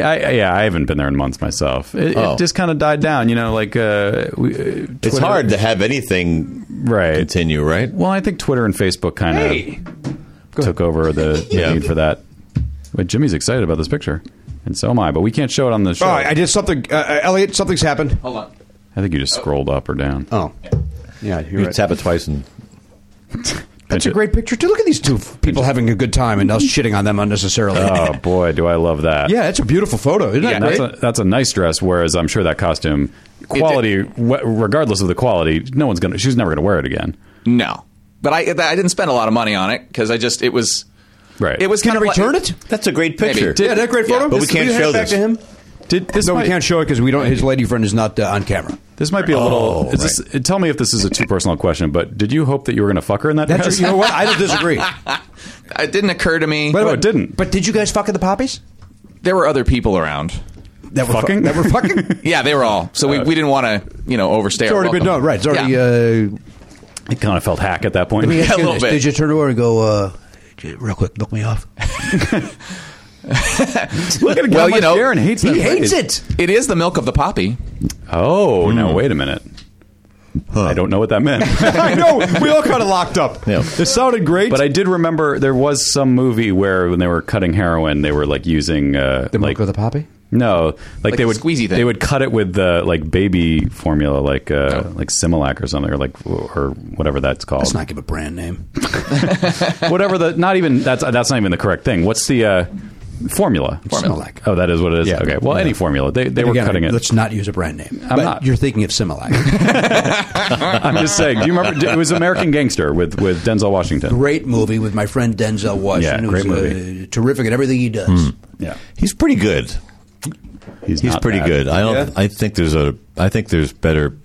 Speaker 2: I, I- yeah, I haven't been there in months myself. It,
Speaker 8: Oh.
Speaker 2: it just kind of died down, you know. Like uh, we, uh,
Speaker 8: It's
Speaker 2: Twitter-
Speaker 8: hard to have anything
Speaker 2: right?
Speaker 8: continue, right?
Speaker 2: Well, I think Twitter and Facebook kind of took over the, the
Speaker 8: Yeah.
Speaker 2: need for that. But Jimmy's excited about this picture, and so am I. But we can't show it on the show.
Speaker 3: All right. Oh, I did something. Uh, Uh, Elliot, something's happened.
Speaker 5: Hold on.
Speaker 2: I think you just scrolled up or down.
Speaker 3: Oh. Yeah,
Speaker 8: You
Speaker 3: you're right.
Speaker 8: tap it twice and
Speaker 3: That's a
Speaker 2: Pinch it.
Speaker 3: great picture, too. Look at these two f- people having a good time and us shitting on them unnecessarily.
Speaker 2: Oh boy, do I love that!
Speaker 3: yeah, it's a beautiful photo, isn't
Speaker 5: Yeah,
Speaker 3: it?
Speaker 2: And that's
Speaker 3: great?
Speaker 2: a, that's a nice dress. Whereas I'm sure that costume quality, wh- regardless of the quality, no one's gonna. She's never gonna wear it again.
Speaker 5: No, but I I didn't spend a lot of money on it because I just it was
Speaker 2: Right.
Speaker 5: it was
Speaker 3: Can I
Speaker 5: kind of
Speaker 3: return
Speaker 5: like,
Speaker 3: it?
Speaker 8: that's a great
Speaker 5: Maybe.
Speaker 8: picture.
Speaker 5: Did-
Speaker 3: yeah, that great photo.
Speaker 5: Yeah,
Speaker 8: but we
Speaker 3: This-
Speaker 8: can't
Speaker 3: you hand
Speaker 8: show
Speaker 3: it back
Speaker 8: this.
Speaker 3: to him?
Speaker 2: Did this?
Speaker 3: No,
Speaker 2: might,
Speaker 3: we can't show it because we don't. His lady friend is not uh, on camera.
Speaker 2: This might be a
Speaker 3: Oh,
Speaker 2: little. is this, tell me if this is a too personal question, but did you hope that you were going to fuck her in that
Speaker 3: That's
Speaker 2: dress?
Speaker 3: you know what? I don't disagree.
Speaker 5: It didn't occur to me.
Speaker 2: No, Oh, it didn't.
Speaker 3: But did you guys fuck at the poppies?
Speaker 5: there were other people around.
Speaker 3: That were fu-
Speaker 2: Fucking?
Speaker 3: that were fucking.
Speaker 5: Yeah, they were all. So we, we didn't want to you know overstay.
Speaker 3: Uh, It's
Speaker 5: our
Speaker 3: already been
Speaker 5: welcome.
Speaker 3: done, right? It's already.
Speaker 5: Yeah.
Speaker 3: Uh,
Speaker 2: it kind of felt hack at that point.
Speaker 3: let me ask
Speaker 5: Yeah, a
Speaker 3: you
Speaker 5: little
Speaker 3: this.
Speaker 5: bit.
Speaker 3: Did you turn over and go, uh, "J- real quick, look me off?
Speaker 2: Look at
Speaker 5: Well,
Speaker 2: how
Speaker 5: you
Speaker 2: much
Speaker 5: know,
Speaker 2: Darren hates that
Speaker 3: He hates
Speaker 2: phrase.
Speaker 3: it.
Speaker 5: It is the milk of the poppy.
Speaker 2: Oh no! Wait a minute. I don't know what that meant.
Speaker 3: I know. We all kind of locked up.
Speaker 8: Yeah.
Speaker 3: It sounded great.
Speaker 2: But I did remember there was some movie where when they were cutting heroin, they were like using uh,
Speaker 3: the
Speaker 2: like
Speaker 3: milk of the poppy?
Speaker 2: no, like, they
Speaker 5: the
Speaker 2: would
Speaker 5: squeezy thing.
Speaker 2: They would cut it with the like baby formula, like uh, like Similac or something, or like or whatever that's called.
Speaker 3: Let's not give a brand name.
Speaker 2: whatever the not even that's that's not even the correct thing. What's the uh, formula?
Speaker 3: Similac.
Speaker 2: Oh, that is what it is.
Speaker 8: Yeah.
Speaker 2: Okay. Well, any formula. They they were
Speaker 3: Again,
Speaker 2: cutting it.
Speaker 3: Let's not use a brand name.
Speaker 2: I'm
Speaker 3: But
Speaker 2: not.
Speaker 3: You're thinking of Similac.
Speaker 2: I'm just saying. Do you remember? It was American Gangster with with Denzel Washington.
Speaker 3: great movie with my friend Denzel Washington.
Speaker 2: Yeah, great
Speaker 3: who's,
Speaker 2: movie.
Speaker 3: Uh, terrific at everything he does.
Speaker 2: Yeah.
Speaker 8: He's pretty good. He's
Speaker 2: not
Speaker 8: pretty
Speaker 2: bad.
Speaker 8: good. I don't.
Speaker 3: Yeah?
Speaker 8: I think there's a. I think there's better.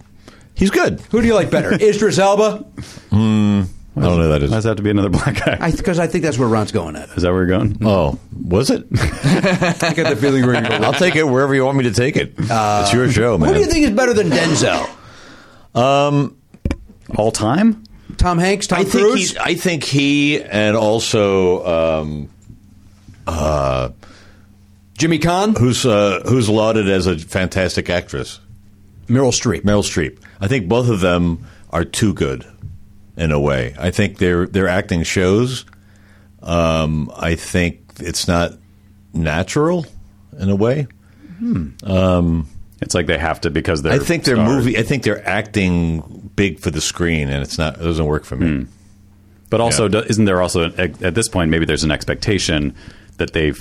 Speaker 8: He's good.
Speaker 3: Who do you like better, Idris Elba?
Speaker 8: I don't know who that
Speaker 2: Why does
Speaker 8: is.
Speaker 2: that have to be another black guy?
Speaker 3: Because I, think that's where Ron's going at.
Speaker 2: is that where you're going?
Speaker 8: Oh, was it?
Speaker 3: I got the feeling where you're
Speaker 8: I'll take it wherever you want me to take it. it's your show, man.
Speaker 3: Who do you think is better than Denzel?
Speaker 2: All time?
Speaker 3: Tom Hanks, Tom
Speaker 8: I think
Speaker 3: Cruise?
Speaker 8: he's, I think he and also um, uh,
Speaker 3: Jimmy Kahn?
Speaker 8: who's uh, who's lauded as a fantastic actress,
Speaker 3: Meryl Streep.
Speaker 8: Meryl Streep. I think both of them are too good in a way. I think their their acting shows. Um, I think it's not natural in a way.
Speaker 2: It's like they have to because they're.
Speaker 8: I think their
Speaker 2: stars.
Speaker 8: movie. I think they're acting big for the screen, and it's not. It doesn't work for me.
Speaker 2: Hmm. But also,
Speaker 8: Yeah.
Speaker 2: do- isn't there also an- at this point maybe there's an expectation that they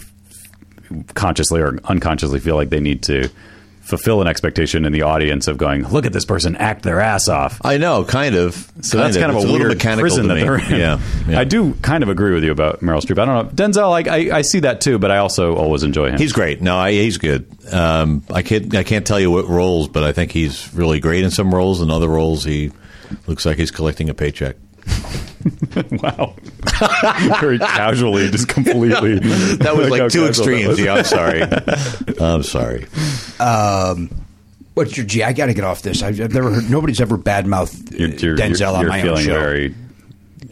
Speaker 2: consciously or unconsciously feel like they need to fulfill an expectation in the audience of going, look at this person act their ass off.
Speaker 8: I know, kind of.
Speaker 2: So that's kind of
Speaker 8: It's
Speaker 2: a,
Speaker 8: little
Speaker 2: weird
Speaker 8: mechanical
Speaker 2: prison
Speaker 8: to
Speaker 2: that
Speaker 8: me.
Speaker 2: they're in.
Speaker 8: Yeah, yeah.
Speaker 2: I do kind of agree with you about Meryl Streep. I don't know Denzel. Like I, I see that too, but I also always enjoy him.
Speaker 8: He's great. No, I, he's good. Um, I can't. I can't tell you what roles, but I think he's really great in some roles. In other roles, he looks like he's collecting a paycheck.
Speaker 2: wow, very casually, just completely.
Speaker 8: That was like,
Speaker 2: how casual
Speaker 8: two
Speaker 2: that
Speaker 8: extremes.
Speaker 2: was.
Speaker 8: Yeah, I'm sorry. I'm sorry.
Speaker 3: What's your G? I got to get off this. I've, I've never heard. Nobody's ever badmouthed uh,
Speaker 2: You're- you're-
Speaker 3: Denzel
Speaker 2: you're-
Speaker 3: on
Speaker 2: you're
Speaker 3: my own
Speaker 2: feeling
Speaker 3: show.
Speaker 2: very-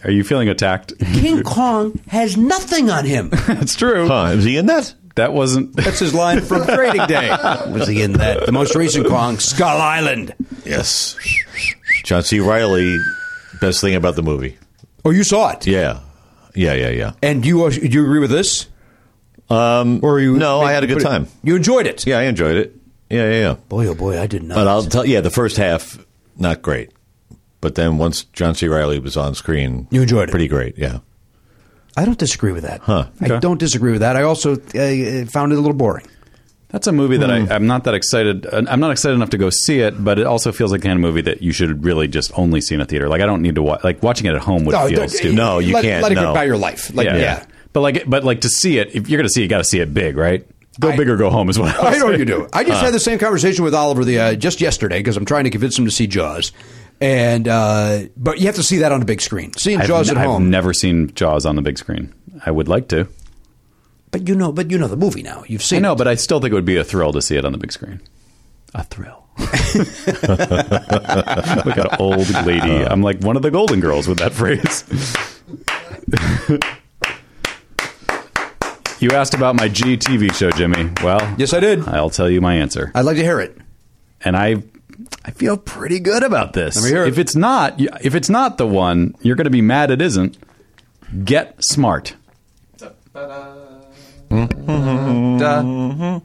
Speaker 2: are you feeling attacked?
Speaker 3: King Kong has nothing on him.
Speaker 2: That's true.
Speaker 8: Huh? Is he in that?
Speaker 2: That wasn't.
Speaker 3: That's his line from Trading Day. Was he in that? The most recent Kong, Skull Island.
Speaker 8: Yes. John C. Riley. Best thing about the movie.
Speaker 3: Oh, you saw it.
Speaker 8: Yeah. Yeah. Yeah. Yeah.
Speaker 3: And you uh, do you agree with this? Um, or you?
Speaker 8: no, I had a good
Speaker 3: put it-
Speaker 8: time.
Speaker 3: You enjoyed it.
Speaker 8: Yeah, I enjoyed it. Yeah. Yeah. Yeah.
Speaker 3: Boy, oh boy, I did not.
Speaker 8: But uh, I'll tell yeah, the first half not great, but then once John C. Riley was on screen,
Speaker 3: You enjoyed it.
Speaker 8: Pretty great, yeah.
Speaker 3: I don't disagree with that.
Speaker 8: Huh.
Speaker 3: I don't disagree with that. I also uh, found it a little boring.
Speaker 2: That's a movie that I, I'm not that excited. uh, I'm not excited enough to go see it, but it also feels like the kind of movie that you should really just only see in a theater. Like I don't need to watch. Like watching it at home would
Speaker 3: No,
Speaker 2: feel
Speaker 3: Oh, don't-
Speaker 2: stupid.
Speaker 8: No, you
Speaker 3: let,
Speaker 8: can't,
Speaker 3: Let it
Speaker 8: no.
Speaker 3: go by your life. Like, yeah.
Speaker 2: yeah. But like, but like to see it, if you're going to see it, you got to see it big, right? Go big or go home is what I,
Speaker 3: I know you do. I just
Speaker 2: had
Speaker 3: had the same conversation with Oliver the uh, just yesterday because I'm trying to convince him to see Jaws, and uh, but you have to see that on a big screen. Seeing
Speaker 2: I've
Speaker 3: Jaws
Speaker 2: n-
Speaker 3: at home,
Speaker 2: I've never seen Jaws on the big screen. I would like to.
Speaker 3: but you know, but you know the movie now. You've
Speaker 2: I
Speaker 3: seen.
Speaker 2: know, but I still think it would be a thrill to see it on the big screen. A thrill. Look at an old lady. I'm like one of the Golden Girls with that phrase. you asked about my GTV show, Jimmy. Well,
Speaker 3: Yes, I did.
Speaker 2: I'll tell you my answer.
Speaker 3: I'd like to hear it.
Speaker 2: and I I feel pretty good about this.
Speaker 3: Let me hear it.
Speaker 2: If it's not if it's not the one, you're going to be mad it isn't. Get smart.
Speaker 3: I'm,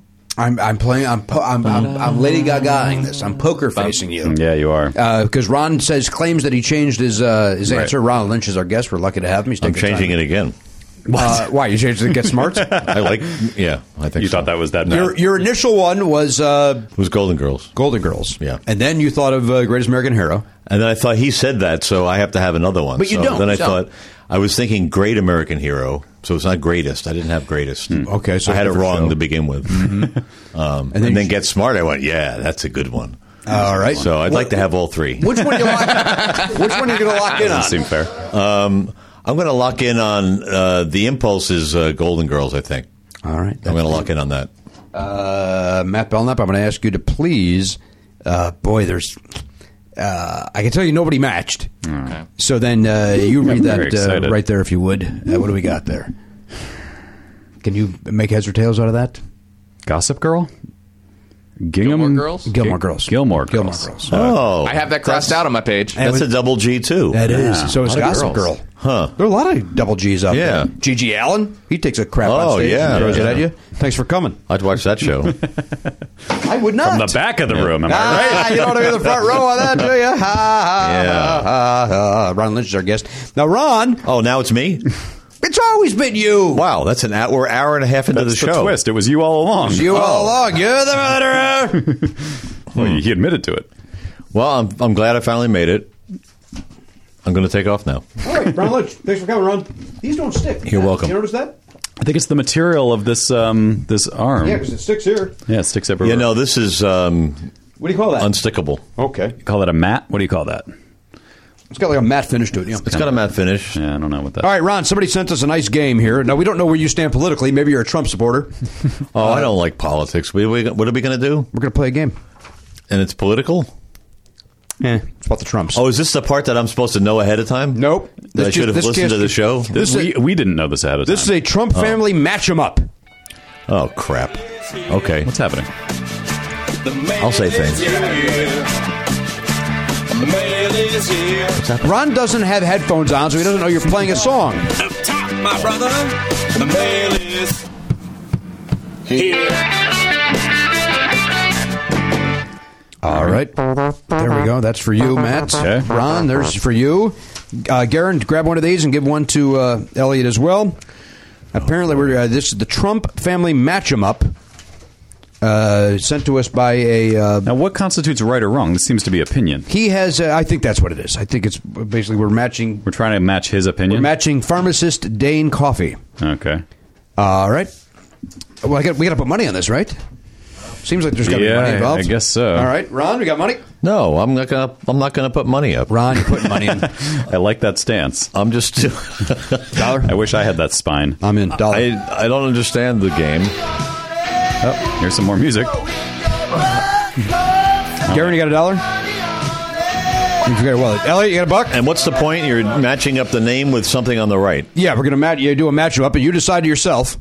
Speaker 3: I'm playing. I'm, po- I'm, I'm, I'm Lady Gagaing this. I'm poker facing you.
Speaker 2: Yeah, you are.
Speaker 3: Because Uh, Ron says claims that he changed his uh, his answer. Ron Lynch is our guest. We're lucky to have him. He's
Speaker 8: I'm changing it again.
Speaker 3: Uh, why you changed it? to Get smart.
Speaker 8: I like. Yeah, I think
Speaker 2: you
Speaker 8: so.
Speaker 2: thought that was that.
Speaker 3: your your initial one was uh,
Speaker 8: It was Golden Girls.
Speaker 3: Golden Girls.
Speaker 8: Yeah.
Speaker 3: and then you thought of uh, Greatest American Hero.
Speaker 8: And then I thought he said that, so I have to have another one.
Speaker 3: But you
Speaker 8: So
Speaker 3: don't,
Speaker 8: Then I
Speaker 3: so-
Speaker 8: thought I was thinking Great American Hero, so it's not greatest. I didn't have greatest.
Speaker 3: Okay, so
Speaker 8: I had it
Speaker 3: different
Speaker 8: wrong
Speaker 3: show.
Speaker 8: to begin with. um, and
Speaker 3: then
Speaker 8: then,
Speaker 3: you should-
Speaker 8: Get Smart. I went, yeah, that's a good one.
Speaker 3: All right.
Speaker 8: So I'd like to have all three.
Speaker 3: Which one you lock, Which one are you going to lock in on?
Speaker 2: doesn't seem fair.
Speaker 8: Um, I'm going to lock in on uh, the impulse is uh, Golden Girls. I think
Speaker 3: All right.
Speaker 8: I'm going to lock in on that.
Speaker 3: Uh, Matt Belknap, I'm going to ask you to please. Uh, boy, there's. Uh, I can tell you nobody matched. So then uh, you read
Speaker 2: very
Speaker 3: that uh,
Speaker 2: excited.
Speaker 3: right there if you would. Uh, what do we got there? Can you make heads or tails out of that?
Speaker 2: Gossip Girl. Gingham
Speaker 5: Gilmore Girls?
Speaker 3: Gilmore Girls.
Speaker 2: Gilmore
Speaker 3: Gilmore
Speaker 2: Girls.
Speaker 3: Girls.
Speaker 8: Oh,
Speaker 5: I have that crossed out on my page.
Speaker 8: That's a double G too.
Speaker 3: That is. So it's
Speaker 5: A lot of
Speaker 3: Gossip
Speaker 5: girls.
Speaker 3: Girl.
Speaker 8: Huh.
Speaker 3: There are a lot of double G's out
Speaker 8: Yeah.
Speaker 3: there. G.G. Allen, he takes a crap
Speaker 8: Oh,
Speaker 3: on stage
Speaker 8: yeah.
Speaker 3: and throws it
Speaker 8: Yeah.
Speaker 3: at you. Thanks for coming.
Speaker 8: I'd watch that show.
Speaker 3: I would not.
Speaker 2: From the back of the room, am I right?
Speaker 3: Ah, you don't want to be in the front row on that, do you? Ha, ha,
Speaker 8: Yeah.
Speaker 3: ha, ha, ha. Ron Lynch is our guest. Now, Ron,
Speaker 8: oh, now it's me.
Speaker 3: it's always been you.
Speaker 8: Wow, that's an hour, we're an hour and a half into
Speaker 2: That's the,
Speaker 8: the show.
Speaker 2: twist. It was you all along.
Speaker 3: You
Speaker 8: Oh.
Speaker 3: all along. You're the murderer.
Speaker 2: Well, He admitted to it.
Speaker 8: Well, I'm, I'm glad I finally made it. I'm going to take off now.
Speaker 3: all right, Ron Lynch, thanks for coming, Ron. These don't stick.
Speaker 8: You're welcome.
Speaker 3: You notice that?
Speaker 2: I think it's the material of this um, this arm.
Speaker 3: Yeah, because it sticks here.
Speaker 2: Yeah, it sticks everywhere.
Speaker 8: You know, this is um,
Speaker 3: What do you call that?
Speaker 8: unstickable.
Speaker 3: okay.
Speaker 2: You call that a mat? What do you call that?
Speaker 3: It's got like a matte finish to it. Yeah.
Speaker 8: It's got a matte finish.
Speaker 2: Yeah, I don't know what that.
Speaker 3: All right, Ron, somebody sent us a nice game here. Now, we don't know where you stand politically. Maybe you're a Trump supporter.
Speaker 8: Oh, I don't like politics. What are we, what are we going to do?
Speaker 3: We're going to play a game.
Speaker 8: And it's political?
Speaker 3: Yeah. Eh, It's about the Trumps.
Speaker 8: Oh, is this the part that I'm supposed to know ahead of time?
Speaker 3: Nope.
Speaker 8: That
Speaker 3: This
Speaker 8: I should
Speaker 3: just-
Speaker 8: have
Speaker 3: this
Speaker 8: listened to
Speaker 3: just-
Speaker 8: the show?
Speaker 3: this
Speaker 2: we, we didn't know this ahead of
Speaker 3: This is
Speaker 2: time.
Speaker 3: a Trump family match 'em up.
Speaker 8: Oh, crap. Okay.
Speaker 2: What's happening?
Speaker 8: I'll say things.
Speaker 3: Ron doesn't have headphones on, so he doesn't know you're playing a song. All right. There we go. That's for you, Matt.
Speaker 2: Okay.
Speaker 3: Ron, there's for you. Uh, Garen, grab one of these and give one to uh, Elliot as well. Apparently, we're uh, this is the Trump family match 'em up uh, sent to us by a. Uh,
Speaker 2: Now, what constitutes right or wrong? This seems to be opinion.
Speaker 3: he has. Uh, I think that's what it is. I think it's basically we're matching.
Speaker 2: We're trying to match his
Speaker 3: We're
Speaker 2: opinion.
Speaker 3: matching pharmacist Dane Coffee.
Speaker 2: okay.
Speaker 3: All right. Well, I got, we got to put money on this, right? Seems like there's got to
Speaker 2: Yeah,
Speaker 3: be money
Speaker 2: I-
Speaker 3: involved.
Speaker 2: I guess so.
Speaker 3: All right, Ron, we got money.
Speaker 8: No, I'm not going to I'm not going to put money up.
Speaker 3: Ron, you're putting money in.
Speaker 2: I like that stance.
Speaker 8: I'm just
Speaker 3: Dollar.
Speaker 2: I wish I had that spine.
Speaker 3: I'm in. Dollar.
Speaker 8: I I don't understand the game.
Speaker 2: Oh, here's some more music.
Speaker 3: uh, Garen, you got a dollar? You forgot a wallet. Elliot, you got a buck?
Speaker 8: And what's the point? You're matching up the name with something on the right.
Speaker 3: Yeah, we're gonna match. You do a matchup, up, and you decide yourself.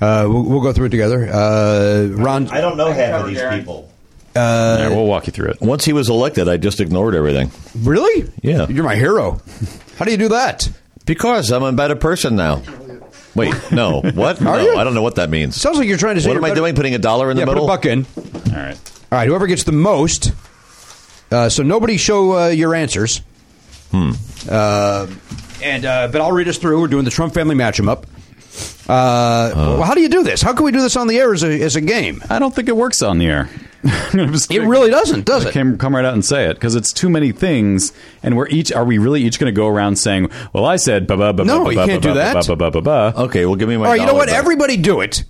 Speaker 3: Uh, we'll, we'll go through it together. Uh, Ron,
Speaker 8: don't know half of these people.
Speaker 2: Yeah, we'll walk you through it.
Speaker 8: Once he was elected, I just ignored everything
Speaker 3: really?
Speaker 8: Yeah.
Speaker 3: you're my hero. How do you do that?
Speaker 8: because I'm a better person now. Wait, no, what?
Speaker 3: Are
Speaker 8: no,
Speaker 3: you?
Speaker 8: I don't know what that means.
Speaker 3: Sounds like you're trying to say.
Speaker 8: what
Speaker 3: you're
Speaker 8: am I
Speaker 3: better-
Speaker 8: doing? Putting a dollar in the
Speaker 3: Yeah, put
Speaker 8: middle?
Speaker 3: a buck in.
Speaker 2: All right.
Speaker 3: All right, whoever gets the most. Uh, so nobody show uh, your answers. Hmm. Uh, and uh, but I'll read us through. We're doing the Trump family match 'em up.
Speaker 8: Uh-huh.
Speaker 3: Uh, well, how do you do this? How can we do this on the air as a, as a game?
Speaker 2: I don't think it works on the air. it
Speaker 3: really doesn't, does it?
Speaker 2: Came, come right out and say it because it's too many things, and we're each. Are we really each going to go around saying, "Well, I said," ba ba ba
Speaker 3: No,
Speaker 2: ba,
Speaker 3: you
Speaker 2: ba,
Speaker 3: can't
Speaker 2: ba, ba,
Speaker 3: do that.
Speaker 2: Ba ba ba ba ba.
Speaker 8: Okay, well, give me my.
Speaker 3: All right, you know
Speaker 8: dollar
Speaker 3: what?
Speaker 8: back.
Speaker 3: Everybody do it.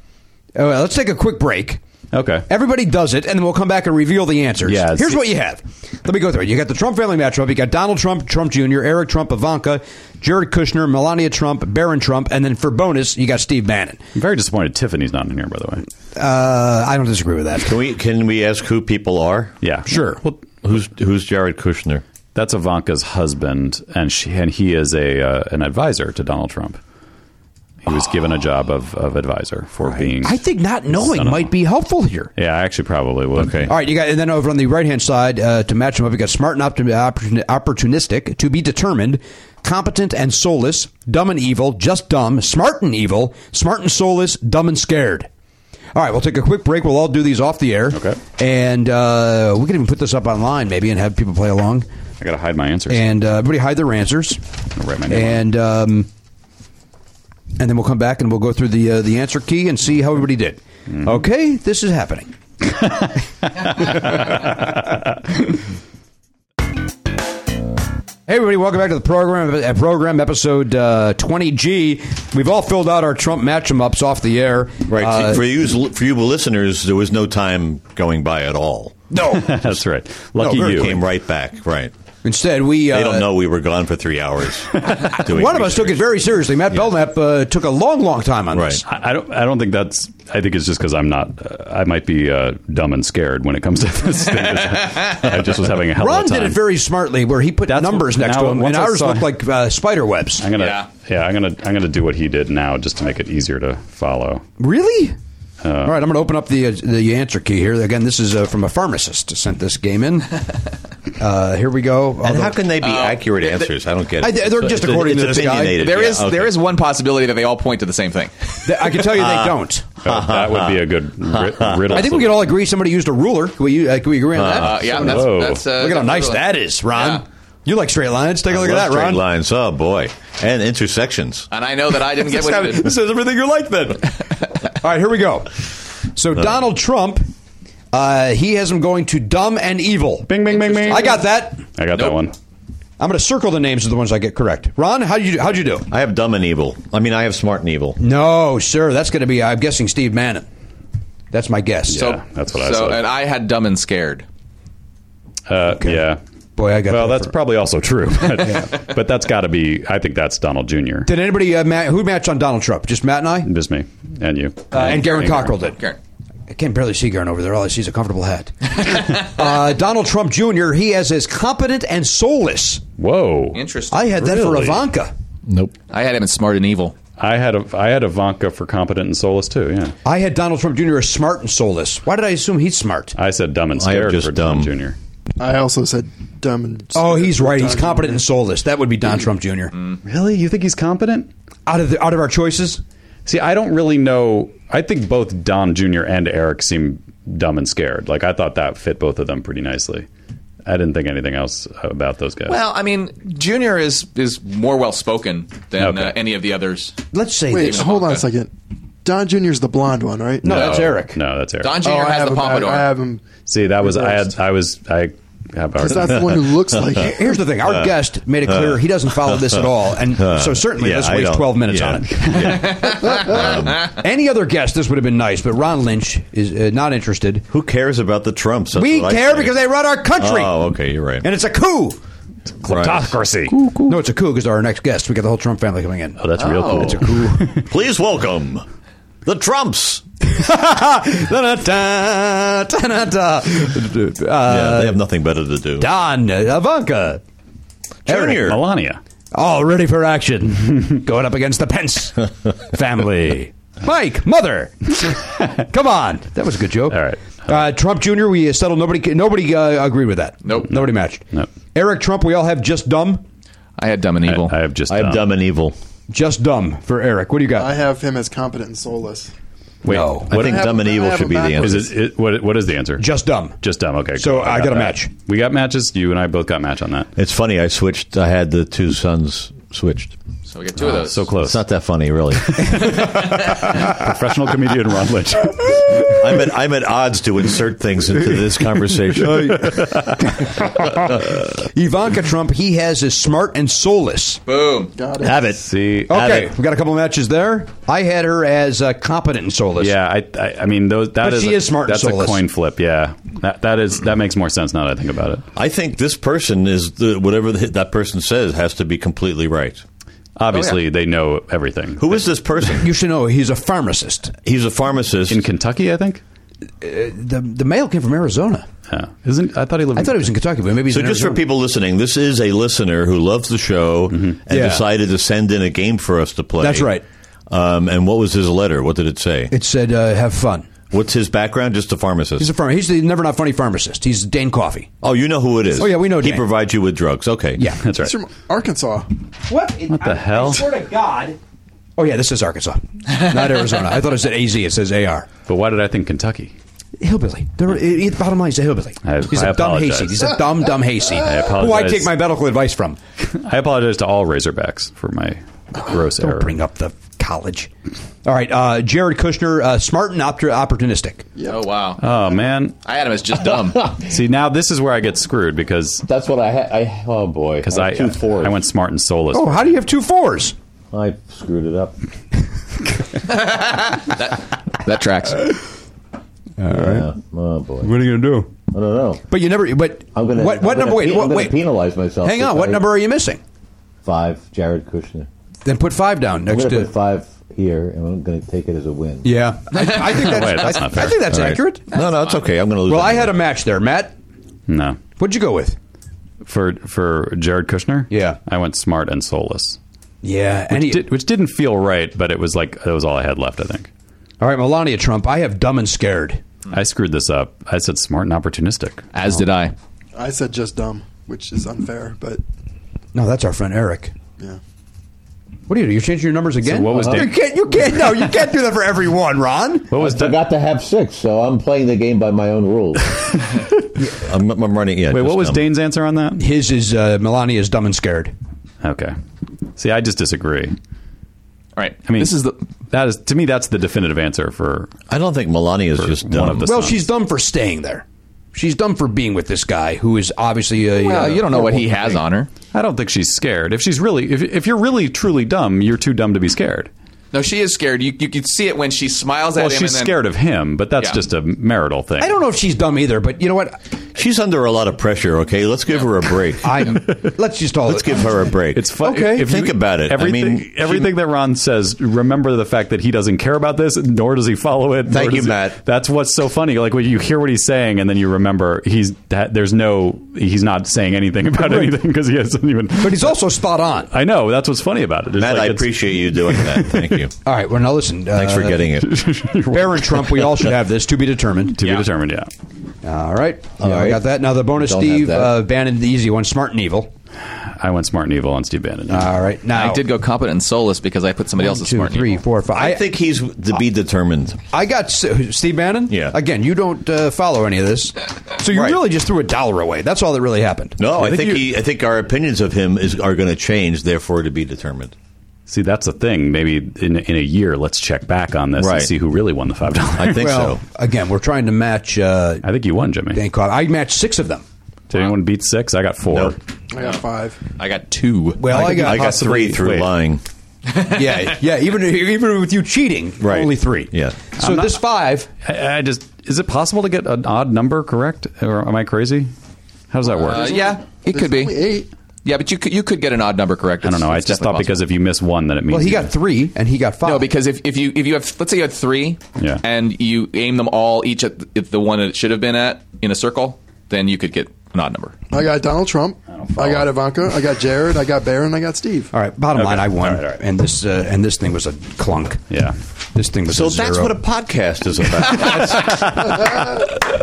Speaker 3: Uh, well, let's take a quick break.
Speaker 2: Okay.
Speaker 3: Everybody does it, and then we'll come back and reveal the answers.
Speaker 2: Yeah, it's-
Speaker 3: Here's what you have. Let me go through it. You got the Trump family matchup. You got Donald Trump, Trump Jr., Eric Trump, Ivanka, Jared Kushner, Melania Trump, Barron Trump, and then for bonus, you got Steve Bannon.
Speaker 2: I'm very disappointed Tiffany's not in here, by the way.
Speaker 3: Uh, I don't disagree with that.
Speaker 8: Can we can we ask who people are?
Speaker 2: Yeah,
Speaker 3: Sure.
Speaker 2: Well,
Speaker 8: Who's who's Jared Kushner?
Speaker 2: that's Ivanka's husband, and she and he is a uh, an advisor to Donald Trump. He was given a job of, of advisor for being.
Speaker 3: I think not knowing
Speaker 2: Son of
Speaker 3: might be helpful here.
Speaker 2: yeah, I actually probably would.
Speaker 8: Okay.
Speaker 3: All right, you got, and then over on the right hand side uh, to match them up, you got smart and optim- opportuni- opportunistic, to be determined, competent and soulless, dumb and evil, just dumb, smart and evil, smart and soulless, dumb and scared. All right, we'll take a quick break. We'll all do these off the air.
Speaker 2: Okay.
Speaker 3: And uh, we can even put this up online maybe and have people play along.
Speaker 2: I gotta hide my answers.
Speaker 3: And uh, everybody hide their answers.
Speaker 2: I'll write my name
Speaker 3: And um, and then we'll come back and we'll go through the uh, the answer key and see how everybody did.
Speaker 8: Mm-hmm.
Speaker 3: Okay, this is happening. Hey everybody, welcome back to the program. uh, Program episode uh, 20G. We've all filled out our Trump matchem ups off the air.
Speaker 8: Right
Speaker 3: Uh,
Speaker 8: for you for you listeners, there was no time going by at all.
Speaker 3: no.
Speaker 2: That's right. Lucky
Speaker 8: It
Speaker 2: you.
Speaker 8: came right back. Right.
Speaker 3: Instead, we uh,
Speaker 8: They don't know we were gone for three hours. doing
Speaker 3: One of us took it
Speaker 8: research.
Speaker 3: very seriously. Matt Belknap uh, took a long, long time on
Speaker 8: Right.
Speaker 3: this.
Speaker 2: I I don't. I don't think that's. I think it's just because I'm not. Uh, I might be uh, dumb and scared when it comes to this. thing. I just was having a hell
Speaker 3: Ron
Speaker 2: of a time.
Speaker 3: did it very smartly, where he put
Speaker 2: That's
Speaker 3: numbers
Speaker 2: what-
Speaker 3: next
Speaker 2: now,
Speaker 3: to him, and
Speaker 2: once I
Speaker 3: ours
Speaker 2: saw-
Speaker 3: looked like uh, spider webs.
Speaker 2: I'm gonna.
Speaker 5: Yeah.
Speaker 2: Yeah. I'm gonna. I'm gonna do what he did now, just to make it easier to follow.
Speaker 3: Really? All right, I'm going to open up the uh, the answer key here. Again, this is uh, from a pharmacist who sent this game in. Uh, here we go.
Speaker 8: And
Speaker 3: Although-
Speaker 8: how can they be accurate answers? I don't get it.
Speaker 3: Uh, I- they're
Speaker 8: It's-
Speaker 3: just
Speaker 8: it's-
Speaker 3: according
Speaker 8: it's
Speaker 3: to this guy.
Speaker 8: opinionated.
Speaker 5: There
Speaker 8: Yeah,
Speaker 5: is
Speaker 8: okay.
Speaker 5: there is one possibility that they all point to the same thing.
Speaker 3: Th- I can tell you they don't.
Speaker 2: Uh, that would be a good ri- riddle.
Speaker 3: Uh-huh. I think we can all agree somebody used a ruler. Can we, uh, can we agree on that?
Speaker 5: Uh, yeah,
Speaker 2: so-
Speaker 5: that's,
Speaker 2: Whoa.
Speaker 5: that's uh,
Speaker 3: Look at how
Speaker 5: that's
Speaker 3: nice
Speaker 5: really-
Speaker 3: that is, Ron.
Speaker 5: Yeah.
Speaker 3: You like straight lines. Take a look at
Speaker 8: Love
Speaker 3: that,
Speaker 8: straight
Speaker 3: Ron.
Speaker 8: lines. Oh boy, and intersections.
Speaker 5: And I know that I didn't get what you did.
Speaker 8: says everything you like. Then
Speaker 3: All right, here we go. So Donald Trump, uh, he has him going to dumb and evil.
Speaker 2: Bing, bing, bing, bing.
Speaker 3: I got that.
Speaker 2: I got that one.
Speaker 3: I'm going to circle the names of the ones I get correct. Ron, how would you how'd you do?
Speaker 8: I have dumb and evil. I mean, I have smart and evil.
Speaker 3: No, sir. That's going to be. I'm guessing Steve Bannon. That's my guess.
Speaker 2: Yeah, that's what I
Speaker 5: so,
Speaker 2: said.
Speaker 5: And I had dumb and scared.
Speaker 2: Uh, Yeah.
Speaker 3: Boy, I got.
Speaker 2: Well,
Speaker 3: that
Speaker 2: that's
Speaker 3: for-
Speaker 2: probably also true. But, but that's got to be. I think that's Donald Jr.
Speaker 3: Did anybody uh, ma- who matched on Donald Trump? Just Matt and I, Uh,
Speaker 2: Just me and you
Speaker 3: and Garen Cockrell did.
Speaker 5: Karen.
Speaker 3: I can barely see Garen over there. All I see is a comfortable hat. uh, Donald Trump Jr. He has as competent and soulless.
Speaker 2: Whoa.
Speaker 5: Interesting.
Speaker 3: I
Speaker 5: I,
Speaker 3: had that for
Speaker 2: Really?
Speaker 3: Ivanka.
Speaker 2: Nope.
Speaker 5: had him as smart and evil.
Speaker 2: I had a, I had Ivanka for competent and soulless too. Yeah.
Speaker 3: I had Donald Trump Jr. as smart and soulless. Why did I assume he's smart?
Speaker 2: I said dumb and
Speaker 8: I am
Speaker 2: scared
Speaker 8: just
Speaker 2: for Trump
Speaker 8: dumb.
Speaker 2: Jr.
Speaker 4: I also said dumb and.
Speaker 3: Oh, he's right. He's competent and soulless. That would be
Speaker 2: Mm.
Speaker 3: Don Trump Jr.
Speaker 2: Really? You think he's competent?
Speaker 3: Out of the, out of our choices,
Speaker 2: See, I don't really know. I think both Don Jr. and Eric seem dumb and scared. Like I thought that fit both of them pretty nicely. I didn't think anything else about those guys.
Speaker 5: Well, I mean, Junior is is more well spoken than uh,
Speaker 2: Okay.
Speaker 5: any of the others.
Speaker 3: let's say
Speaker 4: Wait,
Speaker 3: this.
Speaker 4: hold on a second. Don Junior's the blonde one, right?
Speaker 3: No, that's Eric.
Speaker 2: No, that's Eric.
Speaker 5: Don
Speaker 4: Oh,
Speaker 5: Junior
Speaker 4: I
Speaker 5: has
Speaker 4: have
Speaker 5: the
Speaker 4: him, I-
Speaker 5: pompadour.
Speaker 4: I have him.
Speaker 2: See, that was I had. I was I. How about
Speaker 4: Because that's the one who looks like him.
Speaker 3: Here's the thing. Our
Speaker 8: Uh,
Speaker 3: guest made it clear he doesn't follow this at all, and so certainly
Speaker 8: Yeah,
Speaker 3: let's
Speaker 8: I
Speaker 3: waste
Speaker 8: don't.
Speaker 3: 12 minutes
Speaker 8: Yeah.
Speaker 3: on it. Any other guest, this would have been nice, but Ron Lynch is uh, not interested.
Speaker 8: Who cares about the Trumps? That's
Speaker 3: we
Speaker 8: what I
Speaker 3: care
Speaker 8: say.
Speaker 3: because they run our country,
Speaker 8: Oh, okay, you're right.
Speaker 3: and it's a coup.
Speaker 2: kleptocracy?
Speaker 3: No, it's a coup because our next guest, we got the whole Trump family coming in.
Speaker 2: Oh, that's real cool. It's a cool.
Speaker 8: Please welcome the Trumps.
Speaker 3: Da-da-da, da-da-da.
Speaker 8: yeah, they
Speaker 3: Uh,
Speaker 8: have nothing better to do.
Speaker 3: Don, Ivanka,
Speaker 8: Junior.
Speaker 2: Melania.
Speaker 3: all ready for action. Going up against the Pence family. Mike, mother, come on. That was a good joke.
Speaker 2: All right.
Speaker 3: Uh, Trump Jr. We settled. Nobody. Nobody uh, agreed with that.
Speaker 5: Nope.
Speaker 3: Nobody matched.
Speaker 2: Nope.
Speaker 3: Eric Trump. We all have just dumb.
Speaker 5: I had dumb and evil.
Speaker 2: I, I have just.
Speaker 8: I have dumb and evil.
Speaker 3: Just dumb for Eric. What do you got?
Speaker 4: I have him as competent and soulless.
Speaker 2: Wait,
Speaker 3: No.
Speaker 2: What
Speaker 8: I think
Speaker 4: have-
Speaker 8: dumb and
Speaker 4: I
Speaker 8: evil
Speaker 4: have
Speaker 8: should
Speaker 4: a
Speaker 8: be the
Speaker 4: backwards-
Speaker 2: is
Speaker 8: answer.
Speaker 2: it, it? What? What is the answer?
Speaker 3: just dumb.
Speaker 2: Just dumb. Okay.
Speaker 3: So
Speaker 2: cool.
Speaker 3: I got a
Speaker 2: that.
Speaker 3: match.
Speaker 2: We got matches. You and I both got match on that.
Speaker 8: It's funny. I switched. I had the two sons switched.
Speaker 5: So we get two of
Speaker 2: Oh,
Speaker 5: those.
Speaker 2: So close.
Speaker 8: It's not that funny, really.
Speaker 2: Professional comedian Ron Lynch.
Speaker 8: I'm at I'm at odds to insert things into this conversation.
Speaker 3: Ivanka Trump, he has is smart and soulless.
Speaker 5: Boom.
Speaker 4: Got it.
Speaker 8: Have it.
Speaker 2: See, have
Speaker 3: Okay,
Speaker 2: it.
Speaker 3: we got a couple matches there. I had her as uh, competent and soulless.
Speaker 2: Yeah, I, I, I mean, those, that
Speaker 3: But
Speaker 2: is
Speaker 3: she is smart and
Speaker 2: That's a
Speaker 3: soulless.
Speaker 2: coin flip. Yeah, that, that is that makes more sense now that I think about it.
Speaker 3: Oh,
Speaker 8: I think this person is the, whatever the, that person says has to be completely right.
Speaker 2: Obviously, they know everything.
Speaker 8: Who is this person?
Speaker 3: You should know he's a pharmacist. Uh,
Speaker 8: He's a pharmacist.
Speaker 2: in Kentucky? I think.
Speaker 3: The the male came from Arizona.
Speaker 2: Yeah. Isn't I thought he lived.
Speaker 3: I
Speaker 2: in-
Speaker 3: thought he was in Kentucky, but maybe he's
Speaker 8: so,
Speaker 3: in
Speaker 8: just for
Speaker 3: Arizona.
Speaker 8: people listening, this is a listener who loves the show and
Speaker 3: Mm-hmm. Yeah.
Speaker 8: decided to send in a game for us to play.
Speaker 3: That's right.
Speaker 8: Um, and what was his letter? What did it say?
Speaker 3: It said, uh, "Have fun."
Speaker 8: What's his background? Just a pharmacist.
Speaker 3: He's a pharma. He's the never not funny pharmacist. He's Dane Coffey.
Speaker 8: oh, you know who it is.
Speaker 3: Oh, yeah, we know
Speaker 8: He
Speaker 3: Dan.
Speaker 8: provides you with drugs. Okay.
Speaker 3: Yeah.
Speaker 2: That's
Speaker 4: It's
Speaker 2: right.
Speaker 4: from Arkansas.
Speaker 15: What? What
Speaker 2: the hell?
Speaker 15: I swear to God.
Speaker 3: Oh yeah, this is Arkansas, not Arizona. I thought it said AZ. It says AR.
Speaker 2: But why did I think Kentucky?
Speaker 3: Hillbilly. They're, it, it- bottom line, he's a hillbilly.
Speaker 2: I-
Speaker 3: he's
Speaker 2: I
Speaker 3: a dumb
Speaker 2: apologize.
Speaker 3: hayseed. He's a dumb, dumb hayseed.
Speaker 2: I
Speaker 3: Who I
Speaker 2: apologize.
Speaker 3: take my medical advice from.
Speaker 2: I apologize to all Razorbacks for my gross
Speaker 3: Don't
Speaker 2: error.
Speaker 3: bring up the college. All right, uh, Jared Kushner, uh, smart and opt- opportunistic.
Speaker 5: Oh wow.
Speaker 2: Oh man!
Speaker 5: I had him as just dumb.
Speaker 2: See now this is where I get screwed because
Speaker 15: That's what I had. I, oh boy.
Speaker 2: because I
Speaker 3: uh,
Speaker 15: two fours.
Speaker 2: I went smart and soulless.
Speaker 3: Oh, how do you have two fours?
Speaker 15: I screwed it up.
Speaker 5: that tracks.
Speaker 15: Yeah. Oh boy.
Speaker 3: What are you going to do?
Speaker 15: I don't know.
Speaker 3: But you never. But
Speaker 15: I'm gonna.
Speaker 3: what? What
Speaker 15: I'm
Speaker 3: number?
Speaker 15: Gonna,
Speaker 3: wait,
Speaker 15: pe- I'm
Speaker 3: what,
Speaker 15: gonna
Speaker 3: wait.
Speaker 15: Penalize myself.
Speaker 3: Hang on. What
Speaker 15: because I-
Speaker 3: number are you missing?
Speaker 15: Five. Jared Kushner.
Speaker 3: Then put five down
Speaker 15: I'm
Speaker 3: next
Speaker 15: gonna
Speaker 3: to.
Speaker 15: put five here, and I'm gonna take it as a win.
Speaker 3: Yeah, I, I think that's.
Speaker 2: Wait, that's
Speaker 3: I,
Speaker 2: not fair.
Speaker 3: I think that's
Speaker 8: All right.
Speaker 3: accurate.
Speaker 8: No, no, it's okay. I'm going to lose.
Speaker 3: Well, I
Speaker 8: anyway.
Speaker 3: had a match there, Matt.
Speaker 2: No,
Speaker 3: What'd you go with?
Speaker 2: for for Jared Kushner.
Speaker 3: Yeah.
Speaker 2: I went smart and soulless,
Speaker 3: Yeah,
Speaker 2: which, did, which didn't feel right, but it was like that was all I had left. I think
Speaker 3: all right, Melania Trump. I have dumb and scared.
Speaker 2: I screwed this up. I said smart and opportunistic.
Speaker 5: As did I.
Speaker 4: I said just dumb, which is unfair, but
Speaker 3: No, that's our friend Eric.
Speaker 4: yeah.
Speaker 3: What do you do? You're changing your numbers again?
Speaker 2: what was
Speaker 3: you
Speaker 2: Dan-
Speaker 3: can't you can't no you can't do that for everyone, Ron.
Speaker 2: What was
Speaker 15: I
Speaker 2: that?
Speaker 15: got to have six, so I'm playing the game by my own rules.
Speaker 8: I'm, I'm running. Yeah.
Speaker 2: Wait,
Speaker 8: just,
Speaker 2: what was
Speaker 8: um,
Speaker 2: Dane's answer on that?
Speaker 3: His is uh, Melania is dumb and scared.
Speaker 2: Okay, see, I just disagree.
Speaker 5: All right.
Speaker 2: I mean,
Speaker 5: this is the.
Speaker 2: that is to me that's the definitive answer for
Speaker 8: I don't think Melania is just
Speaker 2: one of
Speaker 8: dumb.
Speaker 2: the
Speaker 3: Well,
Speaker 2: sons.
Speaker 3: she's dumb for staying there. She's dumb for being with this guy who is obviously a.
Speaker 5: Well,
Speaker 3: uh,
Speaker 5: you don't know what he has on her.
Speaker 2: I don't think she's scared. If she's really, if, if you're really truly dumb, you're too dumb to be scared.
Speaker 5: No, she is scared. You you can see it when she smiles
Speaker 2: Well,
Speaker 5: at him.
Speaker 2: she's
Speaker 5: and then,
Speaker 2: scared of him, but that's
Speaker 5: Yeah.
Speaker 2: just a marital thing.
Speaker 3: I don't know if she's dumb either, but you know what?
Speaker 8: She's under a lot of pressure. Okay, let's give her a break.
Speaker 3: I'm. let's just all.
Speaker 8: Let's give her a break.
Speaker 2: It's fun.
Speaker 3: Okay.
Speaker 8: Think about it. I
Speaker 2: Everything,
Speaker 8: mean, she-
Speaker 2: everything that Ron says. Remember the fact that he doesn't care about this, nor does he follow it. nor
Speaker 8: Thank you,
Speaker 2: does he-
Speaker 8: Matt.
Speaker 2: That's what's so funny. Like when you hear what he's saying, and then you remember he's that, there's no he's not saying anything about anything because he hasn't even.
Speaker 3: But he's also spot on.
Speaker 2: I know that's what's funny about it. It's
Speaker 8: Matt,
Speaker 2: like
Speaker 8: I
Speaker 2: it's-
Speaker 8: appreciate you doing that. Thank you.
Speaker 3: All right. Well, now listen. Uh,
Speaker 8: Thanks for getting it.
Speaker 3: Baron Trump. We all should have this to be determined.
Speaker 2: to be determined. Yeah.
Speaker 3: All right. Yeah,
Speaker 15: All
Speaker 3: I
Speaker 15: right.
Speaker 3: got that. Now the bonus,
Speaker 15: Don't
Speaker 3: Steve
Speaker 15: have that.
Speaker 3: uh, Bannon, the easy one, smart and evil.
Speaker 2: I went smart and evil on Steve Bannon. Uh,
Speaker 3: All right. Now
Speaker 5: I did go competent and soulless because I put somebody
Speaker 3: One,
Speaker 5: else's
Speaker 3: two,
Speaker 5: smart. in
Speaker 3: three,
Speaker 5: evil.
Speaker 3: four, five.
Speaker 8: I think he's to be determined.
Speaker 3: I got S- Steve Bannon.
Speaker 8: Yeah.
Speaker 3: Again, you don't uh, follow any of this, so you
Speaker 8: Right.
Speaker 3: really just threw a dollar away. That's all that really happened.
Speaker 8: No, I,
Speaker 2: think
Speaker 8: think
Speaker 2: you-
Speaker 8: he. I think our opinions of him is are going to change. Therefore, to be determined.
Speaker 2: See, that's the thing. Maybe in in a year, let's check back on this
Speaker 8: Right.
Speaker 2: and see who really won the five dollars.
Speaker 8: I think
Speaker 3: well,
Speaker 8: so.
Speaker 3: again, we're trying to match. Uh,
Speaker 2: I think you won, Jimmy.
Speaker 3: Dan Cobb. I matched six of them.
Speaker 2: Did anyone beat six? I got four.
Speaker 8: Nope.
Speaker 4: I got five.
Speaker 5: I got two.
Speaker 3: Well, I, got,
Speaker 8: I got three through
Speaker 2: wait.
Speaker 8: lying.
Speaker 3: yeah, yeah. Even even with you cheating,
Speaker 8: Right.
Speaker 3: only three.
Speaker 8: Yeah.
Speaker 3: So
Speaker 2: I'm not-
Speaker 3: this five.
Speaker 2: I, I just is it possible to get an odd number correct, or am I crazy? How does that work?
Speaker 5: Uh, yeah, it
Speaker 4: There's
Speaker 5: could be.
Speaker 4: only eight.
Speaker 5: Yeah, but you could, you could get an odd number correct.
Speaker 2: I don't know. I just thought because if you miss one, then it means
Speaker 3: Well, he
Speaker 2: you-
Speaker 3: got three, and he got five.
Speaker 5: No, because if, if you if you have let's say you had three,
Speaker 2: Yeah.
Speaker 5: and you aim them all each at the, at the one that it should have been at in a circle, then you could get an odd number.
Speaker 4: I got Donald Trump. I, got Ivanka. I got Jared. I got Barron. I got Steve.
Speaker 3: all right. Bottom line, I won,
Speaker 2: All right, all right.
Speaker 3: and this uh, and this thing was a clunk.
Speaker 2: yeah.
Speaker 3: This thing was
Speaker 8: So
Speaker 3: a zero.
Speaker 8: that's what a podcast is about.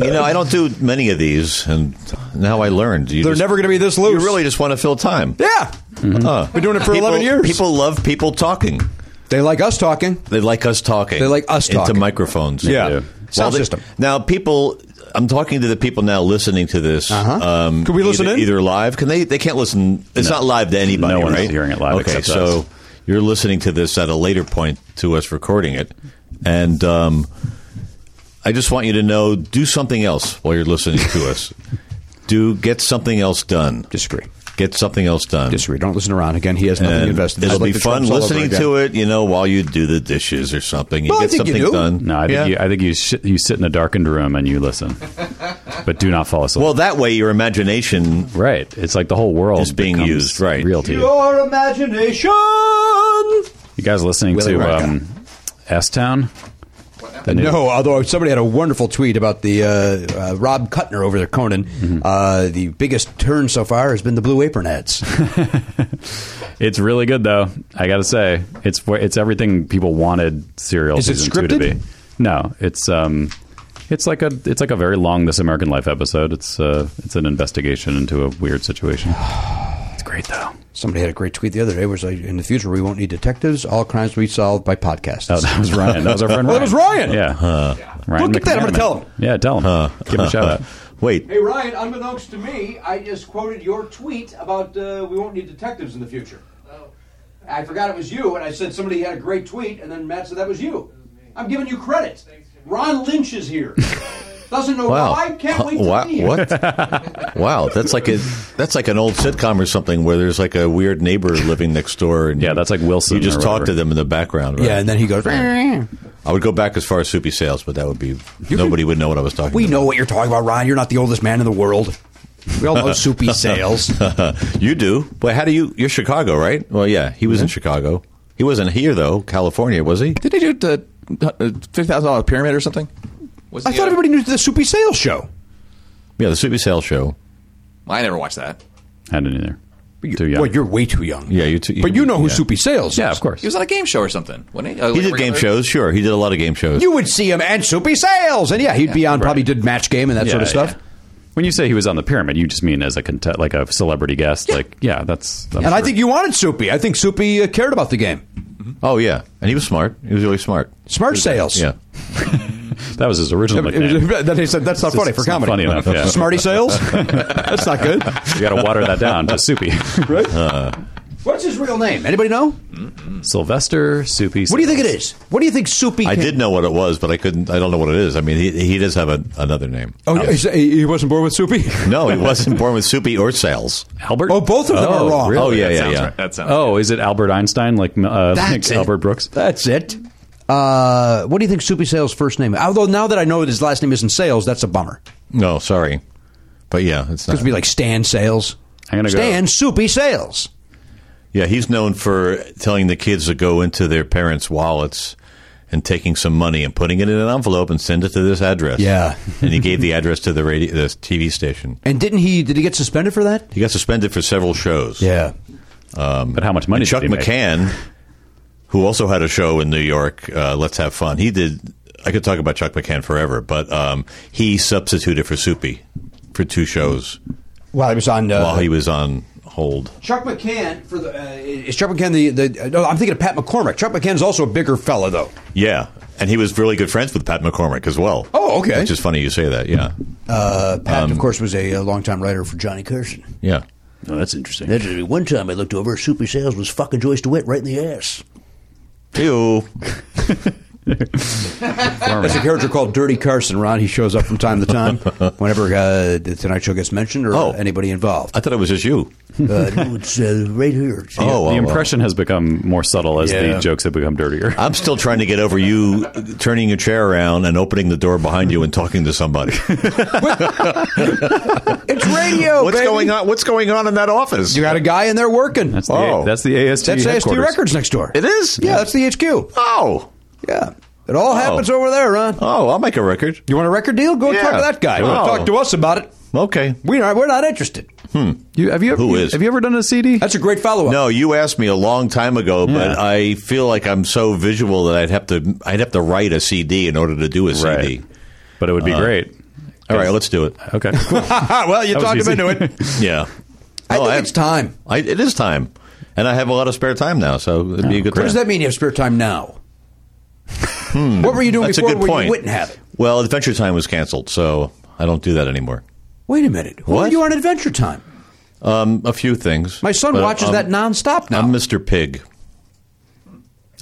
Speaker 8: you know, I don't do many of these, and now I learned. You
Speaker 3: They're
Speaker 8: just-
Speaker 3: never going to be this loose.
Speaker 8: You really just want to fill time.
Speaker 3: yeah.
Speaker 8: Uh,
Speaker 3: Been doing it for
Speaker 8: people-
Speaker 3: 11 years.
Speaker 8: People love people talking.
Speaker 3: They like us talking.
Speaker 8: They like us talking.
Speaker 3: They like us talking.
Speaker 8: into microphones.
Speaker 3: Yeah.
Speaker 8: Well,
Speaker 3: Sound
Speaker 8: they-
Speaker 3: system.
Speaker 8: Now, people. I'm talking to the people now listening to this.
Speaker 3: Uh-huh.
Speaker 8: Um,
Speaker 3: Could we listen
Speaker 8: either,
Speaker 3: in?
Speaker 8: either live? Can they? They can't listen. It's
Speaker 2: No.
Speaker 8: not live to anybody.
Speaker 2: No one's
Speaker 8: right?
Speaker 2: hearing it live
Speaker 8: Okay,
Speaker 2: except
Speaker 8: so
Speaker 2: us.
Speaker 8: you're listening to this at a later point to us recording it, and um, I just want you to know: do something else while you're listening to us. Do get something else done.
Speaker 3: Disagree.
Speaker 8: Get something else done.
Speaker 3: Disagree. Don't listen to Ron again. He has nothing
Speaker 8: And
Speaker 3: invested.
Speaker 8: It'll
Speaker 3: I'd like
Speaker 8: be
Speaker 3: the
Speaker 8: fun
Speaker 3: Trumps all over
Speaker 8: listening
Speaker 3: again.
Speaker 8: to it, you know, while you do the dishes or something. You
Speaker 3: Well, I
Speaker 8: get
Speaker 3: think you do.
Speaker 8: something done.
Speaker 2: No, I think
Speaker 8: Yeah.
Speaker 2: you, I think you sit, you sit in a darkened room and you listen, but do not fall asleep.
Speaker 8: Well, that way your imagination,
Speaker 2: right? It's like the whole world
Speaker 8: is being
Speaker 2: becomes
Speaker 8: used, right?
Speaker 2: Real to you.
Speaker 3: Your imagination.
Speaker 2: You guys listening
Speaker 3: Willy
Speaker 2: to
Speaker 3: Wonka.
Speaker 2: um, S Town?
Speaker 3: No, although somebody had a wonderful tweet about the uh, uh, Rob Kuttner over there, Conan.
Speaker 8: Mm-hmm.
Speaker 3: Uh, the biggest turn so far has been the Blue Apron ads.
Speaker 2: It's really good though. I gotta say, it's wh- it's everything people wanted serial
Speaker 3: Is it
Speaker 2: season two to
Speaker 3: scripted?
Speaker 2: be. No, it's um, it's like a it's like a very long This American Life episode. It's uh, it's an investigation into a weird situation. It's great though.
Speaker 3: Somebody had a great tweet the other day. Was like, in the future we won't need detectives. All crimes will be solved by podcasts.
Speaker 2: Oh, that was Ryan. That was our friend.
Speaker 3: Oh, that was Ryan.
Speaker 2: Yeah. Ryan
Speaker 3: Look at that. I'm gonna
Speaker 2: McManaman.
Speaker 3: tell him.
Speaker 2: Yeah, tell him. Give him a shout out.
Speaker 8: Wait,
Speaker 16: Hey Ryan, unbeknownst to me, I just quoted your tweet about uh, we won't need detectives in the future. I forgot it was you, and I said somebody had a great tweet, and then Matt said that was you. I'm giving you credit. Ron Lynch is here. Doesn't know
Speaker 8: Wow.
Speaker 16: why. Can't wait to
Speaker 8: wow.
Speaker 16: be here.
Speaker 8: What? wow. That's like a that's like an old sitcom or something where there's like a weird neighbor living next door and
Speaker 2: Yeah, that's like Wilson
Speaker 8: You just
Speaker 2: or
Speaker 8: talk
Speaker 2: whatever.
Speaker 8: to them in the background, right?
Speaker 3: Yeah, and then he goes. "Rah."
Speaker 8: I would go back as far as Soupy Sales, but that would be nobody would know what I was talking
Speaker 3: We
Speaker 8: about.
Speaker 3: know what you're talking about, Ryan. You're not the oldest man in the world. We all know soupy sales.
Speaker 8: you do. But how do you you're Chicago, right? Well, yeah, he was in Chicago. He wasn't here though, California, was he?
Speaker 5: Did they do the fifty thousand dollar pyramid or something? Was
Speaker 3: I
Speaker 5: the
Speaker 3: thought
Speaker 5: other-
Speaker 3: everybody knew the soupy sales show.
Speaker 8: Yeah, the Soupy Sales show.
Speaker 5: I never watched that.
Speaker 2: I didn't either. Too young.
Speaker 3: Well, you're way too young.
Speaker 8: Yeah, you too.
Speaker 3: But you know who
Speaker 8: yeah.
Speaker 3: soupy sales?
Speaker 2: yeah,
Speaker 3: is.
Speaker 2: of course.
Speaker 5: He was on a game show or something. Wasn't he? Uh,
Speaker 8: He
Speaker 5: like,
Speaker 8: did game shows, sure. He did a lot of game shows.
Speaker 3: You would see him at Soupy Sales, and yeah, he'd be on. Probably did match game and that
Speaker 2: Yeah,
Speaker 3: sort of stuff.
Speaker 2: yeah. When you say he was on the pyramid, you just mean as a cont- like a celebrity guest. Like, yeah, that's. I'm
Speaker 3: And I
Speaker 2: sure.
Speaker 3: think you wanted Soupy. I think Soupy uh, cared about the game.
Speaker 8: oh yeah. And he was smart. He was really smart.
Speaker 3: Smart sales.
Speaker 8: Yeah.
Speaker 2: that was his original nickname.
Speaker 3: Then he said, "That's not
Speaker 2: It's
Speaker 3: funny
Speaker 2: just-
Speaker 3: for
Speaker 2: it's not funny
Speaker 3: comedy."
Speaker 2: enough, yeah.
Speaker 3: Smarty sales. That's not good.
Speaker 2: you got to water that down to Soupy.
Speaker 3: What's his real name? Anybody know?
Speaker 2: Sylvester Soupy.
Speaker 3: What do you think it is? What do you think Soupy?
Speaker 8: I
Speaker 3: came-
Speaker 8: did know what it was, but I couldn't. I don't know what it is. I mean, he, he does have a, another name.
Speaker 3: Oh, he's- he he wasn't born with Soupy.
Speaker 8: No, he wasn't born with Soupy or Sales.
Speaker 2: Albert?
Speaker 3: Oh, both of them are wrong.
Speaker 8: Oh yeah,
Speaker 5: That
Speaker 8: yeah,
Speaker 5: sounds
Speaker 8: yeah.
Speaker 5: right. That sounds
Speaker 2: Oh, is it Albert Einstein like, uh, like
Speaker 3: it.
Speaker 2: Albert Brooks?
Speaker 3: That's it. Uh, what do you think Soupy Sales' first name? Although now that I know that his last name isn't Sales, that's a bummer.
Speaker 8: No, sorry, but yeah, it's
Speaker 3: Because
Speaker 8: not.
Speaker 3: it'd be like Stan Sales.
Speaker 2: I'm gonna go-
Speaker 3: Stan Soupy Sales.
Speaker 8: yeah, he's known for telling the kids to go into their parents' wallets and taking some money and putting it in an envelope and send it to this address.
Speaker 3: Yeah.
Speaker 8: and he gave the address to the radio, the TV station.
Speaker 3: And didn't he? Did he get suspended for that?
Speaker 8: He got suspended for several shows.
Speaker 3: Yeah.
Speaker 2: But how much money
Speaker 8: And Chuck
Speaker 2: did he make?
Speaker 8: McCann, who also had a show in New York, uh, Let's Have Fun. He did. I could talk about Chuck McCann forever, but um, he substituted for Soupy for two shows
Speaker 3: Well, he was on. Uh,
Speaker 8: while he was on hold.
Speaker 3: Chuck McCann for the uh, is Chuck McCann the, the uh, no, I'm thinking of Pat McCormick. Chuck McCann's also a bigger fella though.
Speaker 8: Yeah, and he was really good friends with Pat McCormick as well.
Speaker 3: Oh, okay.
Speaker 8: Which is funny you say that. Yeah,
Speaker 3: Uh, Pat,
Speaker 8: um,
Speaker 3: of course, was a, uh longtime writer for Johnny Carson.
Speaker 8: yeah.
Speaker 2: Oh, that's interesting.
Speaker 7: That's just- One time I looked over, Soupy Sales was fucking Joyce DeWitt right in the ass.
Speaker 8: Ew.
Speaker 3: There's a character called Dirty Carson. Ron, he shows up from time to time whenever uh, the Tonight Show gets mentioned or
Speaker 8: Oh.
Speaker 3: anybody involved.
Speaker 8: I thought it was just you.
Speaker 7: Uh, no, it's uh, right here. See,
Speaker 2: the
Speaker 8: Oh, well,
Speaker 2: impression has become more subtle as
Speaker 3: Yeah.
Speaker 2: the jokes have become dirtier.
Speaker 8: I'm still trying to get over you turning your chair around and opening the door behind you and talking to somebody.
Speaker 3: It's radio.
Speaker 8: What's going on? What's going on in that office?
Speaker 3: You got a guy in there working.
Speaker 2: That's the, oh, that's the AST.
Speaker 3: That's AST
Speaker 2: headquarters.
Speaker 3: Records next door.
Speaker 8: It is?
Speaker 3: Yeah, that's the HQ.
Speaker 8: Oh,
Speaker 3: Yeah, it all happens over there, Ron.
Speaker 8: oh, I'll make a record.
Speaker 3: You want a record deal? Go
Speaker 8: Yeah.
Speaker 3: talk to that guy. Don't
Speaker 8: Oh.
Speaker 3: Talk to us about it.
Speaker 8: Okay.
Speaker 3: We are, we're not interested.
Speaker 2: You, have you ever,
Speaker 8: Who is?
Speaker 2: Have you ever done a CD?
Speaker 3: That's a great follow up.
Speaker 8: No, you asked me a long time ago, but
Speaker 2: Yeah.
Speaker 8: I feel like I'm so visual that I'd have to I'd have to write a CD in order to do a CD.
Speaker 2: Right. but it would
Speaker 8: Uh.
Speaker 2: be great.
Speaker 8: All right, let's do it.
Speaker 2: Okay.
Speaker 3: well, you
Speaker 2: That was
Speaker 3: talked him
Speaker 2: easy. Oh,
Speaker 3: into it.
Speaker 8: Yeah.
Speaker 3: I
Speaker 8: No,
Speaker 3: think it's time.
Speaker 8: I, it is time, and I have a lot of spare time now, so it'd be a good.
Speaker 3: What does
Speaker 8: time.
Speaker 3: that mean? You have spare time now.
Speaker 2: Hmm.
Speaker 3: What were you doing
Speaker 8: That's a
Speaker 3: before
Speaker 8: good
Speaker 3: where
Speaker 8: point.
Speaker 3: you wouldn't have it?
Speaker 8: Well, Adventure Time was canceled, so I don't do that anymore.
Speaker 3: Wait a minute. What?
Speaker 8: What?
Speaker 3: were you on Adventure Time?
Speaker 8: Um, a few things.
Speaker 3: My son
Speaker 8: But,
Speaker 3: watches
Speaker 8: um,
Speaker 3: that nonstop now.
Speaker 8: I'm Mr. Pig.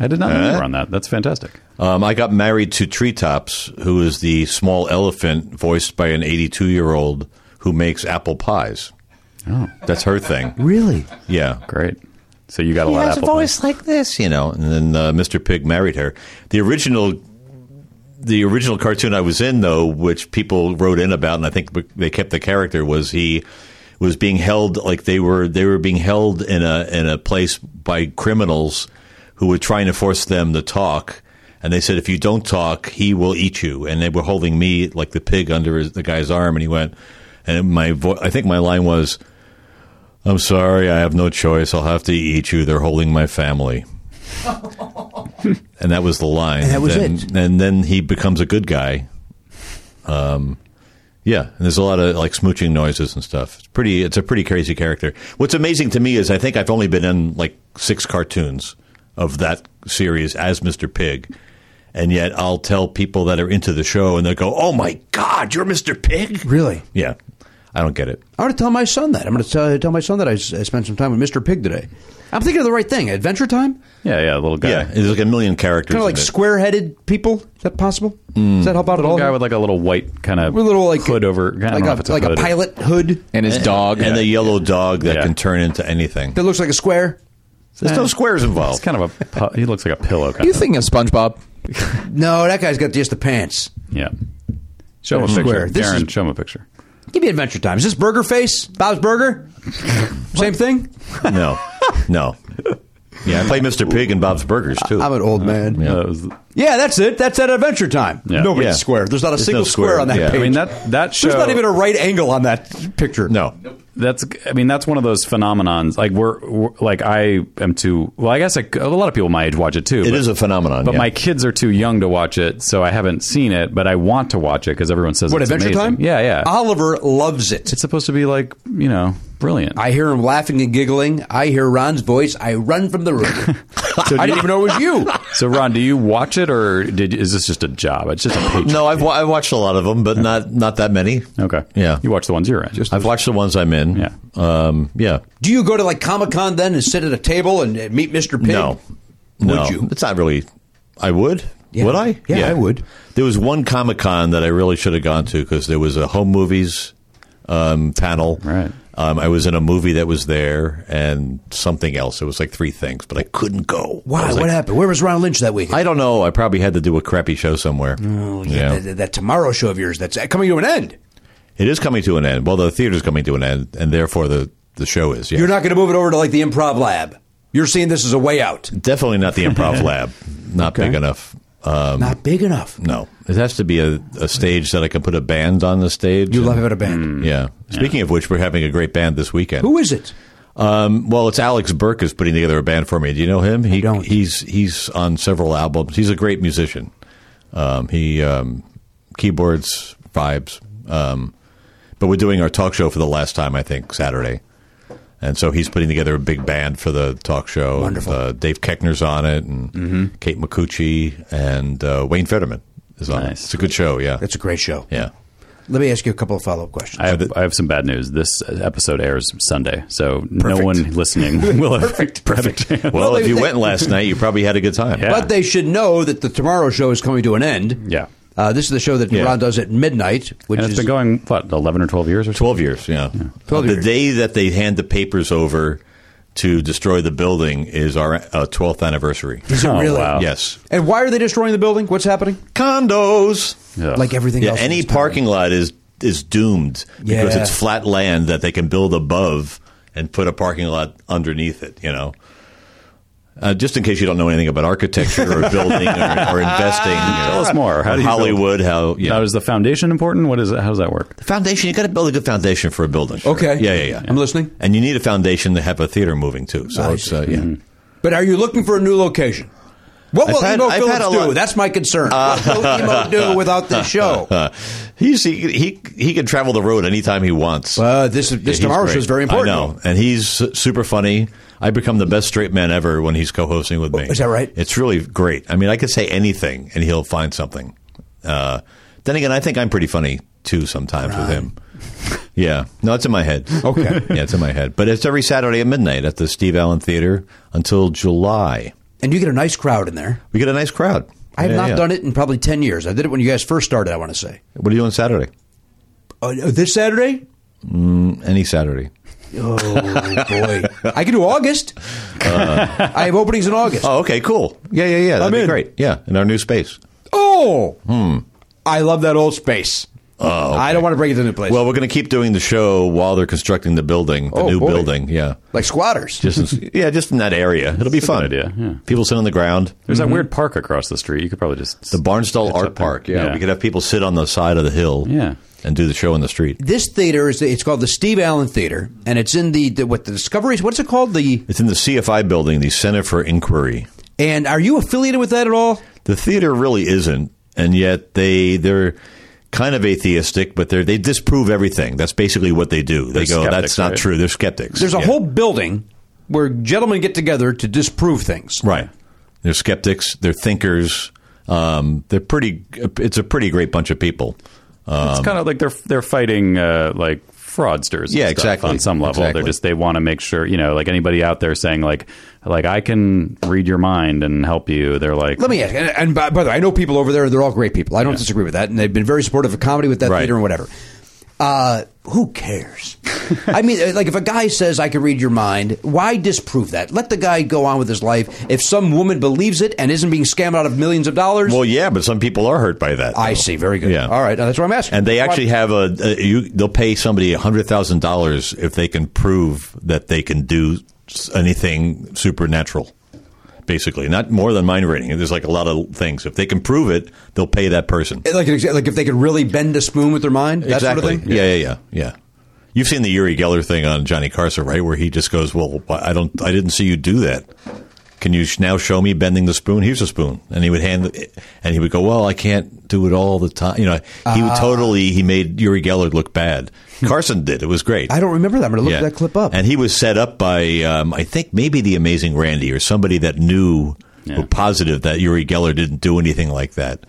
Speaker 2: I did not know you were on that. That's fantastic.
Speaker 8: Um, I got married to Treetops, who is the small elephant voiced by an 82 year old who makes apple pies.
Speaker 2: Oh.
Speaker 8: That's her thing.
Speaker 3: Really?
Speaker 8: Yeah.
Speaker 2: Great. So you got a
Speaker 8: He
Speaker 2: lot
Speaker 8: has
Speaker 2: of
Speaker 8: a
Speaker 2: apple
Speaker 8: voice like this, you know. And then uh, Mr. Pig married her. The original, the original cartoon I was in, though, which people wrote in about, and I think they kept the character was he was being held like they were they were being held in a in a place by criminals who were trying to force them to talk. And they said, if you don't talk, he will eat you. And they were holding me like the pig under his, the guy's arm. And he went, and my vo- I think my line was, I'm sorry, I have no choice. I'll have to eat you. They're holding my family. and that was the line.
Speaker 7: And that was
Speaker 8: then,
Speaker 7: it.
Speaker 8: And then he becomes a good guy. Um, yeah, and there's a lot of like smooching noises and stuff. It's pretty. It's a pretty crazy character. What's amazing to me is I think I've only been in like six cartoons of that series as Mr. Pig, and yet I'll tell people that are into the show and they'll go, "Oh my God, you're Mr. Pig!"
Speaker 3: Really?
Speaker 8: Yeah, I don't get it.
Speaker 3: I'm going to tell my son that. I'm going to tell, tell my son that I, s- I spent some time with Mr. Pig today. I'm thinking of the right thing. Adventure Time?
Speaker 2: Yeah, yeah, little guy.
Speaker 8: Yeah, there's like a million characters.
Speaker 3: Kind of
Speaker 8: in
Speaker 3: like
Speaker 8: it.
Speaker 3: square headed people? Is that possible? Does that help out at
Speaker 2: Hmm. Little
Speaker 3: all?
Speaker 2: guy with like a little white kind of little like hood over, I don't
Speaker 3: like
Speaker 2: know
Speaker 3: a-
Speaker 2: if it's
Speaker 3: like a
Speaker 2: hood.
Speaker 3: pilot hood.
Speaker 5: And his dog.
Speaker 8: and the yellow dog that can turn into anything.
Speaker 3: That looks like a square?
Speaker 8: There's no squares
Speaker 2: It's
Speaker 8: involved.
Speaker 2: kind of a. pu- He looks like a pillow. Kind
Speaker 5: You
Speaker 2: of.
Speaker 5: thinking of SpongeBob?
Speaker 3: No, that guy's got just the pants.
Speaker 2: Yeah. Show him a picture,
Speaker 3: Square. This
Speaker 2: Darren.
Speaker 3: is-
Speaker 2: show him a picture.
Speaker 3: Give me Adventure Time. Is this Burger Face? Bob's Burger? Same thing?
Speaker 8: No, no. Yeah, I play Mr. Pig and Bob's Burgers too.
Speaker 3: I'm an old man.
Speaker 2: Yeah, that was-
Speaker 3: Yeah, that's it. That's at Adventure Time.
Speaker 2: Yeah.
Speaker 3: Nobody's
Speaker 8: Yeah.
Speaker 3: square. There's not a
Speaker 8: There's
Speaker 3: single
Speaker 8: no
Speaker 3: square.
Speaker 8: square.
Speaker 3: on that
Speaker 8: Yeah.
Speaker 3: page.
Speaker 2: I mean that that show.
Speaker 3: There's not even a right angle on that picture.
Speaker 8: uh, no,
Speaker 2: that's i mean that's one of those phenomenons like we're, we're- like i am too well i guess I, a lot of people my age watch it too
Speaker 8: it
Speaker 2: but,
Speaker 8: is a phenomenon.
Speaker 2: but
Speaker 8: yeah.
Speaker 2: my kids are too young to watch it so i haven't seen it but i want to watch it because everyone says
Speaker 3: What,
Speaker 2: it's
Speaker 3: Adventure
Speaker 2: amazing.
Speaker 3: Time? Ah.
Speaker 2: yeah yeah
Speaker 3: Oliver loves it.
Speaker 2: it's supposed to be like you know brilliant
Speaker 3: I hear him laughing and giggling. I hear Ron's voice. I run from the room. I didn't even know it was you.
Speaker 2: so ron do you watch it or did is this just a job it's just a paycheck
Speaker 8: no, I've wa- I watched a lot of them, but not not that many.
Speaker 2: okay
Speaker 8: Yeah.
Speaker 2: you watch the ones you're in just
Speaker 8: I've watched the ones I'm in.
Speaker 2: Yeah.
Speaker 8: um, yeah.
Speaker 3: Do you go to like Comic Con then and sit at a table and uh, meet Mr. Pig?
Speaker 8: No, no.
Speaker 3: Would you?
Speaker 8: It's not really. I would.
Speaker 3: Yeah.
Speaker 8: Would I?
Speaker 3: Yeah, I would.
Speaker 8: There was one Comic Con that I really should have gone to because there was a home movies um, panel.
Speaker 2: Right.
Speaker 8: Um, I was in a movie that was there and something else. It was like three things, but I couldn't go. I
Speaker 3: Why?
Speaker 8: was
Speaker 3: What
Speaker 8: like,
Speaker 3: happened? Where was Ron Lynch that weekend?
Speaker 8: I don't know. I probably had to do a crappy show somewhere.
Speaker 3: Oh, yeah, That, that tomorrow show of yours that's uh, coming to an end.
Speaker 8: It is coming to an end. Well, the theater's coming to an end, and therefore the, the show is. Yeah.
Speaker 3: You're not going to move it over to like the improv lab. You're seeing this as a way out.
Speaker 8: Definitely not the improv lab. Not big enough. Um,
Speaker 3: Not big enough.
Speaker 8: no. It has to be a, a stage that I can put a band on the stage.
Speaker 3: You love Mm. having
Speaker 8: and-
Speaker 3: a band.
Speaker 8: Yeah. Speaking of which, we're having a great band this weekend.
Speaker 3: Who is it?
Speaker 8: Um, well, it's Alex Burke is putting together a band for me. Do you know him? He,
Speaker 3: don't.
Speaker 8: He's he's on several albums. He's a great musician. Um, he um, keyboards vibes. Um, but we're doing our talk show for the last time, I think, Saturday. And so he's putting together a big band for the talk show.
Speaker 3: Wonderful.
Speaker 8: uh, Dave Keckner's on it, and Kate McCucci and uh, Wayne Fetterman is on
Speaker 2: Nice.
Speaker 8: it. It's a good show. Yeah,
Speaker 3: That's a great show.
Speaker 8: yeah.
Speaker 3: Let me ask you a couple of follow up questions.
Speaker 2: I have, I have some bad news. This episode airs Sunday, so no one listening will have perfect. perfect.
Speaker 8: Well,
Speaker 3: they-
Speaker 8: if you
Speaker 3: they-
Speaker 8: went last night, you probably had a good time.
Speaker 2: Yeah.
Speaker 3: But they should know that the tomorrow show is coming to an end.
Speaker 2: Yeah.
Speaker 3: Uh, this is the show that
Speaker 8: Yeah.
Speaker 3: Ron does at midnight, which
Speaker 2: and
Speaker 3: is
Speaker 2: it's been going what eleven or twelve years or so?
Speaker 8: 12 years, yeah.
Speaker 3: 12
Speaker 8: the
Speaker 3: years.
Speaker 8: day that they hand the papers over to destroy the building is our uh, 12th anniversary.
Speaker 3: Is it
Speaker 2: Oh,
Speaker 3: really?
Speaker 2: wow.
Speaker 8: Yes.
Speaker 3: And why are they destroying the building? What's happening?
Speaker 8: Condos.
Speaker 2: Ugh.
Speaker 3: Like everything
Speaker 8: Yeah,
Speaker 3: else. in
Speaker 8: any
Speaker 3: this town.
Speaker 8: parking lot is is doomed because
Speaker 3: Yeah.
Speaker 8: it's flat land that they can build above and put a parking lot underneath it, you know. Uh, just in case you don't know anything about architecture or building or, or investing, tell
Speaker 2: us more. How do you build?
Speaker 8: Hollywood? How yeah.
Speaker 2: Now, is the foundation important? What is it? How does that work?
Speaker 8: foundation? You got to build a good foundation for a building.
Speaker 3: Okay.
Speaker 8: Yeah, yeah, yeah.
Speaker 3: I'm listening.
Speaker 8: And you need a foundation to have a theater moving too. So it's uh, yeah.
Speaker 3: Mm-hmm. But are you looking for a new location? What will
Speaker 8: I've had-
Speaker 3: Emo
Speaker 8: I've
Speaker 3: Phillips
Speaker 8: had a
Speaker 3: do?
Speaker 8: lot-
Speaker 3: That's my concern. what will Emo do without this show?
Speaker 8: Uh, he's he, he he can travel the road anytime he wants.
Speaker 3: Uh, this is- this
Speaker 8: he's
Speaker 3: tomorrow
Speaker 8: great.
Speaker 3: show is very important.
Speaker 8: I know, and he's su- super funny. I become the best straight man ever when he's co-hosting with me.
Speaker 3: Oh, Is that right?
Speaker 8: It's really great. I mean, I could say anything and he'll find something. Uh, then again, I think I'm pretty funny too sometimes with him. Yeah, no, it's in my head.
Speaker 3: Okay.
Speaker 8: yeah, it's in my head. But it's every Saturday at midnight at the Steve Allen Theater until July.
Speaker 3: and you get a nice crowd in there.
Speaker 8: We get a nice crowd.
Speaker 3: I have
Speaker 8: Yeah,
Speaker 3: not
Speaker 8: yeah.
Speaker 3: done it in probably ten years. I did it when you guys first started. I want to say
Speaker 8: What are you doing Saturday?
Speaker 3: uh, this Saturday.
Speaker 8: Mm, any Saturday.
Speaker 3: Oh boy, I can do August.
Speaker 8: Uh.
Speaker 3: I have openings in August.
Speaker 8: Oh, okay, cool. Yeah, yeah, yeah. That'd
Speaker 3: I'm
Speaker 8: be
Speaker 3: in.
Speaker 8: great. Yeah, in our new space.
Speaker 3: Oh,
Speaker 8: Hmm.
Speaker 3: I love that old space.
Speaker 8: Oh,
Speaker 3: I don't want to break it to a new place.
Speaker 8: Well, we're going to keep doing the show while they're constructing the building, the
Speaker 3: Oh,
Speaker 8: new
Speaker 3: boy.
Speaker 8: building. Yeah.
Speaker 3: like squatters.
Speaker 8: Just in- yeah, just in that area. It'll be
Speaker 2: That's a
Speaker 8: fun.
Speaker 2: good idea, yeah.
Speaker 8: People sit on the ground.
Speaker 2: There's that weird park across the street. You could probably just
Speaker 8: the Barnstall Art
Speaker 2: up there.
Speaker 8: Park. Yeah.
Speaker 2: Yeah.
Speaker 8: we could have people sit on the side of the hill.
Speaker 2: Yeah.
Speaker 8: and do the show in the street.
Speaker 3: This theater is it's called the Steve Allen Theater, and it's in the, the what the Discoveries. What's it called? The
Speaker 8: It's in the CFI building, the Center for Inquiry.
Speaker 3: and are you affiliated with that at all?
Speaker 8: The theater really isn't, and yet they they're kind of atheistic, but they they disprove everything. That's basically what they do. They
Speaker 3: They're
Speaker 8: go,
Speaker 3: skeptics,
Speaker 8: that's not
Speaker 3: right?
Speaker 8: true. They're skeptics.
Speaker 3: There's a
Speaker 8: Yeah.
Speaker 3: whole building where gentlemen get together to disprove things.
Speaker 8: Right. They're skeptics. They're thinkers. Um, they're pretty. It's a pretty great bunch of people. Um,
Speaker 2: it's kind of like they're they're fighting uh, like fraudsters. and
Speaker 8: Yeah,
Speaker 2: stuff
Speaker 8: exactly.
Speaker 2: On some level,
Speaker 8: Exactly.
Speaker 2: they're just they want to make sure you know, like anybody out there saying like like I can read your mind and help you. They're like,
Speaker 3: Let me ask, and, and by, by the way, I know people over there; they're all great people. I don't disagree with that, and they've been very supportive of comedy with that theater and whatever. Uh, who cares? I mean, uh, like if a guy says I can read your mind, why disprove that? Let the guy go on with his life. If some woman believes it and isn't being scammed out of millions of dollars,
Speaker 8: well, yeah, but some people are hurt by that.
Speaker 3: I see. Very good.
Speaker 8: Yeah.
Speaker 3: All right, now that's what I'm asking.
Speaker 8: And they
Speaker 3: Why-
Speaker 8: actually have a, a you, they'll pay somebody hundred thousand dollars if they can prove that they can do s- anything supernatural. Basically, not more than mind reading. There's like a lot of things. If they can prove it, they'll pay that person.
Speaker 3: eh, like an exa- like if they could really bend a spoon with their mind, that
Speaker 8: exactly.
Speaker 3: sort of thing.
Speaker 8: Yeah, yeah, yeah, yeah. You've seen the Uri Geller thing on Johnny Carson, right? Where he just goes, "Well, why- I don't, I didn't see you do that. Can you sh- now show me bending the spoon? Here's a spoon." And he would hand, it- and he would go, "Well, I can't do it all the time." You know, he would
Speaker 3: Ah.
Speaker 8: totally he made Uri Geller look bad. Carson did. It was great.
Speaker 3: I don't remember that. I'm going to look that clip up.
Speaker 8: And he was set up by, um, I think, maybe the amazing Randy or somebody that knew were positive that Uri Geller didn't do anything like that.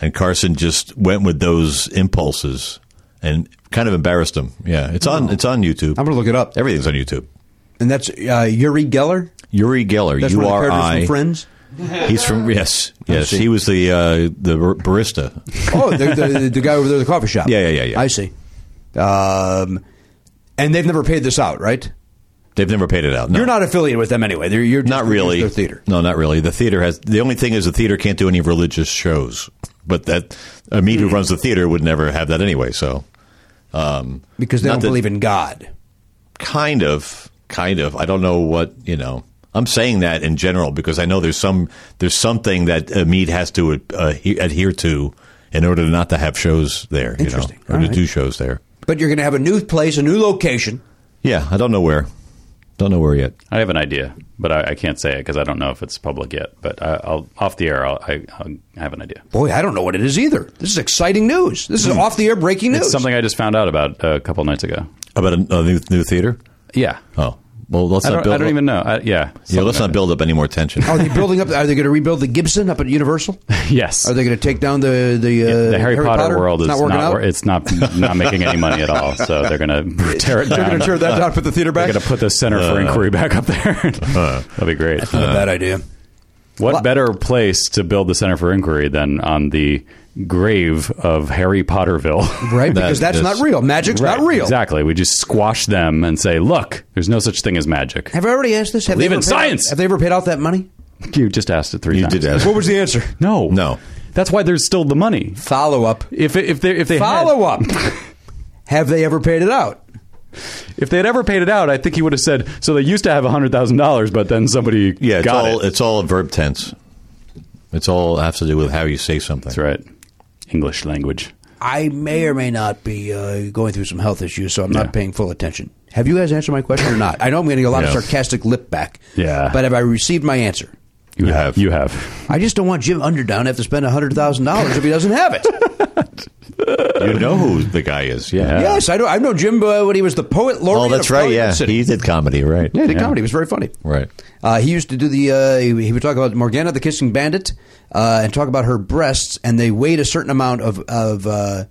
Speaker 8: And Carson just went with those impulses and kind of embarrassed him. Yeah, it's
Speaker 3: Oh.
Speaker 8: on it's on YouTube. I'm
Speaker 3: going to look it up.
Speaker 8: Everything's on YouTube.
Speaker 3: And that's uh, Yuri Geller.
Speaker 8: Uri Geller,
Speaker 3: That's
Speaker 8: U
Speaker 3: one of the
Speaker 8: R
Speaker 3: characters
Speaker 8: I.
Speaker 3: from Friends.
Speaker 8: He's from yes,
Speaker 3: I
Speaker 8: yes.
Speaker 3: Oh, see.
Speaker 8: He was the uh, the bar- barista.
Speaker 3: Oh, the, the, the guy over there at the coffee shop.
Speaker 8: Yeah, yeah, yeah, yeah.
Speaker 3: I see. Um, and they've never paid this out, right?
Speaker 8: They've never paid it out. No.
Speaker 3: You're not affiliated with them anyway. They're, you're just-
Speaker 8: not
Speaker 3: you're just
Speaker 8: really
Speaker 3: Their theater.
Speaker 8: No, not really. The theater has the only thing is the theater can't do any religious shows. But that uh, me who runs the theater would never have that anyway. So um,
Speaker 3: because they
Speaker 8: not
Speaker 3: don't
Speaker 8: that-
Speaker 3: believe in God.
Speaker 8: kind of, kind of. I don't know what you know. I'm saying that in general because I know there's some there's something that Mead has to uh, he- adhere to in order not to have shows there. You know,
Speaker 3: Interesting.
Speaker 8: or
Speaker 3: All
Speaker 8: to
Speaker 3: right.
Speaker 8: do shows there.
Speaker 3: But you're going to have a new place, a new location.
Speaker 8: Yeah, I don't know where. Don't know where yet.
Speaker 2: I have an idea, but I, I can't say it because I don't know if it's public yet. But I, I'll off the air. I'll, I, I'll I have an idea.
Speaker 3: Boy, I don't know what it is either. This is exciting news. This is off the air breaking news.
Speaker 2: Hmm. It's something I just found out about uh, a couple nights ago.
Speaker 8: About a, a new new theater.
Speaker 2: Yeah.
Speaker 8: Oh well, let's
Speaker 2: I
Speaker 8: not
Speaker 2: don't,
Speaker 8: build.
Speaker 2: I don't even know. I, yeah.
Speaker 8: yeah, let's not build up any more tension.
Speaker 3: Are they building up? Are they going to rebuild the Gibson up at Universal?
Speaker 2: Yes.
Speaker 3: Are they going to take down the the, uh,
Speaker 2: the Harry, Potter, world
Speaker 3: It's
Speaker 2: is
Speaker 3: not working out?
Speaker 2: wor- it's not not making any money at all. So they're going to tear it
Speaker 3: They're
Speaker 2: down.
Speaker 3: gonna tear that down, put the theater back?
Speaker 2: They're going to put the Center for
Speaker 3: Uh.
Speaker 2: Inquiry back up there. That'd be great. That's
Speaker 3: not a bad idea.
Speaker 2: What better place to build the Center for Inquiry than on the grave of Harry Potterville?
Speaker 3: Right, because that's not real. Magic's not real.
Speaker 2: Exactly. We just squash them and say, "Look, there's no such thing as magic."
Speaker 3: Have I already asked this? Have
Speaker 2: Believe
Speaker 3: they
Speaker 2: in
Speaker 3: ever paid out-
Speaker 2: science.
Speaker 3: have they ever paid out that money?
Speaker 2: You just asked it three times.
Speaker 8: did ask.
Speaker 3: What was the answer?
Speaker 2: No,
Speaker 8: no.
Speaker 2: That's why there's still the money.
Speaker 3: Follow up.
Speaker 2: If if they if they had-
Speaker 3: Follow up. have they ever paid it out?
Speaker 2: If they had ever paid it out, I think he would have said, so they used to have $100,000, but then somebody
Speaker 8: Yeah, it's
Speaker 2: got
Speaker 8: all
Speaker 2: it.
Speaker 8: it's all a verb tense. It's all has to do with how you say something. That's
Speaker 2: right. English language.
Speaker 3: I may or may not be uh, going through some health issues, so I'm not paying full attention. Have you guys answered my question or not? I know I'm getting a lot
Speaker 2: Yeah.
Speaker 3: of sarcastic lip back.
Speaker 2: Yeah.
Speaker 3: But have I received my answer?
Speaker 2: You, have. You have.
Speaker 3: I just don't want Jim Underdown to have to spend $100,000 if he doesn't have it.
Speaker 8: You know who the guy is. Yeah.
Speaker 3: Yes, I know. I know Jim uh, when he was the poet laureate.
Speaker 8: Oh, that's
Speaker 3: of
Speaker 8: right.
Speaker 3: Hollywood
Speaker 8: Yeah.
Speaker 3: City.
Speaker 8: He did comedy, right?
Speaker 3: Yeah, he did comedy. He was very funny.
Speaker 8: Right.
Speaker 3: Uh, he used to do the. Uh, he he would talk about Morgana the Kissing Bandit uh, and talk about her breasts, and they weighed a certain amount of of uh,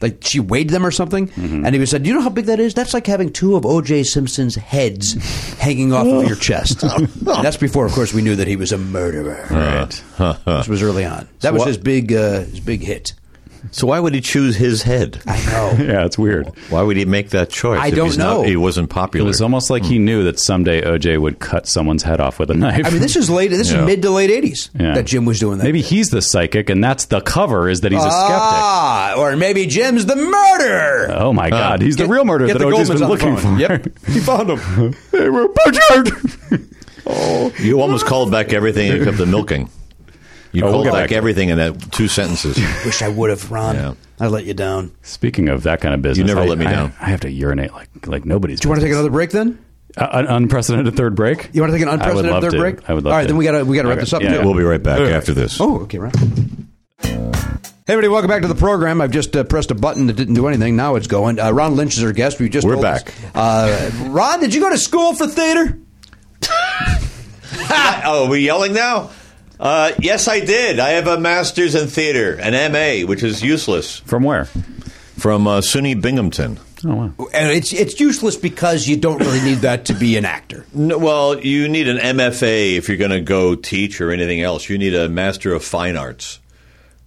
Speaker 3: Like she weighed them or something,
Speaker 2: Mm-hmm.
Speaker 3: and he was said, "You know how big that is? That's like having two of O.J. Simpson's heads hanging off of your chest."
Speaker 2: Oh.
Speaker 3: That's before, of course, we knew that he was a murderer.
Speaker 8: Right.
Speaker 3: this was early on. That was
Speaker 8: what-
Speaker 3: his big uh, his big hit.
Speaker 8: So why would he choose his head? I
Speaker 3: know.
Speaker 2: yeah, it's weird.
Speaker 8: Why would he make that choice?
Speaker 3: I
Speaker 8: if
Speaker 3: don't
Speaker 8: he's not-
Speaker 3: know.
Speaker 8: he wasn't popular.
Speaker 2: It was almost like he knew that someday OJ would cut someone's head off with a knife.
Speaker 3: I mean, this is late. This
Speaker 2: Yeah.
Speaker 3: is mid to late '80s
Speaker 2: Yeah.
Speaker 3: that Jim was doing that.
Speaker 2: Maybe he's the psychic, and that's the cover is that he's a skeptic.
Speaker 3: Ah, or maybe Jim's the murderer.
Speaker 2: Oh
Speaker 8: Uh,
Speaker 2: my God, he's the real murderer
Speaker 3: get
Speaker 2: that
Speaker 3: the
Speaker 2: OJ's
Speaker 3: Goldmans
Speaker 2: been
Speaker 3: on the
Speaker 2: looking
Speaker 3: phone.
Speaker 2: for.
Speaker 3: Yep.
Speaker 8: he found him.
Speaker 2: they were butchered.
Speaker 8: You almost called back everything except the milking. You
Speaker 2: Oh, we'll
Speaker 8: called
Speaker 2: get
Speaker 8: back,
Speaker 2: back to
Speaker 8: everything in that two sentences.
Speaker 3: Wish I would have, Ron.
Speaker 8: Yeah.
Speaker 3: I let you down.
Speaker 2: Speaking of that kind of business,
Speaker 8: never
Speaker 2: I-
Speaker 8: let me
Speaker 2: I-
Speaker 8: down.
Speaker 2: I have to urinate like like nobody's. Uh,
Speaker 3: Do you want to take another break then?
Speaker 2: an unprecedented third break?
Speaker 3: You want to take an unprecedented
Speaker 2: I would love
Speaker 3: third
Speaker 2: to.
Speaker 3: break?
Speaker 2: I would love.
Speaker 3: All right,
Speaker 2: to.
Speaker 3: then we gotta- we gotta wrap
Speaker 2: Okay.
Speaker 3: this up.
Speaker 2: Yeah.
Speaker 8: We'll be right back after this.
Speaker 3: Oh, okay, right. Hey, everybody, welcome back to the program. I've just uh, pressed a button that didn't do anything. Now it's going. Uh, Ron Lynch is our guest. We just
Speaker 8: We're
Speaker 3: told us-
Speaker 8: back.
Speaker 3: Uh, Ron, did you go to school for theater?
Speaker 8: oh, are we yelling now? Uh, yes, I did. I have a master's in theater, an MA, which is useless.
Speaker 2: From where?
Speaker 8: From uh, SUNY Binghamton.
Speaker 2: Oh wow.
Speaker 3: And it's it's useless because you don't really need that to be an actor.
Speaker 8: No, well, you need an MFA if you're going to go teach or anything else. You need a Master of Fine Arts.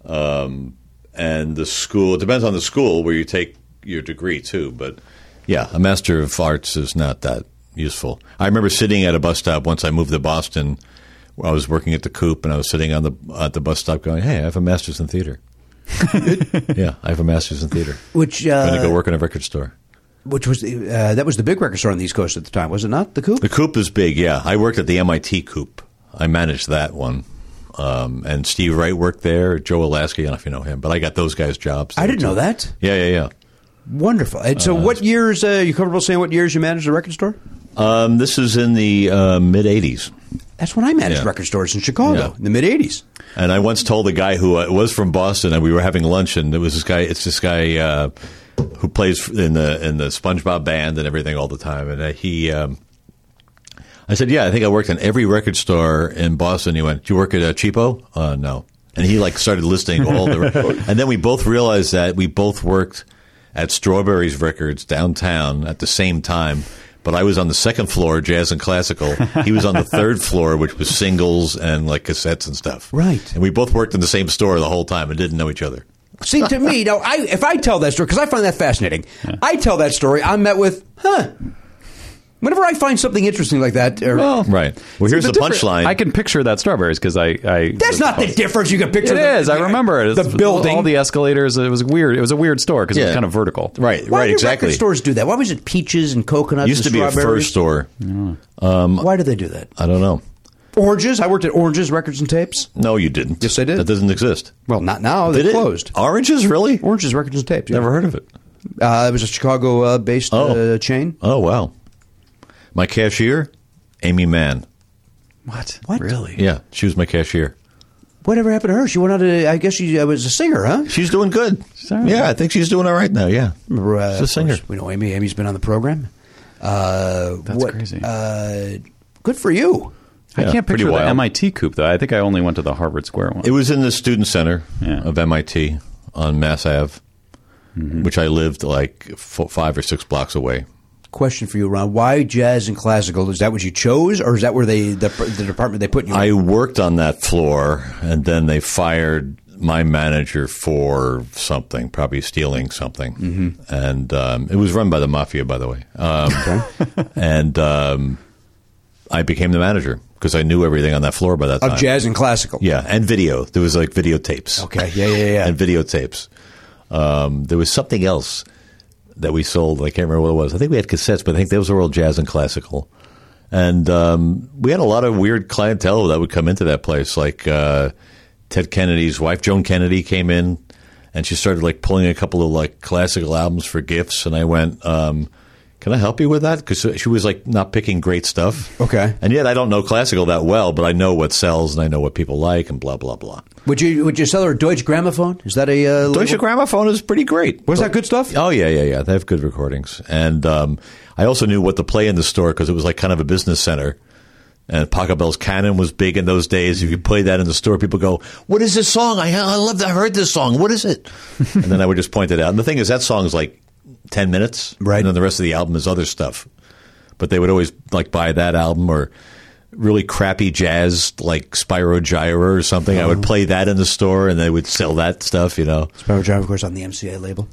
Speaker 8: Um, and the school, it depends on the school where you take your degree too. But yeah, a Master of Arts is not that useful. I remember sitting at a bus stop once I moved to Boston. where I was working at the Coop and I was sitting on the at the bus stop going, "Hey, I have a master's in theater." yeah, I have a master's in theater.
Speaker 3: Which
Speaker 8: I'm going to
Speaker 3: uh,
Speaker 8: go work in a record store.
Speaker 3: which was the, uh, that was the big record store on the East Coast at the time, was it not? The Coop.
Speaker 8: The coop is big, yeah. I worked at the MIT coop. I managed that one. Um, and Steve Wright worked there, Joe Alasky, I don't know if you know him, but I got those guys' jobs.
Speaker 3: I
Speaker 8: there,
Speaker 3: didn't know
Speaker 8: too.
Speaker 3: that.
Speaker 8: Yeah, yeah,
Speaker 3: Wonderful. And so, what years? Uh, you comfortable saying what years you managed the record store?
Speaker 8: yeah. Um, this is in the uh, mid 80s.
Speaker 3: That's when I managed
Speaker 8: Yeah.
Speaker 3: record stores in Chicago in the mid '80s.
Speaker 8: And I once told the guy who uh, was from Boston, and we were having lunch, and it was this guy. It's this guy uh, who plays in the in the SpongeBob band and everything all the time. And uh, he, um, I said, "Yeah, I think I worked in every record store in Boston." He went, "Do you work at uh, Cheapo?" Uh, no. And he like started listing all the, and then we both realized that we both worked at Strawberries Records downtown at the same time. But I was on the second floor, jazz and classical. He was on the third floor, which was singles and like cassettes and stuff.
Speaker 3: Right.
Speaker 8: And we both worked in the same store the whole time and didn't know each other.
Speaker 3: See, to me, now, I, if I tell that story, because I find that fascinating, I tell that story, I'm met with, huh. Whenever I find something interesting like that, or,
Speaker 2: Well,
Speaker 8: Right. Well, here's the,
Speaker 2: difference-
Speaker 8: punchline.
Speaker 2: I can picture that strawberries because I, I.
Speaker 3: that's not the difference you can
Speaker 2: It
Speaker 3: picture. the-
Speaker 2: is. I remember it.
Speaker 3: The
Speaker 2: It's-
Speaker 3: building.
Speaker 2: all the escalators. It was weird. It was a weird store because it
Speaker 8: Yeah.
Speaker 2: was kind of vertical.
Speaker 8: right.
Speaker 3: Why
Speaker 8: right.
Speaker 3: do
Speaker 8: Exactly.
Speaker 3: record stores do that? Why was it peaches and coconuts?
Speaker 8: used to
Speaker 3: and
Speaker 8: be a fur
Speaker 3: strawberries?
Speaker 8: store.
Speaker 3: Why do they do that?
Speaker 8: I don't know.
Speaker 3: Oranges. I worked at Oranges Records and Tapes.
Speaker 8: No, you didn't.
Speaker 3: Yes, I did.
Speaker 8: That doesn't exist.
Speaker 3: Well, not now. They
Speaker 8: Did it?
Speaker 3: closed.
Speaker 8: Oranges, really?
Speaker 3: Oranges Records and Tapes. yeah.
Speaker 8: Never heard of it.
Speaker 3: Uh, it was a Chicago-based
Speaker 8: Oh.
Speaker 3: uh, chain.
Speaker 8: Oh wow. My cashier, Amy Mann.
Speaker 2: What?
Speaker 3: What?
Speaker 2: Really?
Speaker 8: Yeah, she was my cashier.
Speaker 3: Whatever happened to her? She went out to, I guess she uh, was a singer, huh?
Speaker 8: She's doing good.
Speaker 2: all right.
Speaker 8: Yeah, I think she's doing all right now. Yeah,
Speaker 3: Remember, uh,
Speaker 8: she's a
Speaker 3: of
Speaker 8: singer.
Speaker 3: course, We know Amy. Amy's been on the program. Uh,
Speaker 2: That's
Speaker 3: what-
Speaker 2: crazy.
Speaker 3: Uh, good for you.
Speaker 2: I
Speaker 8: Yeah,
Speaker 2: can't
Speaker 8: pretty
Speaker 2: picture the
Speaker 8: wild.
Speaker 2: MIT coop though. I think I only went to the Harvard Square one.
Speaker 8: It was in the student center
Speaker 2: Yeah.
Speaker 8: of MIT on Mass Ave, which I lived like f- five or six blocks away.
Speaker 3: Question for you, Ron. Why jazz and classical? Is that what you chose, or is that where they the, the department they put you? in?
Speaker 8: I worked on that floor, and then they fired my manager for something, probably stealing something. Mm-hmm. And um, it was run by the mafia, by the way. Um, And um, I became the manager because I knew everything on that floor by that time.
Speaker 3: of jazz and classical.
Speaker 8: Yeah, and video. There was like videotapes.
Speaker 3: Okay. Yeah. Yeah. Yeah.
Speaker 8: and videotapes. Um, there was something else that we sold. I can't remember what it was. I think we had cassettes, but I think those were all jazz and classical. And um, we had a lot of weird clientele that would come into that place. Like uh, Ted Kennedy's wife, Joan Kennedy, came in and she started like pulling a couple of like classical albums for gifts. And I went, um, "Can I help you with that?" Because she was like not picking great stuff.
Speaker 3: Okay.
Speaker 8: And yet I don't know classical that well, but I know what sells and I know what people like and blah blah blah.
Speaker 3: Would you Would you sell her a Deutsche Grammophon? Is that a uh,
Speaker 8: Deutsche
Speaker 3: label?
Speaker 8: Grammophon is pretty great.
Speaker 3: Was that good stuff?
Speaker 8: Oh yeah, yeah, yeah. They have good recordings, and um, I also knew what to play in the store because it was like kind of a business center. And Pachelbel's Cannon was big in those days. If you played that in the store, people go, "What is this song? I I love. I heard this song. What is it?" and then I would just point it out. And the thing is, that song is like ten minutes, right? And then the rest of the album is other stuff. But they would always like buy that album or really crappy jazz like Spyro Gyra or something. I would
Speaker 3: Uh-huh.
Speaker 8: play that in the store, and they would sell that stuff. You know,
Speaker 3: Spyro Gyra, of course, on the MCA label.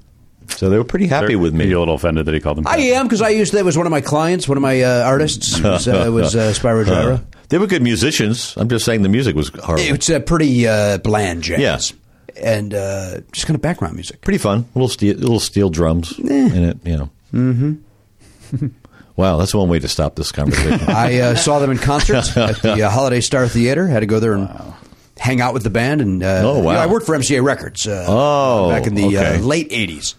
Speaker 8: So they were pretty happy with me.
Speaker 2: You're a little offended that he called them.
Speaker 3: I am because I used that was one of my clients, one of my uh, artists was, uh, was uh, Spyro Gyra.
Speaker 8: they were good musicians. I'm just saying the music was horrible.
Speaker 3: It's a pretty uh, bland jazz.
Speaker 8: Yeah.
Speaker 3: And uh, just kind of background music.
Speaker 8: Pretty fun. Little steel, little steel drums in it. You know.
Speaker 3: Eh. Mm-hmm.
Speaker 8: Wow, that's one way to stop this conversation.
Speaker 3: I uh, saw them in concert at the uh, Holiday Star Theater. Had to go there and hang out with the band. And uh,
Speaker 8: Oh, wow.
Speaker 3: you know, I worked for MCA Records. Uh,
Speaker 8: Oh,
Speaker 3: back in the
Speaker 8: okay.
Speaker 3: uh, late '80s.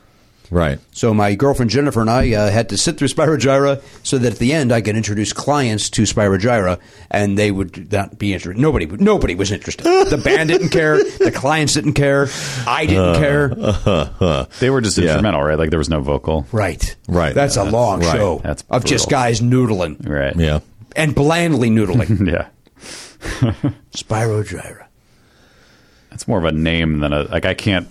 Speaker 8: right.
Speaker 3: So my girlfriend Jennifer and I uh, had to sit through Spirogyra so that at the end I could introduce clients to Spirogyra, and they would not be interested. Nobody, would- nobody was interested. The band didn't care. The clients didn't care. I
Speaker 8: Uh,
Speaker 3: didn't care.
Speaker 2: They were just instrumental, right? Like there was no vocal.
Speaker 3: Right.
Speaker 8: Right.
Speaker 3: That's a long
Speaker 2: Right.
Speaker 3: show
Speaker 2: That's
Speaker 3: of just
Speaker 2: brutal.
Speaker 3: guys noodling
Speaker 2: Right.
Speaker 8: Yeah.
Speaker 3: and blandly noodling.
Speaker 2: yeah.
Speaker 3: Spirogyra.
Speaker 2: That's more of a name than a like. I can't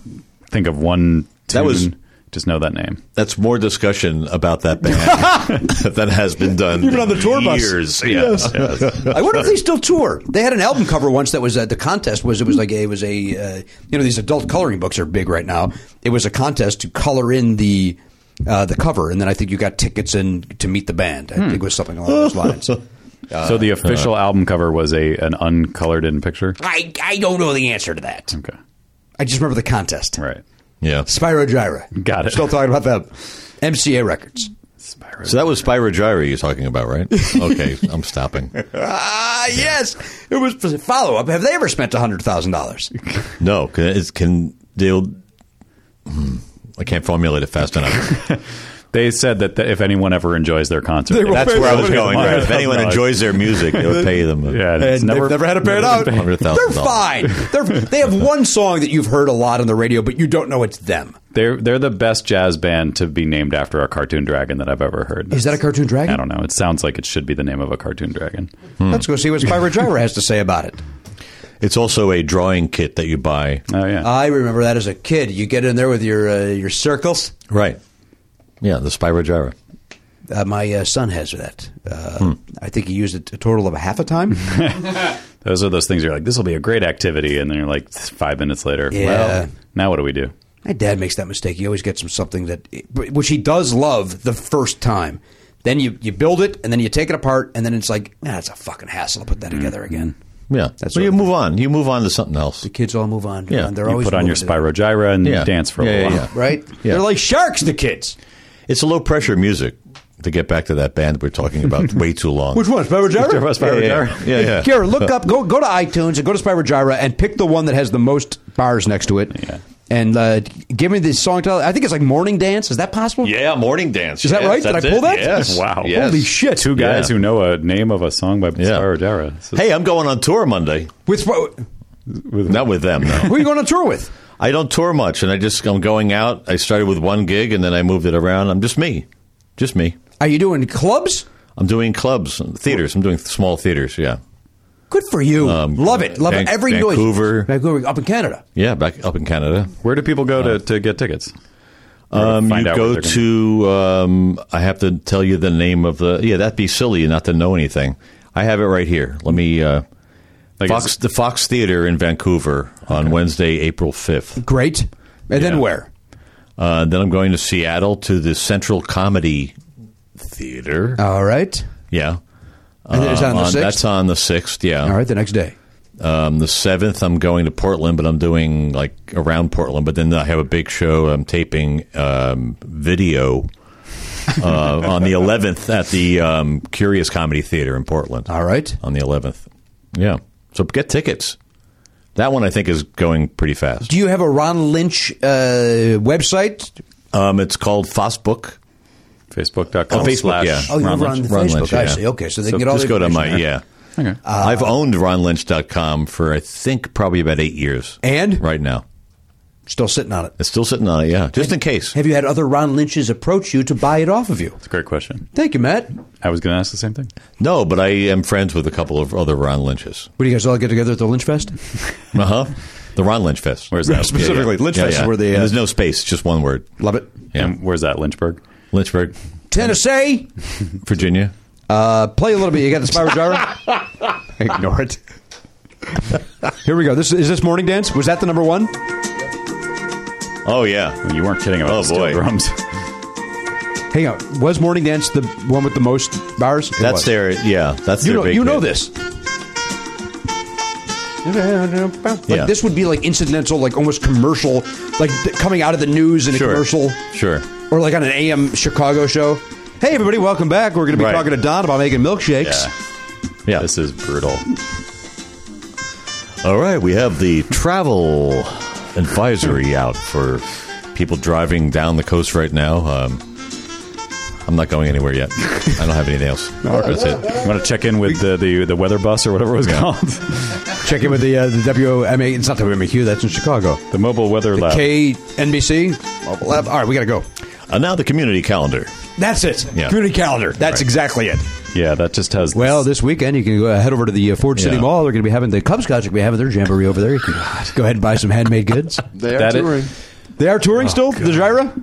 Speaker 2: think of one. Tune,
Speaker 8: That was-
Speaker 2: just know that name.
Speaker 8: That's more discussion about that band than has been done.
Speaker 3: Even on the tour bus.
Speaker 8: years. Yes, yes.
Speaker 3: I wonder if they still tour. They had an album cover once that was uh, the contest was it was like a, it was a uh, you know these adult coloring books are big right now. It was a contest to color in the uh, the cover, and then I think you got tickets and to meet the band. I think it was something along those lines.
Speaker 2: so the official album cover was a an uncolored in picture.
Speaker 3: I I don't know the answer to that.
Speaker 2: Okay.
Speaker 3: I just remember the contest.
Speaker 2: Right.
Speaker 8: yeah.
Speaker 3: Spyro Gyra.
Speaker 2: Got it.
Speaker 3: Still talking about them. MCA Records.
Speaker 8: So that was Spyro Gyra you're talking about, right? Okay, I'm stopping.
Speaker 3: Ah, yes. It was follow up. Have they ever spent hundred thousand dollars?
Speaker 8: No, can, it's, can they'll. hmm, I can't formulate it fast enough.
Speaker 2: They said that th- if anyone ever enjoys their concert,
Speaker 3: They will
Speaker 8: That's
Speaker 3: pay
Speaker 8: where I was
Speaker 3: them.
Speaker 8: going. Right? If anyone enjoys their music, they would pay them.
Speaker 2: yeah, it's
Speaker 3: And
Speaker 2: never
Speaker 3: they've never had it paid out.
Speaker 2: been paid.
Speaker 8: $100,000.
Speaker 3: They're fine. They're, they have one song that you've heard a lot on the radio, but you don't know it's them.
Speaker 2: They're they're the best jazz band to be named after a cartoon dragon that I've ever heard.
Speaker 3: Is that a cartoon dragon?
Speaker 2: I don't know. It sounds like it should be the name of a cartoon dragon.
Speaker 3: Let's go see what Spyro Gyra has to say about it.
Speaker 8: It's also a drawing kit that you buy.
Speaker 2: Oh yeah,
Speaker 3: I remember that as a kid. You get in there with your uh, your circles.
Speaker 8: Right. Yeah, the Spyro Gyra.
Speaker 3: Uh, my uh, son has that. Uh, I think he used it a total of a half a time.
Speaker 2: those are those things. You're like, this will be a great activity, and then you're like, five minutes later,
Speaker 3: Yeah.
Speaker 2: well, now what do we do?
Speaker 3: My dad makes that mistake. He always gets him something that, which he does love the first time. Then you, you build it, and then you take it apart, and then it's like, ah, it's a fucking hassle to put that together again.
Speaker 8: Mm. Yeah.
Speaker 3: That's
Speaker 8: well, you
Speaker 3: what-
Speaker 8: move on. You move on to something else.
Speaker 3: The kids all move on.
Speaker 8: Yeah,
Speaker 3: they're
Speaker 2: You
Speaker 3: always
Speaker 2: put on your
Speaker 3: moving to-
Speaker 2: Spyro Gyra and
Speaker 8: Yeah.
Speaker 2: dance for a
Speaker 8: Yeah,
Speaker 2: little
Speaker 8: yeah,
Speaker 2: while.
Speaker 8: yeah.
Speaker 3: right?
Speaker 8: Yeah.
Speaker 3: They're like sharks, the kids.
Speaker 8: It's a low pressure music. To get back to that band we're talking about, way too long.
Speaker 3: Which one, Spyro Gyra?
Speaker 8: Which one, Spyro Yeah, Gyra? yeah. Yeah, yeah.
Speaker 3: Here, look up, go go to iTunes and go to Spyro Gyra and pick the one that has the most bars next to it.
Speaker 2: Yeah.
Speaker 3: And uh, give me the song title. I think it's like Morning Dance. Is that possible?
Speaker 8: Yeah, morning dance.
Speaker 3: Is that
Speaker 8: Yes,
Speaker 3: right? Did I
Speaker 8: that's
Speaker 3: pull that?
Speaker 8: it. Yes.
Speaker 2: Wow.
Speaker 8: Yes.
Speaker 3: Holy shit.
Speaker 2: Two guys
Speaker 8: Yeah.
Speaker 2: who know a name of a song by Spyro Gyra. This is-
Speaker 8: Hey, I'm going on tour Monday.
Speaker 3: With Spyro-
Speaker 8: Not with them. No.
Speaker 3: who are you going on tour with?
Speaker 8: I don't tour much, and I just I'm going out. I started with one gig, and then I moved it around. I'm just me, just me.
Speaker 3: Are you doing clubs?
Speaker 8: I'm doing clubs, and theaters. I'm doing small theaters. Yeah,
Speaker 3: Good for you.
Speaker 8: Um,
Speaker 3: love it. Love it.
Speaker 8: Van-
Speaker 3: Every
Speaker 8: Vancouver.
Speaker 3: noise. Vancouver, up in Canada.
Speaker 8: yeah. Back up in Canada.
Speaker 2: Where do people go to, to get tickets? Or to
Speaker 8: Um, you
Speaker 2: find out where
Speaker 8: go
Speaker 2: they're gonna-
Speaker 8: to. Um, I have to tell you the name of the. Yeah, that'd be silly not to know anything. I have it right here. Let me. Uh,
Speaker 2: Like,
Speaker 8: Fox,
Speaker 2: is-
Speaker 8: the Fox Theater in Vancouver on Wednesday, April fifth.
Speaker 3: Great. And then
Speaker 8: Yeah.
Speaker 3: where?
Speaker 8: Uh, then I'm going to Seattle to the Central Comedy Theater.
Speaker 2: Uh,
Speaker 3: All right.
Speaker 8: yeah.
Speaker 3: And then it's
Speaker 8: Um,
Speaker 3: on the 6th?
Speaker 8: That's on the sixth. Yeah.
Speaker 3: All right, the next day.
Speaker 8: Um, the seventh, I'm going to Portland, but I'm doing like around Portland. But then I have a big show. I'm taping um, video uh, on the eleventh at the um, Curious Comedy Theater in Portland.
Speaker 3: All right.
Speaker 8: On the eleventh. Yeah. So get tickets. That one I think is going pretty fast.
Speaker 3: Do you have a Ron Lynch uh, website?
Speaker 8: Um, it's called Fossbook.
Speaker 2: Facebook.com
Speaker 8: Oh, Facebook,
Speaker 2: slash
Speaker 8: yeah.
Speaker 3: Oh, you're
Speaker 2: Ron Lynch.
Speaker 3: on the
Speaker 8: Ron
Speaker 3: Facebook.
Speaker 8: Lynch,
Speaker 3: I
Speaker 8: yeah.
Speaker 3: see. Okay, so they
Speaker 8: So
Speaker 3: can get all
Speaker 8: just
Speaker 3: the
Speaker 8: go to
Speaker 3: information
Speaker 8: my
Speaker 3: there. Uh,
Speaker 8: yeah. I've owned ronlynch.com for I think probably about eight years.
Speaker 3: And?
Speaker 8: right now,
Speaker 3: Still sitting on it.
Speaker 8: It's still sitting on it, yeah. Just in case.
Speaker 3: Have you had other Ron Lynch's approach you to buy it off of you? That's
Speaker 2: a great question.
Speaker 3: Thank you, Matt.
Speaker 2: I was going to ask the same thing.
Speaker 8: No, but I am friends with a couple of other Ron Lynches.
Speaker 3: What do you guys all get together at the Lynch Fest?
Speaker 8: Uh huh. The Ron Lynch Fest. Where's
Speaker 3: that? Specifically, Lynch Fest is where they, uh,
Speaker 8: there's no space, just one word.
Speaker 3: Love it.
Speaker 8: Yeah.
Speaker 2: where's that? Lynchburg.
Speaker 8: Lynchburg,
Speaker 3: Tennessee.
Speaker 8: Virginia.
Speaker 3: Uh, play a little bit. You got the Spiral Gyra? Ignore it. Here we go. This is this morning dance. Was that the number one?
Speaker 8: Oh yeah,
Speaker 2: you weren't kidding about
Speaker 8: oh,
Speaker 2: the steel
Speaker 8: boy.
Speaker 2: drums.
Speaker 3: Hang on. Was morning dance the one with the most bars? It
Speaker 8: That's
Speaker 3: was.
Speaker 8: their yeah. That's
Speaker 3: You
Speaker 8: their
Speaker 3: know.
Speaker 8: big
Speaker 3: You know
Speaker 8: hit.
Speaker 3: this. Like,
Speaker 8: Yeah.
Speaker 3: This would be like incidental, like almost commercial, like th- coming out of the news in a
Speaker 8: Sure.
Speaker 3: commercial,
Speaker 8: Sure.
Speaker 3: or like on an AM Chicago show. Hey everybody, welcome back. We're going to be
Speaker 8: Right.
Speaker 3: talking to Don about making milkshakes.
Speaker 8: Yeah. Yeah.
Speaker 2: This is brutal.
Speaker 8: All right, we have the travel advisory out for people driving down the coast right now. Um, I'm not going anywhere yet. I don't have anything else. That's it.
Speaker 2: You want to check in with the, the the weather bus or whatever it was
Speaker 8: Yeah.
Speaker 2: called?
Speaker 3: Check in with the uh, the WMA. It's not WMAQ. That's in Chicago.
Speaker 2: the mobile weather lab.
Speaker 3: KNBC. Mobile app. All right, we got to go.
Speaker 8: Uh, now the community calendar.
Speaker 3: That's it.
Speaker 8: Yeah.
Speaker 3: Community calendar. That's exactly it.
Speaker 2: yeah, that just has.
Speaker 3: Well, this weekend you can go head over to the uh, Ford City
Speaker 8: Yeah.
Speaker 3: Mall. They're going to be having the Cub Scouts are going to be having their jamboree over there. You can go ahead and buy some handmade goods.
Speaker 4: They are
Speaker 2: That it-
Speaker 4: touring.
Speaker 3: They are touring still, the Gyra.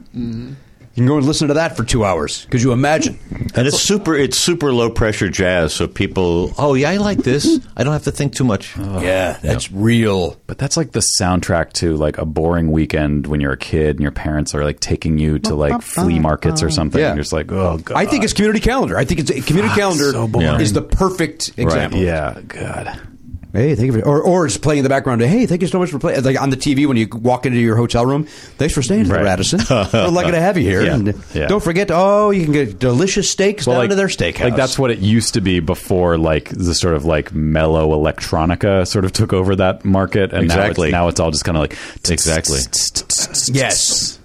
Speaker 3: You can go and listen to that for two hours. Could you imagine?
Speaker 8: And it's super. It's super low pressure jazz. So people. Oh yeah, I like this. I don't have to think too much.
Speaker 3: Oh, yeah, that's real.
Speaker 2: But that's like the soundtrack to like a boring weekend when you're a kid and your parents are like taking you to like flea markets or something.
Speaker 3: Yeah.
Speaker 2: And you're just like, oh god.
Speaker 3: I think it's community calendar. I think it's community calendar
Speaker 2: so boring.
Speaker 3: is the perfect example.
Speaker 2: Yeah, God.
Speaker 3: Hey, thank you for, or or it's playing in the background. Hey, thank you so much for playing. Like on the TV when you walk into your hotel room. Thanks for staying at the
Speaker 2: Right.
Speaker 3: Radisson. We're lucky to have you here.
Speaker 2: Yeah.
Speaker 3: And
Speaker 2: Yeah.
Speaker 3: Don't forget. Oh, you can get delicious steaks
Speaker 2: Well,
Speaker 3: down to their steakhouse.
Speaker 2: Like that's what it used to be before, like the sort of like mellow electronica sort of took over that market, and
Speaker 8: Exactly.
Speaker 2: now it's, now it's all just kind of like
Speaker 8: Exactly.
Speaker 3: Yes.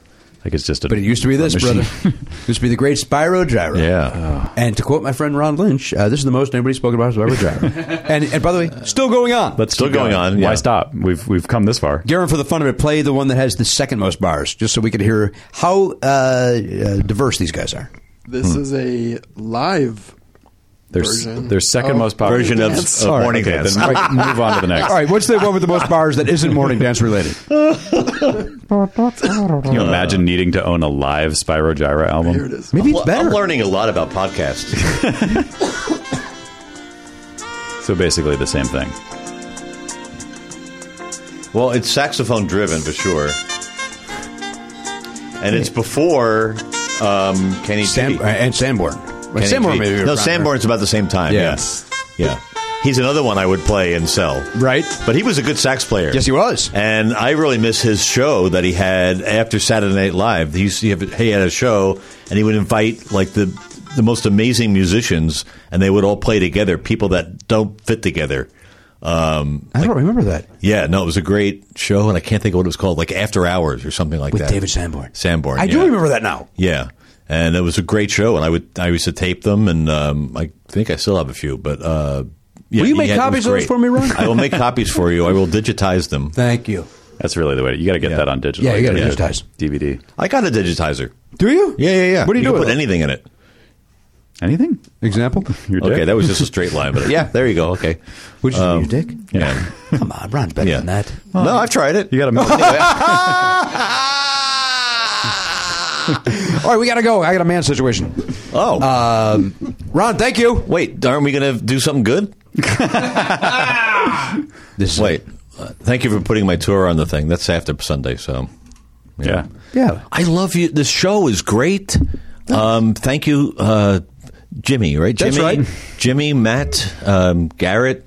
Speaker 2: like it's just. A,
Speaker 3: But it used to be this,
Speaker 2: a
Speaker 3: brother.
Speaker 2: machine.
Speaker 3: it used to be the great Spyro Gyro. Uh,
Speaker 8: Yeah.
Speaker 3: And to quote my friend Ron Lynch, uh, this is the most anybody's spoken about Spyro Gyro. and, and by the way, still going on.
Speaker 2: Let's
Speaker 8: Still
Speaker 2: keep
Speaker 8: going on,
Speaker 2: Why
Speaker 8: yeah.
Speaker 2: stop? We've we've come this far.
Speaker 3: Garen, for the fun of it, play the one that has the second most bars, just so we could hear how uh, uh, diverse these guys are.
Speaker 4: This is a live
Speaker 2: There's
Speaker 4: version.
Speaker 2: their second
Speaker 4: of
Speaker 2: most popular
Speaker 8: Version of,
Speaker 4: Dance.
Speaker 8: of
Speaker 3: All right,
Speaker 8: morning
Speaker 2: Okay,
Speaker 8: dance.
Speaker 2: then right, move on to the next.
Speaker 3: All right, what's the one with the most bars that isn't morning dance related?
Speaker 2: Can you imagine needing to own a live Spyro Gyra album?
Speaker 4: Here it is.
Speaker 3: Maybe it's
Speaker 8: Well,
Speaker 3: better.
Speaker 8: I'm learning a lot about podcasts.
Speaker 2: So basically the same thing.
Speaker 8: well, it's saxophone driven for sure. And it's before um, Kenny
Speaker 3: Sam,
Speaker 8: G.
Speaker 3: uh, and Sanborn. Well,
Speaker 8: Kenny
Speaker 3: Sanborn
Speaker 8: G.
Speaker 3: maybe.
Speaker 8: No, Sanborn's about the same time.
Speaker 3: Yeah.
Speaker 8: Yes. Yeah. He's another one I would play and sell.
Speaker 3: Right.
Speaker 8: But he was a good sax player.
Speaker 3: Yes, he was.
Speaker 8: And I really miss his show that he had after Saturday Night Live. He, used to have, he had a show, and he would invite like the the most amazing musicians, and they would all play together. People that don't fit together. Um,
Speaker 3: I don't remember that.
Speaker 8: yeah, no, it was a great show, and I can't think of what it was called, like After Hours or something like
Speaker 3: With
Speaker 8: that.
Speaker 3: David Sanborn.
Speaker 8: Sanborn.
Speaker 3: I do
Speaker 8: yeah.
Speaker 3: remember that now.
Speaker 8: Yeah, and it was a great show, and I would I used to tape them, and um, I think I still have a few, but. Uh, yeah,
Speaker 3: Will you
Speaker 8: he
Speaker 3: make
Speaker 8: had- it
Speaker 3: copies
Speaker 8: was
Speaker 3: of those
Speaker 8: great.
Speaker 3: for me, Ron?
Speaker 8: I will make copies for you. I will digitize them.
Speaker 3: Thank you.
Speaker 2: That's really the way. You got to get that on digital.
Speaker 3: Yeah, you gotta
Speaker 2: Like,
Speaker 3: digitize.
Speaker 2: DVD.
Speaker 8: I got a digitizer.
Speaker 3: Do you?
Speaker 8: Yeah, yeah, yeah.
Speaker 3: What do you,
Speaker 8: you
Speaker 3: do
Speaker 8: can
Speaker 3: with
Speaker 8: Put
Speaker 3: it?
Speaker 8: anything in it.
Speaker 2: Anything?
Speaker 3: Example?
Speaker 2: Your dick?
Speaker 8: Okay, that was just a straight line, but yeah, there you go. Okay.
Speaker 3: Would you do your dick?
Speaker 8: Yeah.
Speaker 3: Come on, Ron's better
Speaker 8: Yeah.
Speaker 3: than that.
Speaker 8: no, I've tried it. Ah!
Speaker 2: You got to.
Speaker 3: All right, we got to go. I got a man situation.
Speaker 8: Oh,
Speaker 3: Um, Ron, thank you.
Speaker 8: wait. Aren't we going to do something good?
Speaker 3: This is-
Speaker 8: Wait. Uh, thank you for putting my tour on the thing. That's after Sunday, so.
Speaker 2: Yeah.
Speaker 3: Yeah.
Speaker 8: I love you. This show is great. Um, thank you, uh, Jimmy. Right, Jimmy,
Speaker 3: That's right.
Speaker 8: Jimmy, Matt, um, Garrett,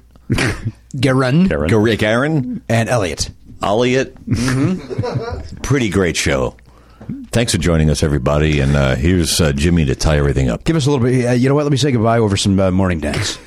Speaker 3: Garen
Speaker 2: Garen.
Speaker 8: Gar- Garen,
Speaker 3: and Elliot.
Speaker 8: Elliot.
Speaker 3: Mm-hmm.
Speaker 8: Pretty great show. Thanks for joining us, everybody. And uh, here's uh, Jimmy to tie everything up.
Speaker 3: Give us a little bit. Uh, you know what? Let me say goodbye over some uh, morning dance.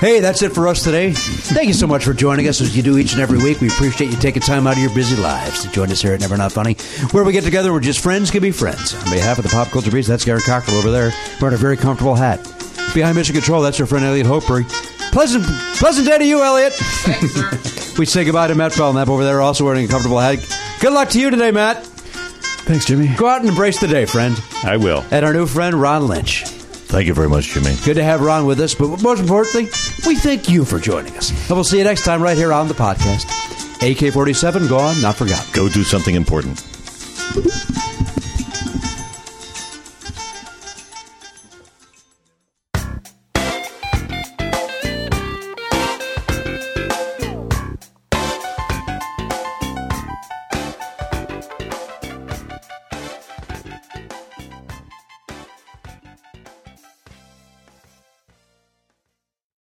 Speaker 3: Hey, that's it for us today. Thank you so much for joining us as you do each and every week. We appreciate you taking time out of your busy lives to join us here at Never Not Funny, where we get together. We're just friends can be friends. On behalf of the Pop Culture Beast, that's Gary Cockrell over there wearing a very comfortable hat. Behind Mission Control, that's our friend Elliot Hopeberg. Pleasant, pleasant day to you, Elliot. Thanks, sir. we say goodbye to Matt Belknap over there, also wearing a comfortable hat. Good luck to you today, Matt.
Speaker 2: Thanks, Jimmy.
Speaker 3: Go out and embrace the day, friend.
Speaker 2: I will.
Speaker 3: And our new friend, Ron Lynch.
Speaker 8: Thank you very much, Jimmy.
Speaker 3: Good to have Ron with us, but most importantly, we thank you for joining us. And we'll see you next time right here on the podcast. AK 47, gone, not forgotten.
Speaker 8: Go do something important.